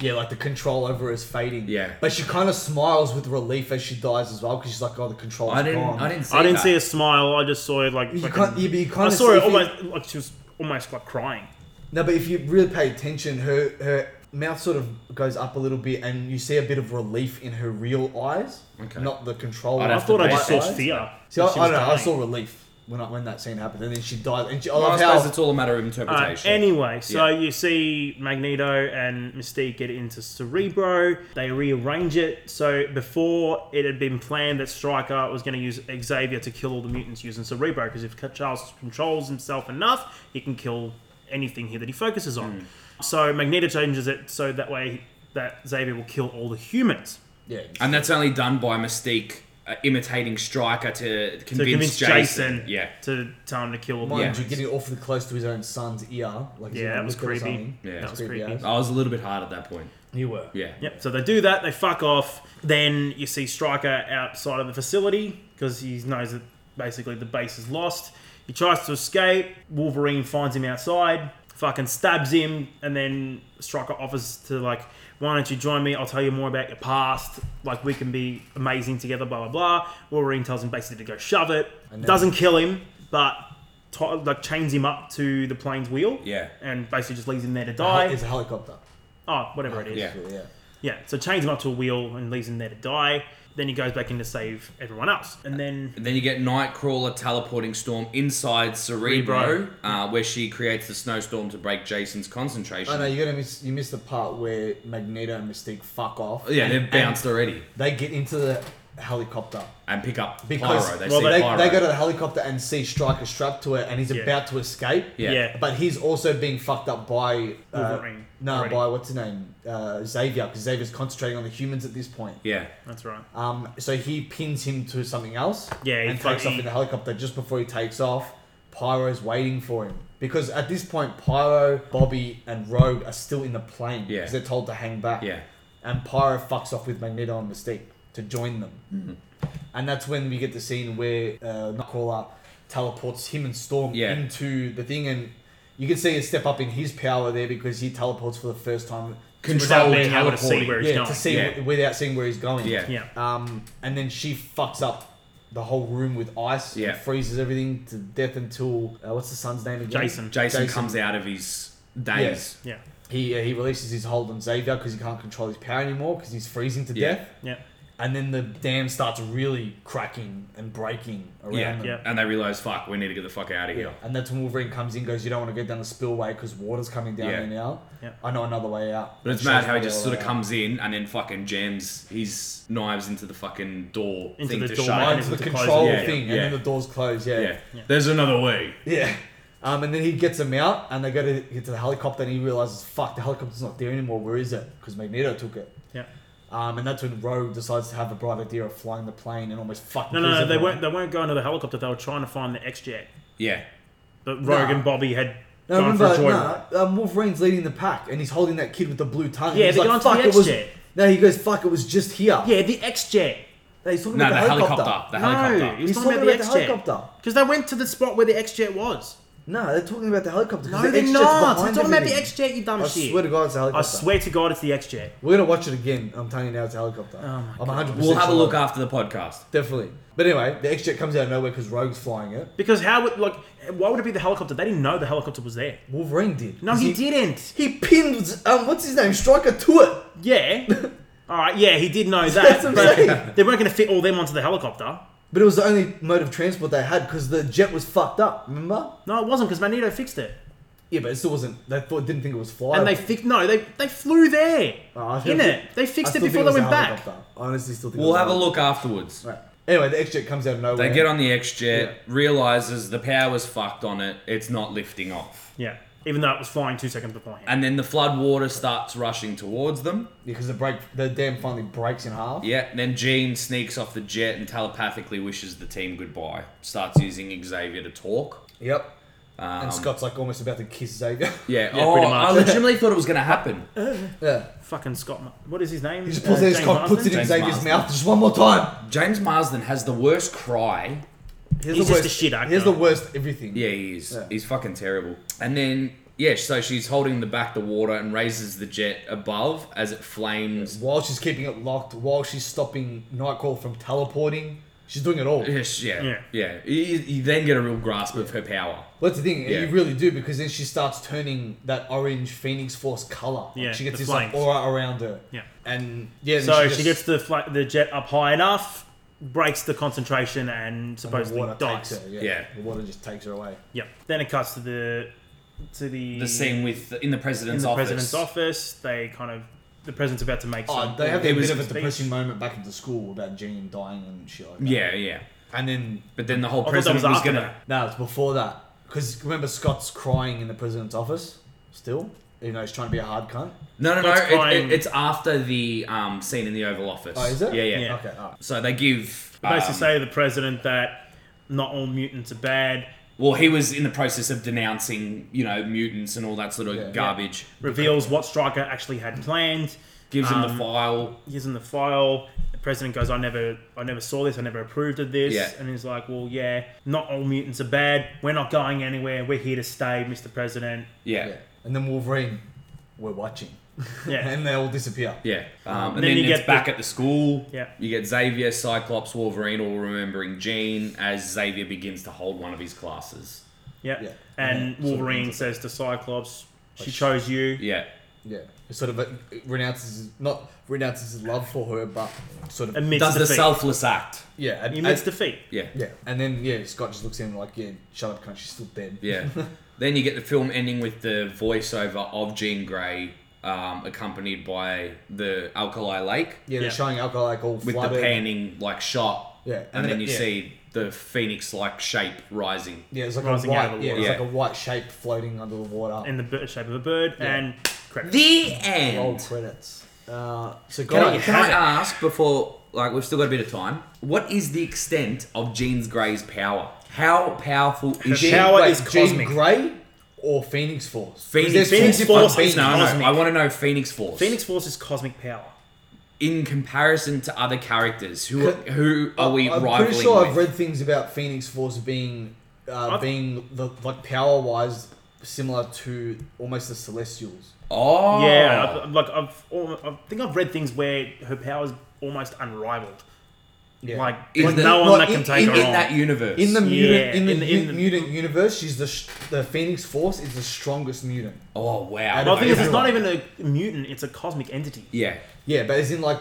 [SPEAKER 1] Yeah, like the control over her is fading.
[SPEAKER 3] Yeah.
[SPEAKER 1] But she kind of smiles with relief as she dies as well because she's like, oh, the control's
[SPEAKER 3] I didn't.
[SPEAKER 1] gone.
[SPEAKER 3] I didn't see.
[SPEAKER 2] I didn't
[SPEAKER 3] that.
[SPEAKER 2] see a smile. I just saw her like.
[SPEAKER 1] You
[SPEAKER 2] fucking-
[SPEAKER 1] can't, you, but you
[SPEAKER 2] I
[SPEAKER 1] kind of
[SPEAKER 2] saw her almost like she was almost like crying.
[SPEAKER 1] no, but if you really pay attention, her her mouth sort of goes up a little bit, and you see a bit of relief in her real eyes,
[SPEAKER 3] Okay.
[SPEAKER 1] not the control.
[SPEAKER 3] I'd have
[SPEAKER 2] I
[SPEAKER 1] eyes.
[SPEAKER 3] to
[SPEAKER 2] thought I just saw
[SPEAKER 1] eyes.
[SPEAKER 2] fear.
[SPEAKER 1] See, I,
[SPEAKER 2] that she
[SPEAKER 1] I
[SPEAKER 2] was
[SPEAKER 1] don't know. I
[SPEAKER 2] dying.
[SPEAKER 1] saw relief when I, when that scene happened, and then she died. And she, I
[SPEAKER 3] Well, I
[SPEAKER 1] love
[SPEAKER 3] suppose
[SPEAKER 1] how
[SPEAKER 3] it's all a matter of
[SPEAKER 2] Uh,
[SPEAKER 3] interpretation.
[SPEAKER 2] anyway, so
[SPEAKER 3] Yeah.
[SPEAKER 2] you see Magneto and Mystique get into Cerebro. They rearrange it. So before it had been planned that Stryker was going to use Xavier to kill all the mutants using Cerebro because if Charles controls himself enough, he can kill anything here that he focuses on.
[SPEAKER 3] Hmm.
[SPEAKER 2] So Magneto changes it so that way that Xavier will kill all the humans.
[SPEAKER 1] yeah,
[SPEAKER 3] and that's only done by Mystique uh, imitating Striker to convince,
[SPEAKER 2] To convince Jason,
[SPEAKER 3] Yeah.
[SPEAKER 2] to tell him to kill all the
[SPEAKER 1] mind
[SPEAKER 3] yeah.
[SPEAKER 1] you, getting awfully close to his own son's ear, like
[SPEAKER 2] Yeah, that was creepy.
[SPEAKER 3] Yeah.
[SPEAKER 2] That was creepy.
[SPEAKER 3] I was a little bit hard at that point.
[SPEAKER 1] You were.
[SPEAKER 3] Yeah.
[SPEAKER 2] Yep. So they do that. They fuck off. Then you see Stryker outside of the facility because he knows that basically the base is lost. He tries to escape. Wolverine finds him outside, fucking stabs him, and then Stryker offers to like, "Why don't you join me? I'll tell you more about your past. Like we can be amazing together." Blah blah blah. Wolverine tells him basically to go shove it.
[SPEAKER 1] And then-
[SPEAKER 2] Doesn't kill him, but. T- like chains him up to the plane's wheel,
[SPEAKER 3] Yeah.
[SPEAKER 2] and basically just leaves him there to
[SPEAKER 1] Hel-
[SPEAKER 2] die.
[SPEAKER 1] It's a helicopter.
[SPEAKER 2] Oh, whatever it is,
[SPEAKER 3] Yeah.
[SPEAKER 1] Yeah.
[SPEAKER 2] yeah, so chains him up to a wheel and leaves him there to die. Then he goes back in to save everyone else. And then
[SPEAKER 3] And then you get Nightcrawler teleporting Storm inside Cerebro, uh, where she creates the snowstorm to break Jason's concentration.
[SPEAKER 1] I know you're gonna miss. You missed the part where Magneto and Mystique fuck off.
[SPEAKER 3] yeah,
[SPEAKER 1] and-
[SPEAKER 3] they've bounced already
[SPEAKER 1] and They get into the helicopter
[SPEAKER 3] and pick up
[SPEAKER 1] because
[SPEAKER 3] Pyro. They
[SPEAKER 1] well,
[SPEAKER 3] see
[SPEAKER 1] they,
[SPEAKER 3] Pyro.
[SPEAKER 1] they go to the helicopter and see Striker strapped to it, and he's
[SPEAKER 2] Yeah.
[SPEAKER 1] about to escape.
[SPEAKER 3] yeah.
[SPEAKER 2] Yeah.
[SPEAKER 1] But he's also being fucked up by uh,
[SPEAKER 2] Wolverine
[SPEAKER 1] No,
[SPEAKER 2] already.
[SPEAKER 1] by what's his name, uh, Xavier, because Xavier's concentrating on the humans at this point.
[SPEAKER 3] Yeah.
[SPEAKER 2] that's right.
[SPEAKER 1] Um, so he pins him to something else.
[SPEAKER 2] Yeah, he
[SPEAKER 1] and takes
[SPEAKER 2] fuck-
[SPEAKER 1] off in the helicopter just before he takes off. Pyro's waiting for him because at this point, Pyro, Bobby, and Rogue are still in the plane
[SPEAKER 3] Yeah.
[SPEAKER 1] because they're told to hang back.
[SPEAKER 3] Yeah.
[SPEAKER 1] and Pyro fucks off with Magneto and Mystique to join them,
[SPEAKER 3] Mm-hmm.
[SPEAKER 1] and that's when we get the scene where uh, Nightcrawler teleports him and Storm
[SPEAKER 3] Yeah.
[SPEAKER 1] into the thing, and you can see a step up in his power there because he teleports for the first time.
[SPEAKER 2] Without
[SPEAKER 3] Controlling
[SPEAKER 2] being able to see
[SPEAKER 3] teleporting.
[SPEAKER 2] where he's
[SPEAKER 1] Yeah,
[SPEAKER 2] going.
[SPEAKER 1] to see
[SPEAKER 3] Yeah.
[SPEAKER 2] uh,
[SPEAKER 1] without seeing where he's going.
[SPEAKER 3] Yeah.
[SPEAKER 2] yeah.
[SPEAKER 1] Um, and then she fucks up the whole room with ice. and
[SPEAKER 3] Yeah.
[SPEAKER 1] freezes everything to death until uh, what's the son's name again?
[SPEAKER 2] Jason.
[SPEAKER 3] Jason,
[SPEAKER 1] Jason.
[SPEAKER 3] comes out of his
[SPEAKER 1] Yes.
[SPEAKER 3] daze.
[SPEAKER 2] Yeah.
[SPEAKER 1] He uh, he releases his hold on Xavier because he can't control his power anymore because he's freezing to
[SPEAKER 3] Yeah.
[SPEAKER 1] death.
[SPEAKER 2] Yeah.
[SPEAKER 1] And then the dam starts really cracking and breaking around
[SPEAKER 3] Yeah.
[SPEAKER 1] them.
[SPEAKER 2] Yeah.
[SPEAKER 3] And they realize, fuck, we need to get the fuck out of here.
[SPEAKER 1] And that's when Wolverine comes in, goes, "You don't want to go down the spillway because water's coming down
[SPEAKER 3] Yeah.
[SPEAKER 1] there now.
[SPEAKER 2] Yeah.
[SPEAKER 1] I know another way out."
[SPEAKER 3] But it's
[SPEAKER 1] Shows
[SPEAKER 3] mad how he
[SPEAKER 1] the
[SPEAKER 3] just
[SPEAKER 1] other
[SPEAKER 3] sort of
[SPEAKER 1] way out.
[SPEAKER 3] comes in and then fucking jams his knives into the fucking door
[SPEAKER 2] Into
[SPEAKER 3] thing
[SPEAKER 2] the
[SPEAKER 3] to
[SPEAKER 2] door
[SPEAKER 3] shut.
[SPEAKER 2] and
[SPEAKER 3] it.
[SPEAKER 1] Mine's
[SPEAKER 2] able
[SPEAKER 1] the
[SPEAKER 2] to close
[SPEAKER 1] control
[SPEAKER 3] it. Yeah,
[SPEAKER 1] thing,
[SPEAKER 3] yeah.
[SPEAKER 1] and then the doors close. Yeah.
[SPEAKER 3] Yeah. There's another way.
[SPEAKER 1] Yeah. Um, and then he gets them out, and they go to get to the helicopter, and he realizes, "Fuck, the helicopter's not there anymore. Where is it? Because Magneto took it."
[SPEAKER 2] Yeah.
[SPEAKER 1] Um, and that's when Rogue decides to have a bright idea of flying the plane and almost fucking.
[SPEAKER 2] No, no,
[SPEAKER 1] kills
[SPEAKER 2] no. They
[SPEAKER 1] everyone.
[SPEAKER 2] weren't. They weren't going to the helicopter. They were trying to find the X jet.
[SPEAKER 3] Yeah.
[SPEAKER 2] But Rogue
[SPEAKER 1] Nah.
[SPEAKER 2] and Bobby had
[SPEAKER 1] No,
[SPEAKER 2] gone for a
[SPEAKER 1] remember,
[SPEAKER 2] joyride.
[SPEAKER 1] no, um, Wolverine's leading the pack, and he's holding that kid with the blue tongue.
[SPEAKER 2] Yeah,
[SPEAKER 1] he's
[SPEAKER 2] they're going to the
[SPEAKER 1] it was.
[SPEAKER 2] X-Jet."
[SPEAKER 1] No, he goes, "Fuck, it was just here."
[SPEAKER 2] Yeah, the X jet.
[SPEAKER 1] No, he's talking
[SPEAKER 3] No, the
[SPEAKER 1] about the,
[SPEAKER 3] helicopter.
[SPEAKER 1] helicopter.
[SPEAKER 3] The
[SPEAKER 2] No,
[SPEAKER 3] helicopter.
[SPEAKER 2] he's,
[SPEAKER 1] He's
[SPEAKER 2] talking about the X jet.
[SPEAKER 1] helicopter.
[SPEAKER 2] Because they went to the spot where the X jet was.
[SPEAKER 1] No, they're talking about the helicopter. 'cause
[SPEAKER 2] No,
[SPEAKER 1] the
[SPEAKER 2] they're
[SPEAKER 1] X-Jet's
[SPEAKER 2] not. They're
[SPEAKER 1] behind
[SPEAKER 2] talking about the
[SPEAKER 1] everything.
[SPEAKER 2] X jet. You dumb
[SPEAKER 1] I
[SPEAKER 2] shit.
[SPEAKER 1] swear to God, it's a
[SPEAKER 2] I
[SPEAKER 1] helicopter.
[SPEAKER 2] swear to God, it's the X jet.
[SPEAKER 1] We're gonna watch it again. I'm telling you now, it's a helicopter. Oh my I'm 100.
[SPEAKER 3] We'll have a look after the podcast.
[SPEAKER 1] Definitely. But anyway, the X jet comes out of nowhere because Rogue's flying it.
[SPEAKER 2] Because how would like? Why would it be the helicopter? They didn't know the helicopter was there.
[SPEAKER 1] Wolverine did.
[SPEAKER 2] No,
[SPEAKER 1] 'Cause
[SPEAKER 2] he, didn't.
[SPEAKER 1] He pinned. Um, what's his name? Striker to it. [LAUGHS]
[SPEAKER 2] Yeah. all right. Yeah, he did know that.
[SPEAKER 1] That's what I'm
[SPEAKER 2] but
[SPEAKER 1] saying.
[SPEAKER 2] they weren't going to fit all them onto the helicopter.
[SPEAKER 1] But it was the only mode of transport they had because the jet was fucked up. Remember?
[SPEAKER 2] No, it wasn't because Magneto fixed it.
[SPEAKER 1] Yeah, but it still wasn't. They thought didn't think it was flyable.
[SPEAKER 2] And they fixed. No, they they flew there.
[SPEAKER 1] Oh, I
[SPEAKER 2] in
[SPEAKER 1] think-
[SPEAKER 2] it. They
[SPEAKER 1] I
[SPEAKER 2] fixed it
[SPEAKER 1] still think
[SPEAKER 2] before they
[SPEAKER 1] was a
[SPEAKER 2] went back.
[SPEAKER 1] helicopter. I honestly still think. it
[SPEAKER 3] We'll
[SPEAKER 1] was
[SPEAKER 3] have a
[SPEAKER 1] helicopter.
[SPEAKER 3] look afterwards.
[SPEAKER 1] Right. Anyway, the X jet comes out of nowhere.
[SPEAKER 3] They get on the X jet, realizes the power's fucked on it. It's not lifting off,
[SPEAKER 2] Yeah. Even though it was flying two seconds beforehand.
[SPEAKER 3] and then the flood water starts rushing towards them.
[SPEAKER 1] because the break, the dam finally breaks in half.
[SPEAKER 3] Yeah, and then Jean sneaks off the jet and telepathically wishes the team goodbye. Starts using Xavier to talk.
[SPEAKER 1] Yep. and Scott's like almost about to kiss Xavier.
[SPEAKER 3] Um, Yeah,
[SPEAKER 2] Yeah,
[SPEAKER 3] oh,
[SPEAKER 2] pretty much.
[SPEAKER 3] I legitimately thought it was going to happen.
[SPEAKER 1] yeah.
[SPEAKER 2] Fucking Scott. Ma- What is his
[SPEAKER 1] [LAUGHS]
[SPEAKER 2] name? Uh,
[SPEAKER 1] He just pulls out his cock, puts it in
[SPEAKER 3] James
[SPEAKER 1] Xavier's
[SPEAKER 3] Marsden.
[SPEAKER 1] mouth just one more time.
[SPEAKER 3] James Marsden has the worst cry.
[SPEAKER 1] Here's
[SPEAKER 2] He's
[SPEAKER 1] the
[SPEAKER 2] just
[SPEAKER 1] worst,
[SPEAKER 2] a shit actor.
[SPEAKER 1] Here's the worst everything.
[SPEAKER 3] Yeah, he is. He's fucking terrible. And then, yeah, so she's holding the back the water and raises the jet above as it flames.
[SPEAKER 1] While she's keeping it locked, while she's stopping Nightcrawler from teleporting, she's doing it all.
[SPEAKER 3] Yeah, sh- yeah.
[SPEAKER 2] Yeah.
[SPEAKER 3] yeah. You, you then get a real grasp of her power.
[SPEAKER 1] Well, that's the thing,
[SPEAKER 3] Yeah.
[SPEAKER 1] you really do because then she starts turning that orange Phoenix Force color. Like,
[SPEAKER 2] Yeah,
[SPEAKER 1] she gets
[SPEAKER 2] the
[SPEAKER 1] this like,
[SPEAKER 2] flames.
[SPEAKER 1] aura around her.
[SPEAKER 2] Yeah.
[SPEAKER 1] and yeah, then
[SPEAKER 2] So
[SPEAKER 1] just-
[SPEAKER 2] she gets the fla- the jet up high enough, breaks the concentration, and
[SPEAKER 1] and the
[SPEAKER 2] supposedly
[SPEAKER 1] water
[SPEAKER 2] dies.
[SPEAKER 1] Takes her, yeah.
[SPEAKER 3] Yeah.
[SPEAKER 1] the water just takes her away.
[SPEAKER 2] Yep. Then it cuts to the to the
[SPEAKER 3] The scene with in the
[SPEAKER 2] in
[SPEAKER 3] president's
[SPEAKER 2] the
[SPEAKER 3] office.
[SPEAKER 2] president's office. They kind of the president's about to make
[SPEAKER 1] Oh,
[SPEAKER 2] some.
[SPEAKER 1] they have
[SPEAKER 3] it
[SPEAKER 1] a
[SPEAKER 3] was
[SPEAKER 1] bit of a
[SPEAKER 3] speech.
[SPEAKER 1] depressing moment back into school about Jean dying and shit like that.
[SPEAKER 3] Yeah, yeah.
[SPEAKER 1] and then
[SPEAKER 3] But then the whole
[SPEAKER 2] that
[SPEAKER 3] president
[SPEAKER 2] was
[SPEAKER 3] was,
[SPEAKER 2] after
[SPEAKER 3] going to.
[SPEAKER 2] that.
[SPEAKER 1] No, it's before that. Because remember, Scott's crying in the president's office still, even though he's trying to be a hard cunt.
[SPEAKER 3] No, no, no.
[SPEAKER 2] It's
[SPEAKER 3] It,
[SPEAKER 2] fine.
[SPEAKER 3] it, it's after the um, scene in the Oval Office.
[SPEAKER 1] Oh, is it?
[SPEAKER 3] Yeah, yeah.
[SPEAKER 2] Yeah.
[SPEAKER 1] Okay, alright.
[SPEAKER 3] So they give.
[SPEAKER 2] They basically
[SPEAKER 3] um,
[SPEAKER 2] say to the president that not all mutants are bad.
[SPEAKER 3] well, he was in the process of denouncing, you know, mutants and all that sort of
[SPEAKER 1] Yeah.
[SPEAKER 3] garbage.
[SPEAKER 2] Reveals what Stryker actually had planned.
[SPEAKER 3] Gives him
[SPEAKER 2] Um,
[SPEAKER 3] the file.
[SPEAKER 2] He's in the file. The president goes, "I never, I never saw this. I never approved of this."
[SPEAKER 3] Yeah.
[SPEAKER 2] And he's like, "Well, yeah, not all mutants are bad. We're not going anywhere. We're here to stay, Mr.
[SPEAKER 3] [LAUGHS]
[SPEAKER 2] President."
[SPEAKER 3] Yeah.
[SPEAKER 1] Yeah. And then Wolverine, we're watching.
[SPEAKER 2] Yeah.
[SPEAKER 1] and they all disappear.
[SPEAKER 3] Yeah. Um, and
[SPEAKER 2] then
[SPEAKER 3] then,
[SPEAKER 2] you
[SPEAKER 3] it's
[SPEAKER 2] get
[SPEAKER 3] back
[SPEAKER 2] the-
[SPEAKER 3] at the school.
[SPEAKER 2] Yeah.
[SPEAKER 3] You get Xavier, Cyclops, Wolverine all remembering Jean as Xavier begins to hold one of his classes.
[SPEAKER 2] yeah.
[SPEAKER 1] Yeah.
[SPEAKER 2] And
[SPEAKER 1] Yeah.
[SPEAKER 2] Wolverine says to Cyclops, "She chose you."
[SPEAKER 3] Yeah.
[SPEAKER 1] Yeah. He sort of uh, renounces, not renounces his love for her, but sort of.
[SPEAKER 2] Admits
[SPEAKER 3] Does the
[SPEAKER 2] defeat.
[SPEAKER 3] selfless act.
[SPEAKER 1] yeah. And,
[SPEAKER 2] He admits
[SPEAKER 1] and-
[SPEAKER 2] defeat.
[SPEAKER 3] Yeah.
[SPEAKER 1] yeah. And then, yeah, Scott just looks at him like, yeah, shut up, cunt, she's still dead. [LAUGHS]
[SPEAKER 3] Yeah. then you get the film ending with the voiceover of Jean Grey, um, accompanied by the Alkali Lake
[SPEAKER 1] Yeah, they're
[SPEAKER 2] Yeah.
[SPEAKER 1] showing alcohol like all
[SPEAKER 3] with the
[SPEAKER 1] flooded.
[SPEAKER 3] panning like shot.
[SPEAKER 1] Yeah,
[SPEAKER 3] And,
[SPEAKER 1] and
[SPEAKER 3] then
[SPEAKER 1] then-
[SPEAKER 3] you
[SPEAKER 1] yeah.
[SPEAKER 3] see the phoenix like shape rising.
[SPEAKER 1] Yeah, it's like
[SPEAKER 2] Rising
[SPEAKER 1] a
[SPEAKER 2] out
[SPEAKER 1] white,
[SPEAKER 2] of the
[SPEAKER 1] yeah,
[SPEAKER 2] water.
[SPEAKER 1] it's
[SPEAKER 3] Yeah.
[SPEAKER 1] like a white shape floating under the water.
[SPEAKER 2] in the bir- shape of a bird
[SPEAKER 1] Yeah.
[SPEAKER 2] and credits.
[SPEAKER 3] The
[SPEAKER 1] Roll
[SPEAKER 3] end.
[SPEAKER 1] credits. Uh, so
[SPEAKER 3] Can I,
[SPEAKER 1] guys,
[SPEAKER 3] can I ask before, like, we've still got a bit of time. What is the extent of Jean Grey's power? How powerful is she?
[SPEAKER 2] power-
[SPEAKER 1] Wait,
[SPEAKER 2] is
[SPEAKER 1] Jean
[SPEAKER 2] cosmic.
[SPEAKER 1] Grey or Phoenix Force?
[SPEAKER 3] Phoenix,
[SPEAKER 1] There's two
[SPEAKER 2] Phoenix
[SPEAKER 1] different
[SPEAKER 2] Force is
[SPEAKER 1] Phoenix.
[SPEAKER 3] No, no,
[SPEAKER 2] cosmic.
[SPEAKER 3] I want to know Phoenix Force.
[SPEAKER 2] Phoenix Force is cosmic power.
[SPEAKER 3] in comparison to other characters, who who are we
[SPEAKER 1] I'm
[SPEAKER 3] rivaling?
[SPEAKER 1] pretty sure
[SPEAKER 3] with?
[SPEAKER 1] I've read things about Phoenix Force being uh,
[SPEAKER 2] I've-
[SPEAKER 1] being the, like power wise similar to almost the Celestials.
[SPEAKER 3] Oh,
[SPEAKER 2] Yeah, I've, I've- like I've, al- I think I've read things where her power is almost unrivaled.
[SPEAKER 1] Yeah.
[SPEAKER 2] Like,
[SPEAKER 3] Is
[SPEAKER 2] like
[SPEAKER 3] the-
[SPEAKER 2] no one
[SPEAKER 1] well,
[SPEAKER 2] that can
[SPEAKER 1] in-
[SPEAKER 2] take her
[SPEAKER 3] in
[SPEAKER 2] on.
[SPEAKER 3] that universe.
[SPEAKER 1] In the mutant,
[SPEAKER 2] Yeah,
[SPEAKER 1] in the,
[SPEAKER 2] in the-
[SPEAKER 1] mu-
[SPEAKER 2] in the-
[SPEAKER 1] mutant universe, she's the sh- the Phoenix Force is the strongest mutant.
[SPEAKER 3] oh wow.
[SPEAKER 1] Out
[SPEAKER 2] Well,
[SPEAKER 1] of
[SPEAKER 2] the thing is, it's
[SPEAKER 1] everyone.
[SPEAKER 2] not even a mutant; it's a cosmic entity,
[SPEAKER 3] yeah.
[SPEAKER 1] Yeah, but as in like,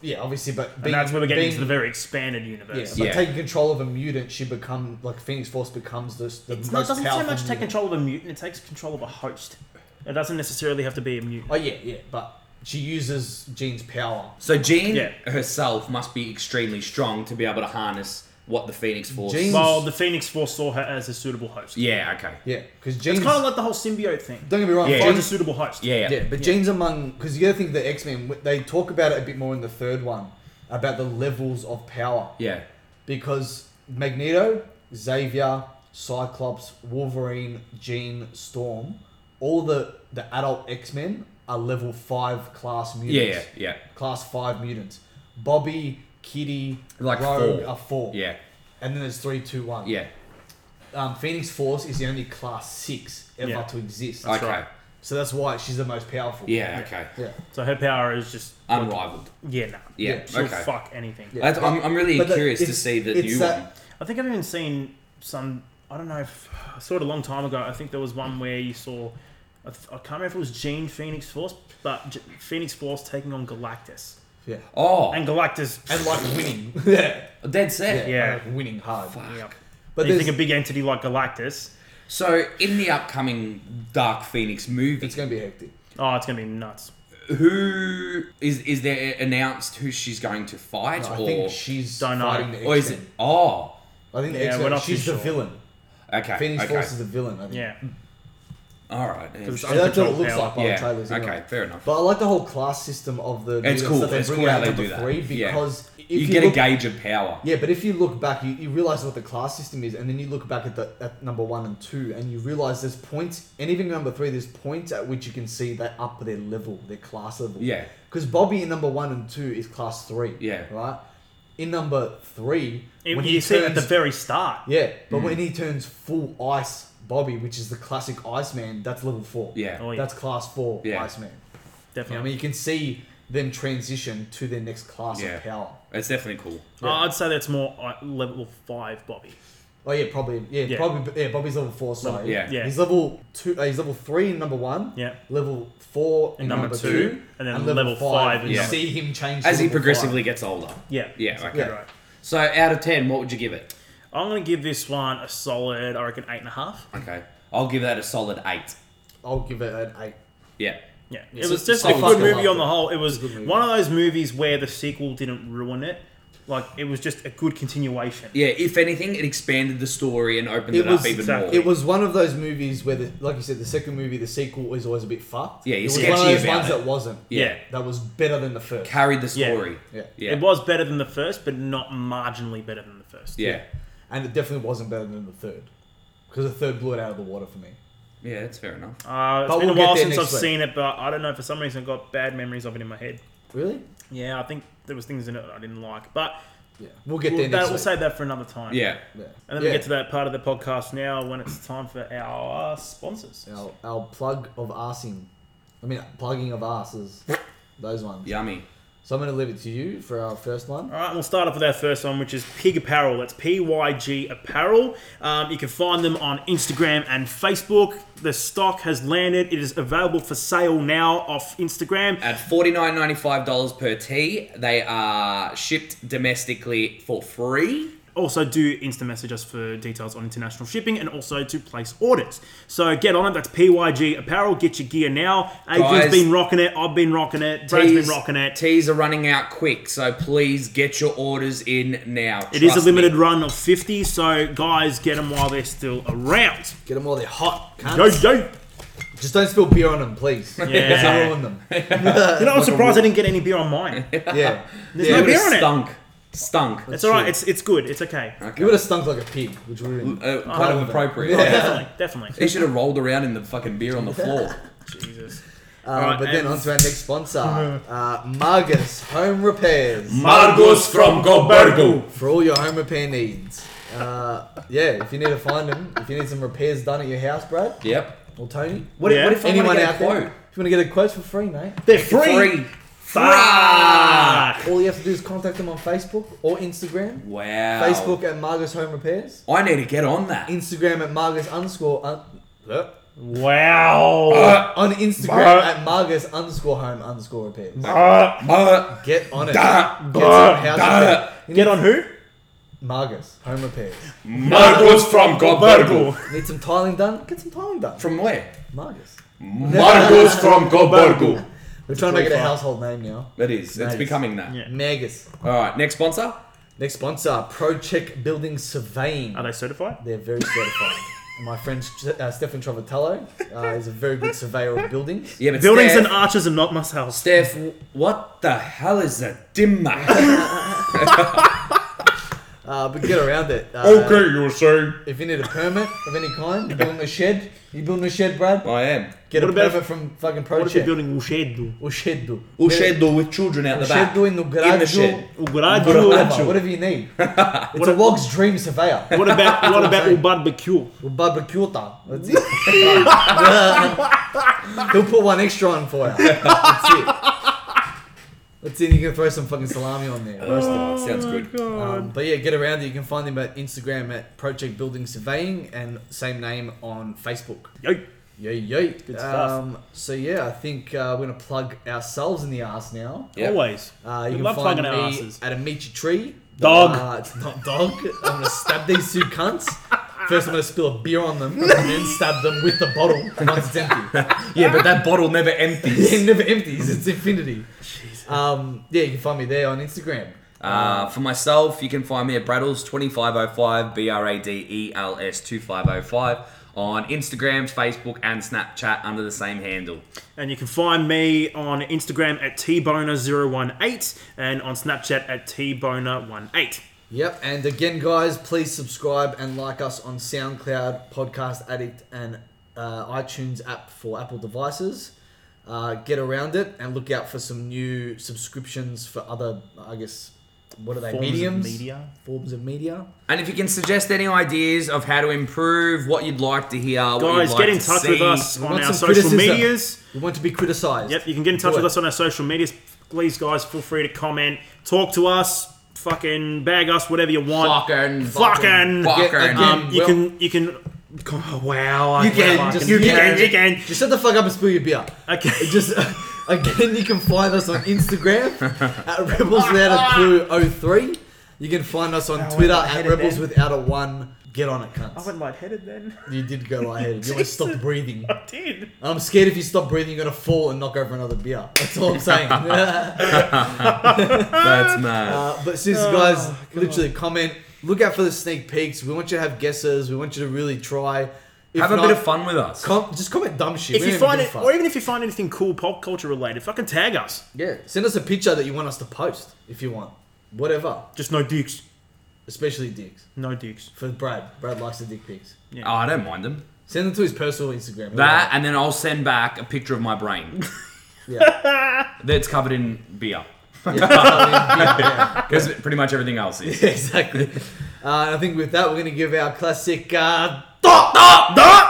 [SPEAKER 1] yeah, obviously, but
[SPEAKER 2] and that's where we're getting
[SPEAKER 1] being-
[SPEAKER 2] into the very expanded
[SPEAKER 1] yeah,
[SPEAKER 2] universe.
[SPEAKER 1] but
[SPEAKER 3] Yeah.
[SPEAKER 1] taking control of a mutant, she become like Phoenix Force becomes the the most
[SPEAKER 2] It's not, it doesn't so
[SPEAKER 1] powerful
[SPEAKER 2] much take
[SPEAKER 1] mutant.
[SPEAKER 2] control of a mutant; it takes control of a host. It doesn't necessarily have to be a mutant.
[SPEAKER 1] Oh yeah, yeah, but she uses Jean's power.
[SPEAKER 3] So Jean
[SPEAKER 2] Yeah.
[SPEAKER 3] herself must be extremely strong to be able to harness what the Phoenix Force.
[SPEAKER 1] Jean-
[SPEAKER 2] Well, the Phoenix Force saw her as a suitable host.
[SPEAKER 3] yeah. Okay.
[SPEAKER 1] Yeah, because Jean's
[SPEAKER 2] It's kind of like the whole symbiote thing.
[SPEAKER 1] don't get me wrong,
[SPEAKER 3] Yeah.
[SPEAKER 2] Find a
[SPEAKER 1] Jean's,
[SPEAKER 2] suitable host.
[SPEAKER 3] Yeah.
[SPEAKER 1] yeah, but Jean's among because you gotta think the X Men they talk about it a bit more in the third one about the levels of power.
[SPEAKER 3] Yeah.
[SPEAKER 1] because Magneto, Xavier, Cyclops, Wolverine, Jean, Storm, all the the adult X Men are level five class
[SPEAKER 3] Yeah.
[SPEAKER 1] mutants.
[SPEAKER 3] Yeah. Yeah.
[SPEAKER 1] Class five mutants. Bobby, Kitty,
[SPEAKER 3] Like
[SPEAKER 1] Rogue
[SPEAKER 3] four.
[SPEAKER 1] are four.
[SPEAKER 3] Yeah.
[SPEAKER 1] And then there's three, two, one.
[SPEAKER 3] Yeah.
[SPEAKER 1] Um, Phoenix Force is the only class six ever
[SPEAKER 2] Yeah.
[SPEAKER 1] to exist.
[SPEAKER 3] Okay.
[SPEAKER 1] So that's why she's the most powerful.
[SPEAKER 3] Yeah. Okay.
[SPEAKER 1] Yeah.
[SPEAKER 2] So her power is just
[SPEAKER 3] Unrivaled.
[SPEAKER 2] yeah, nah.
[SPEAKER 3] Yeah.
[SPEAKER 1] Yeah,
[SPEAKER 2] She'll
[SPEAKER 3] okay.
[SPEAKER 2] fuck anything.
[SPEAKER 1] Yeah.
[SPEAKER 3] That's, I'm, I'm really
[SPEAKER 1] But the-
[SPEAKER 3] curious to
[SPEAKER 1] it's-
[SPEAKER 3] see the
[SPEAKER 1] it's
[SPEAKER 3] new
[SPEAKER 1] that-
[SPEAKER 3] one.
[SPEAKER 2] I think I've even seen some. I don't know. If, I saw it a long time ago. I think there was one where you saw. I, th- I can't remember if it was Jean Phoenix Force, but J- Phoenix Force taking on Galactus,
[SPEAKER 1] Yeah.
[SPEAKER 3] Oh,
[SPEAKER 2] and Galactus.
[SPEAKER 1] And like winning. [LAUGHS] yeah.
[SPEAKER 3] dead set.
[SPEAKER 2] Yeah.
[SPEAKER 1] Like winning hard.
[SPEAKER 2] Yeah.
[SPEAKER 1] But
[SPEAKER 2] you
[SPEAKER 1] there's,
[SPEAKER 2] think a big entity like Galactus?
[SPEAKER 3] So in the upcoming Dark Phoenix movie,
[SPEAKER 1] it's going to be hectic.
[SPEAKER 2] Oh, it's gonna be nuts.
[SPEAKER 3] who is is there announced who she's going to fight,
[SPEAKER 1] I
[SPEAKER 3] or
[SPEAKER 1] think she's
[SPEAKER 2] Don't know.
[SPEAKER 1] fighting the X Men.
[SPEAKER 3] or is it? Oh,
[SPEAKER 1] I think the
[SPEAKER 2] Yeah,
[SPEAKER 1] X
[SPEAKER 2] we're
[SPEAKER 1] Men.
[SPEAKER 2] not too
[SPEAKER 1] She's the
[SPEAKER 2] sure.
[SPEAKER 1] villain.
[SPEAKER 3] okay,
[SPEAKER 1] Phoenix
[SPEAKER 3] okay,
[SPEAKER 1] Force is the villain. I think.
[SPEAKER 2] Yeah.
[SPEAKER 3] all right.
[SPEAKER 2] it's-
[SPEAKER 1] So that's what it
[SPEAKER 2] Uncontrolled
[SPEAKER 1] looks
[SPEAKER 2] power.
[SPEAKER 1] like by the
[SPEAKER 3] Yeah,
[SPEAKER 1] trailers. anyway.
[SPEAKER 3] okay, fair enough.
[SPEAKER 1] But I like the whole class system of the. mutants
[SPEAKER 3] It's cool.
[SPEAKER 1] That they
[SPEAKER 3] It's
[SPEAKER 1] bring
[SPEAKER 3] cool
[SPEAKER 1] out
[SPEAKER 3] how they
[SPEAKER 1] number
[SPEAKER 3] do that.
[SPEAKER 1] Three
[SPEAKER 3] Yeah.
[SPEAKER 1] because if
[SPEAKER 3] You get
[SPEAKER 1] look,
[SPEAKER 3] a gauge of power.
[SPEAKER 1] Yeah, but if you look back, you, you realize what the class system is, and then you look back at the at number one and two, and you realize there's points, and even number three, there's points at which you can see they up their level, their class level.
[SPEAKER 3] Yeah.
[SPEAKER 1] Because Bobby in number one and two is class three.
[SPEAKER 3] Yeah.
[SPEAKER 1] Right. In number three,
[SPEAKER 2] It-
[SPEAKER 1] when
[SPEAKER 2] you
[SPEAKER 1] he
[SPEAKER 2] see it at
[SPEAKER 1] turns-
[SPEAKER 2] the very start.
[SPEAKER 1] Yeah, but
[SPEAKER 3] Mm.
[SPEAKER 1] when he turns full ice Bobby, which is the classic Iceman, that's level four.
[SPEAKER 3] Yeah.
[SPEAKER 2] Oh, yeah.
[SPEAKER 1] That's class four
[SPEAKER 3] Yeah.
[SPEAKER 1] Iceman. You know, I
[SPEAKER 2] Definitely.
[SPEAKER 1] mean, you can see them transition to their next class
[SPEAKER 3] Yeah.
[SPEAKER 1] of power.
[SPEAKER 3] It's definitely cool.
[SPEAKER 2] Uh, I'd say that's more uh, level five, Bobby.
[SPEAKER 1] Oh yeah, probably. Yeah,
[SPEAKER 2] Yeah.
[SPEAKER 1] probably. Yeah, Bobby's level four. Sorry.
[SPEAKER 3] Yeah.
[SPEAKER 2] Yeah.
[SPEAKER 1] He's level two. Uh, he's level three in number one.
[SPEAKER 2] Yeah.
[SPEAKER 1] Level four in,
[SPEAKER 2] number
[SPEAKER 1] number,
[SPEAKER 2] two,
[SPEAKER 1] two,
[SPEAKER 2] and then level five in
[SPEAKER 1] You
[SPEAKER 3] number-
[SPEAKER 1] see him change to
[SPEAKER 3] As he
[SPEAKER 1] level
[SPEAKER 3] progressively
[SPEAKER 1] five.
[SPEAKER 3] gets older.
[SPEAKER 2] Yeah.
[SPEAKER 3] Yeah. Okay.
[SPEAKER 1] Yeah.
[SPEAKER 2] Right.
[SPEAKER 3] So out of ten, what would you give it?
[SPEAKER 2] I'm gonna give this one a solid. I reckon eight and a half.
[SPEAKER 3] Okay, I'll give that a solid eight.
[SPEAKER 1] I'll give it an eight.
[SPEAKER 3] Yeah.
[SPEAKER 2] Yeah,
[SPEAKER 1] So-
[SPEAKER 2] it was just
[SPEAKER 1] so
[SPEAKER 2] a
[SPEAKER 1] I
[SPEAKER 2] good
[SPEAKER 1] fucking
[SPEAKER 2] movie
[SPEAKER 1] loved
[SPEAKER 2] on
[SPEAKER 1] it.
[SPEAKER 2] the whole. It was
[SPEAKER 1] It was a good movie.
[SPEAKER 2] one of those movies where the sequel didn't ruin it. Like it was just a good continuation.
[SPEAKER 3] Yeah. If anything, it expanded the story and opened
[SPEAKER 1] It
[SPEAKER 3] it,
[SPEAKER 1] was-
[SPEAKER 3] up even
[SPEAKER 2] exactly.
[SPEAKER 3] more.
[SPEAKER 1] It was one of those movies where, the, like you said, the second movie, the sequel is always a bit fucked.
[SPEAKER 3] Yeah,
[SPEAKER 1] it
[SPEAKER 3] you're
[SPEAKER 1] was one of
[SPEAKER 3] sketchy
[SPEAKER 1] those
[SPEAKER 3] about
[SPEAKER 1] ones
[SPEAKER 3] it.
[SPEAKER 1] that wasn't.
[SPEAKER 3] yeah.
[SPEAKER 1] that was better than the first.
[SPEAKER 3] Carried the
[SPEAKER 2] Yeah.
[SPEAKER 3] story.
[SPEAKER 1] Yeah.
[SPEAKER 3] Yeah.
[SPEAKER 2] It was better than the first, but not marginally better than the first.
[SPEAKER 3] Yeah.
[SPEAKER 1] and it definitely wasn't better than the third because the third blew it out of the water for me.
[SPEAKER 3] Yeah, that's fair enough.
[SPEAKER 2] Uh, it's
[SPEAKER 1] But
[SPEAKER 2] been
[SPEAKER 1] we'll
[SPEAKER 2] a
[SPEAKER 1] get
[SPEAKER 2] while
[SPEAKER 1] there
[SPEAKER 2] since I've
[SPEAKER 1] next week.
[SPEAKER 2] seen it, but I don't know. For some reason, I've got bad memories of it in my head.
[SPEAKER 1] Really?
[SPEAKER 2] Yeah, I think there was things in it that I didn't like, but
[SPEAKER 1] Yeah, we'll get
[SPEAKER 2] we'll,
[SPEAKER 1] there
[SPEAKER 2] that,
[SPEAKER 1] next
[SPEAKER 2] we'll
[SPEAKER 1] week.
[SPEAKER 2] save that for another time.
[SPEAKER 3] Yeah.
[SPEAKER 1] yeah.
[SPEAKER 2] And then we get to that part of the podcast now when it's time for our uh, sponsors.
[SPEAKER 1] Our, our plug of arsing. I mean, plugging of asses. Those ones.
[SPEAKER 3] Yummy.
[SPEAKER 1] So I'm going to leave it to you for our first one.
[SPEAKER 2] All right, we'll start off with our first one, which is Pig Apparel. That's P Y G Apparel. Um, you can find them on Instagram and Facebook. The stock has landed. It is available for sale now off Instagram.
[SPEAKER 3] At forty nine ninety five dollars per tee, they are shipped domestically for free.
[SPEAKER 2] Also, do Insta message us for details on international shipping and also to place orders. So get on it. That's PYG Apparel. Get your gear now. Adrian's
[SPEAKER 3] Guys.
[SPEAKER 2] been rocking it. I've been rocking it. Brad's been rocking it.
[SPEAKER 3] Tees are running out quick, so please get your orders in now.
[SPEAKER 2] It is a limited run of 50, so guys, get them while they're still around.
[SPEAKER 1] Get them while they're hot. Cunts.
[SPEAKER 2] Yo, yo.
[SPEAKER 1] Just don't spill beer on them, please. [LAUGHS]
[SPEAKER 2] Yeah.
[SPEAKER 1] Don't ruin them.
[SPEAKER 2] You know, I'm surprised I didn't get any beer on mine.
[SPEAKER 1] Yeah.
[SPEAKER 2] There's
[SPEAKER 1] Yeah,
[SPEAKER 2] no
[SPEAKER 1] but
[SPEAKER 2] beer on it.
[SPEAKER 3] stunk. Stunk.
[SPEAKER 2] It's all right. It's it's good. It's okay.
[SPEAKER 1] You would have stunk like a pig, which would have been.
[SPEAKER 3] Uh, kind of appropriate.
[SPEAKER 1] Yeah. [COUGHS]
[SPEAKER 2] Definitely,
[SPEAKER 1] [LAUGHS] Um,
[SPEAKER 2] definitely.
[SPEAKER 3] He should have rolled around in the fucking beer on the floor.
[SPEAKER 2] Jesus.
[SPEAKER 1] Uh,
[SPEAKER 2] right,
[SPEAKER 1] but then
[SPEAKER 2] and-
[SPEAKER 1] on to our next sponsor uh, Margus Home Repairs.
[SPEAKER 3] Margus from Gobergu.
[SPEAKER 1] for all your home repair needs. Uh, yeah, if you need to find them, if you need some repairs done at your house, Brad
[SPEAKER 3] Yep.
[SPEAKER 1] or Tony,
[SPEAKER 3] What,
[SPEAKER 2] Yeah.
[SPEAKER 3] what if I want
[SPEAKER 1] anyone
[SPEAKER 3] to get
[SPEAKER 1] out
[SPEAKER 3] a
[SPEAKER 1] there,
[SPEAKER 3] quote?
[SPEAKER 1] if you want to get a quote for free, mate,
[SPEAKER 2] They're
[SPEAKER 3] Free.
[SPEAKER 2] free.
[SPEAKER 3] Free.
[SPEAKER 2] Fuck!
[SPEAKER 1] All you have to do is contact them on Facebook or Instagram.
[SPEAKER 3] Wow.
[SPEAKER 1] Facebook at Margot's Home Repairs.
[SPEAKER 3] I need to get on that.
[SPEAKER 1] Instagram at Margot's underscore. Un-
[SPEAKER 2] Wow.
[SPEAKER 3] Uh,
[SPEAKER 1] on Instagram at Margot's underscore home underscore repairs.
[SPEAKER 2] Uh,
[SPEAKER 3] uh,
[SPEAKER 1] Get on it.
[SPEAKER 3] Da-
[SPEAKER 1] Get on house
[SPEAKER 3] da-
[SPEAKER 1] repair. You
[SPEAKER 2] get
[SPEAKER 1] need-
[SPEAKER 2] on who?
[SPEAKER 1] Margot's Home Repairs.
[SPEAKER 3] Margot's from Goldberg.
[SPEAKER 1] Need some tiling done? Get some tiling done.
[SPEAKER 3] From where?
[SPEAKER 1] Margot's.
[SPEAKER 3] Margot's [LAUGHS] from Goldberg.
[SPEAKER 1] We're trying to make it a household name now.
[SPEAKER 3] That is. It's
[SPEAKER 1] Nice.
[SPEAKER 3] becoming that.
[SPEAKER 2] Yeah.
[SPEAKER 1] Margus.
[SPEAKER 3] All right. Next sponsor.
[SPEAKER 1] Next sponsor, ProCheck Building Surveying.
[SPEAKER 2] Are they certified?
[SPEAKER 1] They're very certified. My friend uh, Stefan Trovatello uh, is a very good surveyor of buildings.
[SPEAKER 3] Yeah, but
[SPEAKER 2] Buildings
[SPEAKER 3] Steph,
[SPEAKER 2] and arches are not must house.
[SPEAKER 3] Steph, w- what the hell is a [LAUGHS] dimmer?
[SPEAKER 1] Uh, but get around it. Uh,
[SPEAKER 2] Oh,
[SPEAKER 3] you say.
[SPEAKER 1] If you need a permit of any kind, you're building a shed. You building a shed, Brad?
[SPEAKER 3] I am.
[SPEAKER 1] Get a
[SPEAKER 2] What about-
[SPEAKER 1] permit from fucking
[SPEAKER 2] What if you're
[SPEAKER 1] ProCheck.
[SPEAKER 2] building a shed? or-
[SPEAKER 1] O shed.
[SPEAKER 3] All shed door with children out the back.
[SPEAKER 1] Shed in the garage.
[SPEAKER 3] In the shed.
[SPEAKER 2] or garage?
[SPEAKER 1] Whatever,
[SPEAKER 2] or-
[SPEAKER 1] whatever, whatever you
[SPEAKER 2] [LAUGHS]
[SPEAKER 1] need. It's a log's dream surveyor.
[SPEAKER 2] What about what about all barbecue?
[SPEAKER 1] Or barbecue ta. That's [LAUGHS] it. He'll put one extra on for you. That's it. That's it. You can throw some fucking salami on there.
[SPEAKER 2] Oh,
[SPEAKER 1] Roast it.
[SPEAKER 3] Sounds good.
[SPEAKER 1] Um, but yeah, get around it. You can find him at Instagram at Project Building Surveying and same name on Facebook.
[SPEAKER 2] Yo.
[SPEAKER 1] Yo, yo. Good
[SPEAKER 2] stuff.
[SPEAKER 1] Um, so yeah, I think uh, we're gonna plug ourselves in the ass now.
[SPEAKER 3] Yep.
[SPEAKER 2] Always.
[SPEAKER 1] Uh,
[SPEAKER 2] We
[SPEAKER 1] you can
[SPEAKER 2] love
[SPEAKER 1] find
[SPEAKER 2] plugging
[SPEAKER 1] me
[SPEAKER 2] our asses.
[SPEAKER 1] at a meet your tree.
[SPEAKER 2] Dog.
[SPEAKER 1] Uh, it's not dog. I'm gonna stab these two cunts. First, I'm gonna spill a beer on them and then stab them with the bottle once it's
[SPEAKER 2] [LAUGHS]
[SPEAKER 1] empty.
[SPEAKER 3] Yeah, but that bottle never empties. [LAUGHS]
[SPEAKER 1] it never empties. It's infinity. Um, yeah, you can find me there on Instagram.
[SPEAKER 3] Uh, for myself, you can find me at Braddles2505, B R A D E L S 2505, on Instagram, Facebook, and Snapchat under the same handle.
[SPEAKER 2] And you can find me on Instagram at tboner018 and on Snapchat at tboner18.
[SPEAKER 1] Yep, and again, guys, please subscribe and like us on SoundCloud, Podcast Addict, and uh, iTunes app for Apple devices. Uh, get around it and look out for some new subscriptions for other, I guess, what are they?
[SPEAKER 2] Forms of
[SPEAKER 1] mediums,
[SPEAKER 2] media.
[SPEAKER 1] forms of media.
[SPEAKER 3] And if you can suggest any ideas of how to improve, what you'd like to hear, what you'd
[SPEAKER 2] Guys,
[SPEAKER 3] like
[SPEAKER 2] get in
[SPEAKER 3] to
[SPEAKER 2] touch
[SPEAKER 3] see,
[SPEAKER 2] with us on
[SPEAKER 1] want
[SPEAKER 2] our
[SPEAKER 1] some
[SPEAKER 2] social
[SPEAKER 1] criticism.
[SPEAKER 2] medias.
[SPEAKER 1] We want to be criticised.
[SPEAKER 2] Yep, you can get in touch
[SPEAKER 1] Do
[SPEAKER 2] with
[SPEAKER 1] it.
[SPEAKER 2] us on our social medias. Please, guys, feel free to comment, talk to us, fucking bag us, whatever you want.
[SPEAKER 3] Fucking.
[SPEAKER 2] Fucking.
[SPEAKER 3] Fuck.
[SPEAKER 1] Get-
[SPEAKER 3] Fucker.
[SPEAKER 1] again,
[SPEAKER 2] Um, you
[SPEAKER 1] well-
[SPEAKER 2] can you can. oh, wow. I
[SPEAKER 3] You can,
[SPEAKER 2] fucking-
[SPEAKER 3] just-
[SPEAKER 2] you
[SPEAKER 1] you
[SPEAKER 2] can.
[SPEAKER 1] can.
[SPEAKER 2] You can.
[SPEAKER 1] Just shut the fuck up and spill your beer.
[SPEAKER 2] Okay. [LAUGHS]
[SPEAKER 1] Just [LAUGHS] again, you can find us on
[SPEAKER 3] [LAUGHS]
[SPEAKER 1] Instagram at Rebels Without a Clue 03. You can find us on Twitter at
[SPEAKER 2] lightheaded
[SPEAKER 1] Rebels
[SPEAKER 2] then.
[SPEAKER 1] Without a One. Get on it, cunts.
[SPEAKER 2] lightheaded then.
[SPEAKER 1] you did go lightheaded. You almost stopped breathing.
[SPEAKER 2] [LAUGHS] I did.
[SPEAKER 1] I'm scared if you stop breathing, you're gonna fall and knock over another beer. That's all I'm
[SPEAKER 3] [LAUGHS]
[SPEAKER 1] saying. [LAUGHS]
[SPEAKER 3] That's mad.
[SPEAKER 1] Uh, but
[SPEAKER 2] Oh,
[SPEAKER 1] seriously, guys, literally comment. Look out for the sneak peeks. We want you to have guesses. We want you to really try. If
[SPEAKER 3] Have a
[SPEAKER 1] not,
[SPEAKER 3] bit of fun with us.
[SPEAKER 1] Com- just comment dumb shit.
[SPEAKER 2] If
[SPEAKER 1] We
[SPEAKER 2] you
[SPEAKER 1] don't
[SPEAKER 2] find
[SPEAKER 1] even
[SPEAKER 2] it,
[SPEAKER 1] give a
[SPEAKER 2] or
[SPEAKER 1] fuck.
[SPEAKER 2] even if you find anything cool pop culture related, fucking tag us.
[SPEAKER 1] yeah, send us a picture that you want us to post if you want. Whatever,
[SPEAKER 2] Just no dicks.
[SPEAKER 1] especially dicks.
[SPEAKER 2] No dicks.
[SPEAKER 1] For Brad, Brad likes the dick pics.
[SPEAKER 3] Oh, I don't mind them.
[SPEAKER 1] Send them to his personal Instagram.
[SPEAKER 3] That, and then I'll send back a picture of my brain
[SPEAKER 1] yeah.
[SPEAKER 3] that's covered in beer.
[SPEAKER 1] Yeah. [LAUGHS]
[SPEAKER 3] [LAUGHS]
[SPEAKER 1] Yeah, yeah.
[SPEAKER 3] Because pretty much everything else is.
[SPEAKER 1] exactly. Uh, I think with that, we're gonna give our classic. Uh,
[SPEAKER 3] Ah! Ah!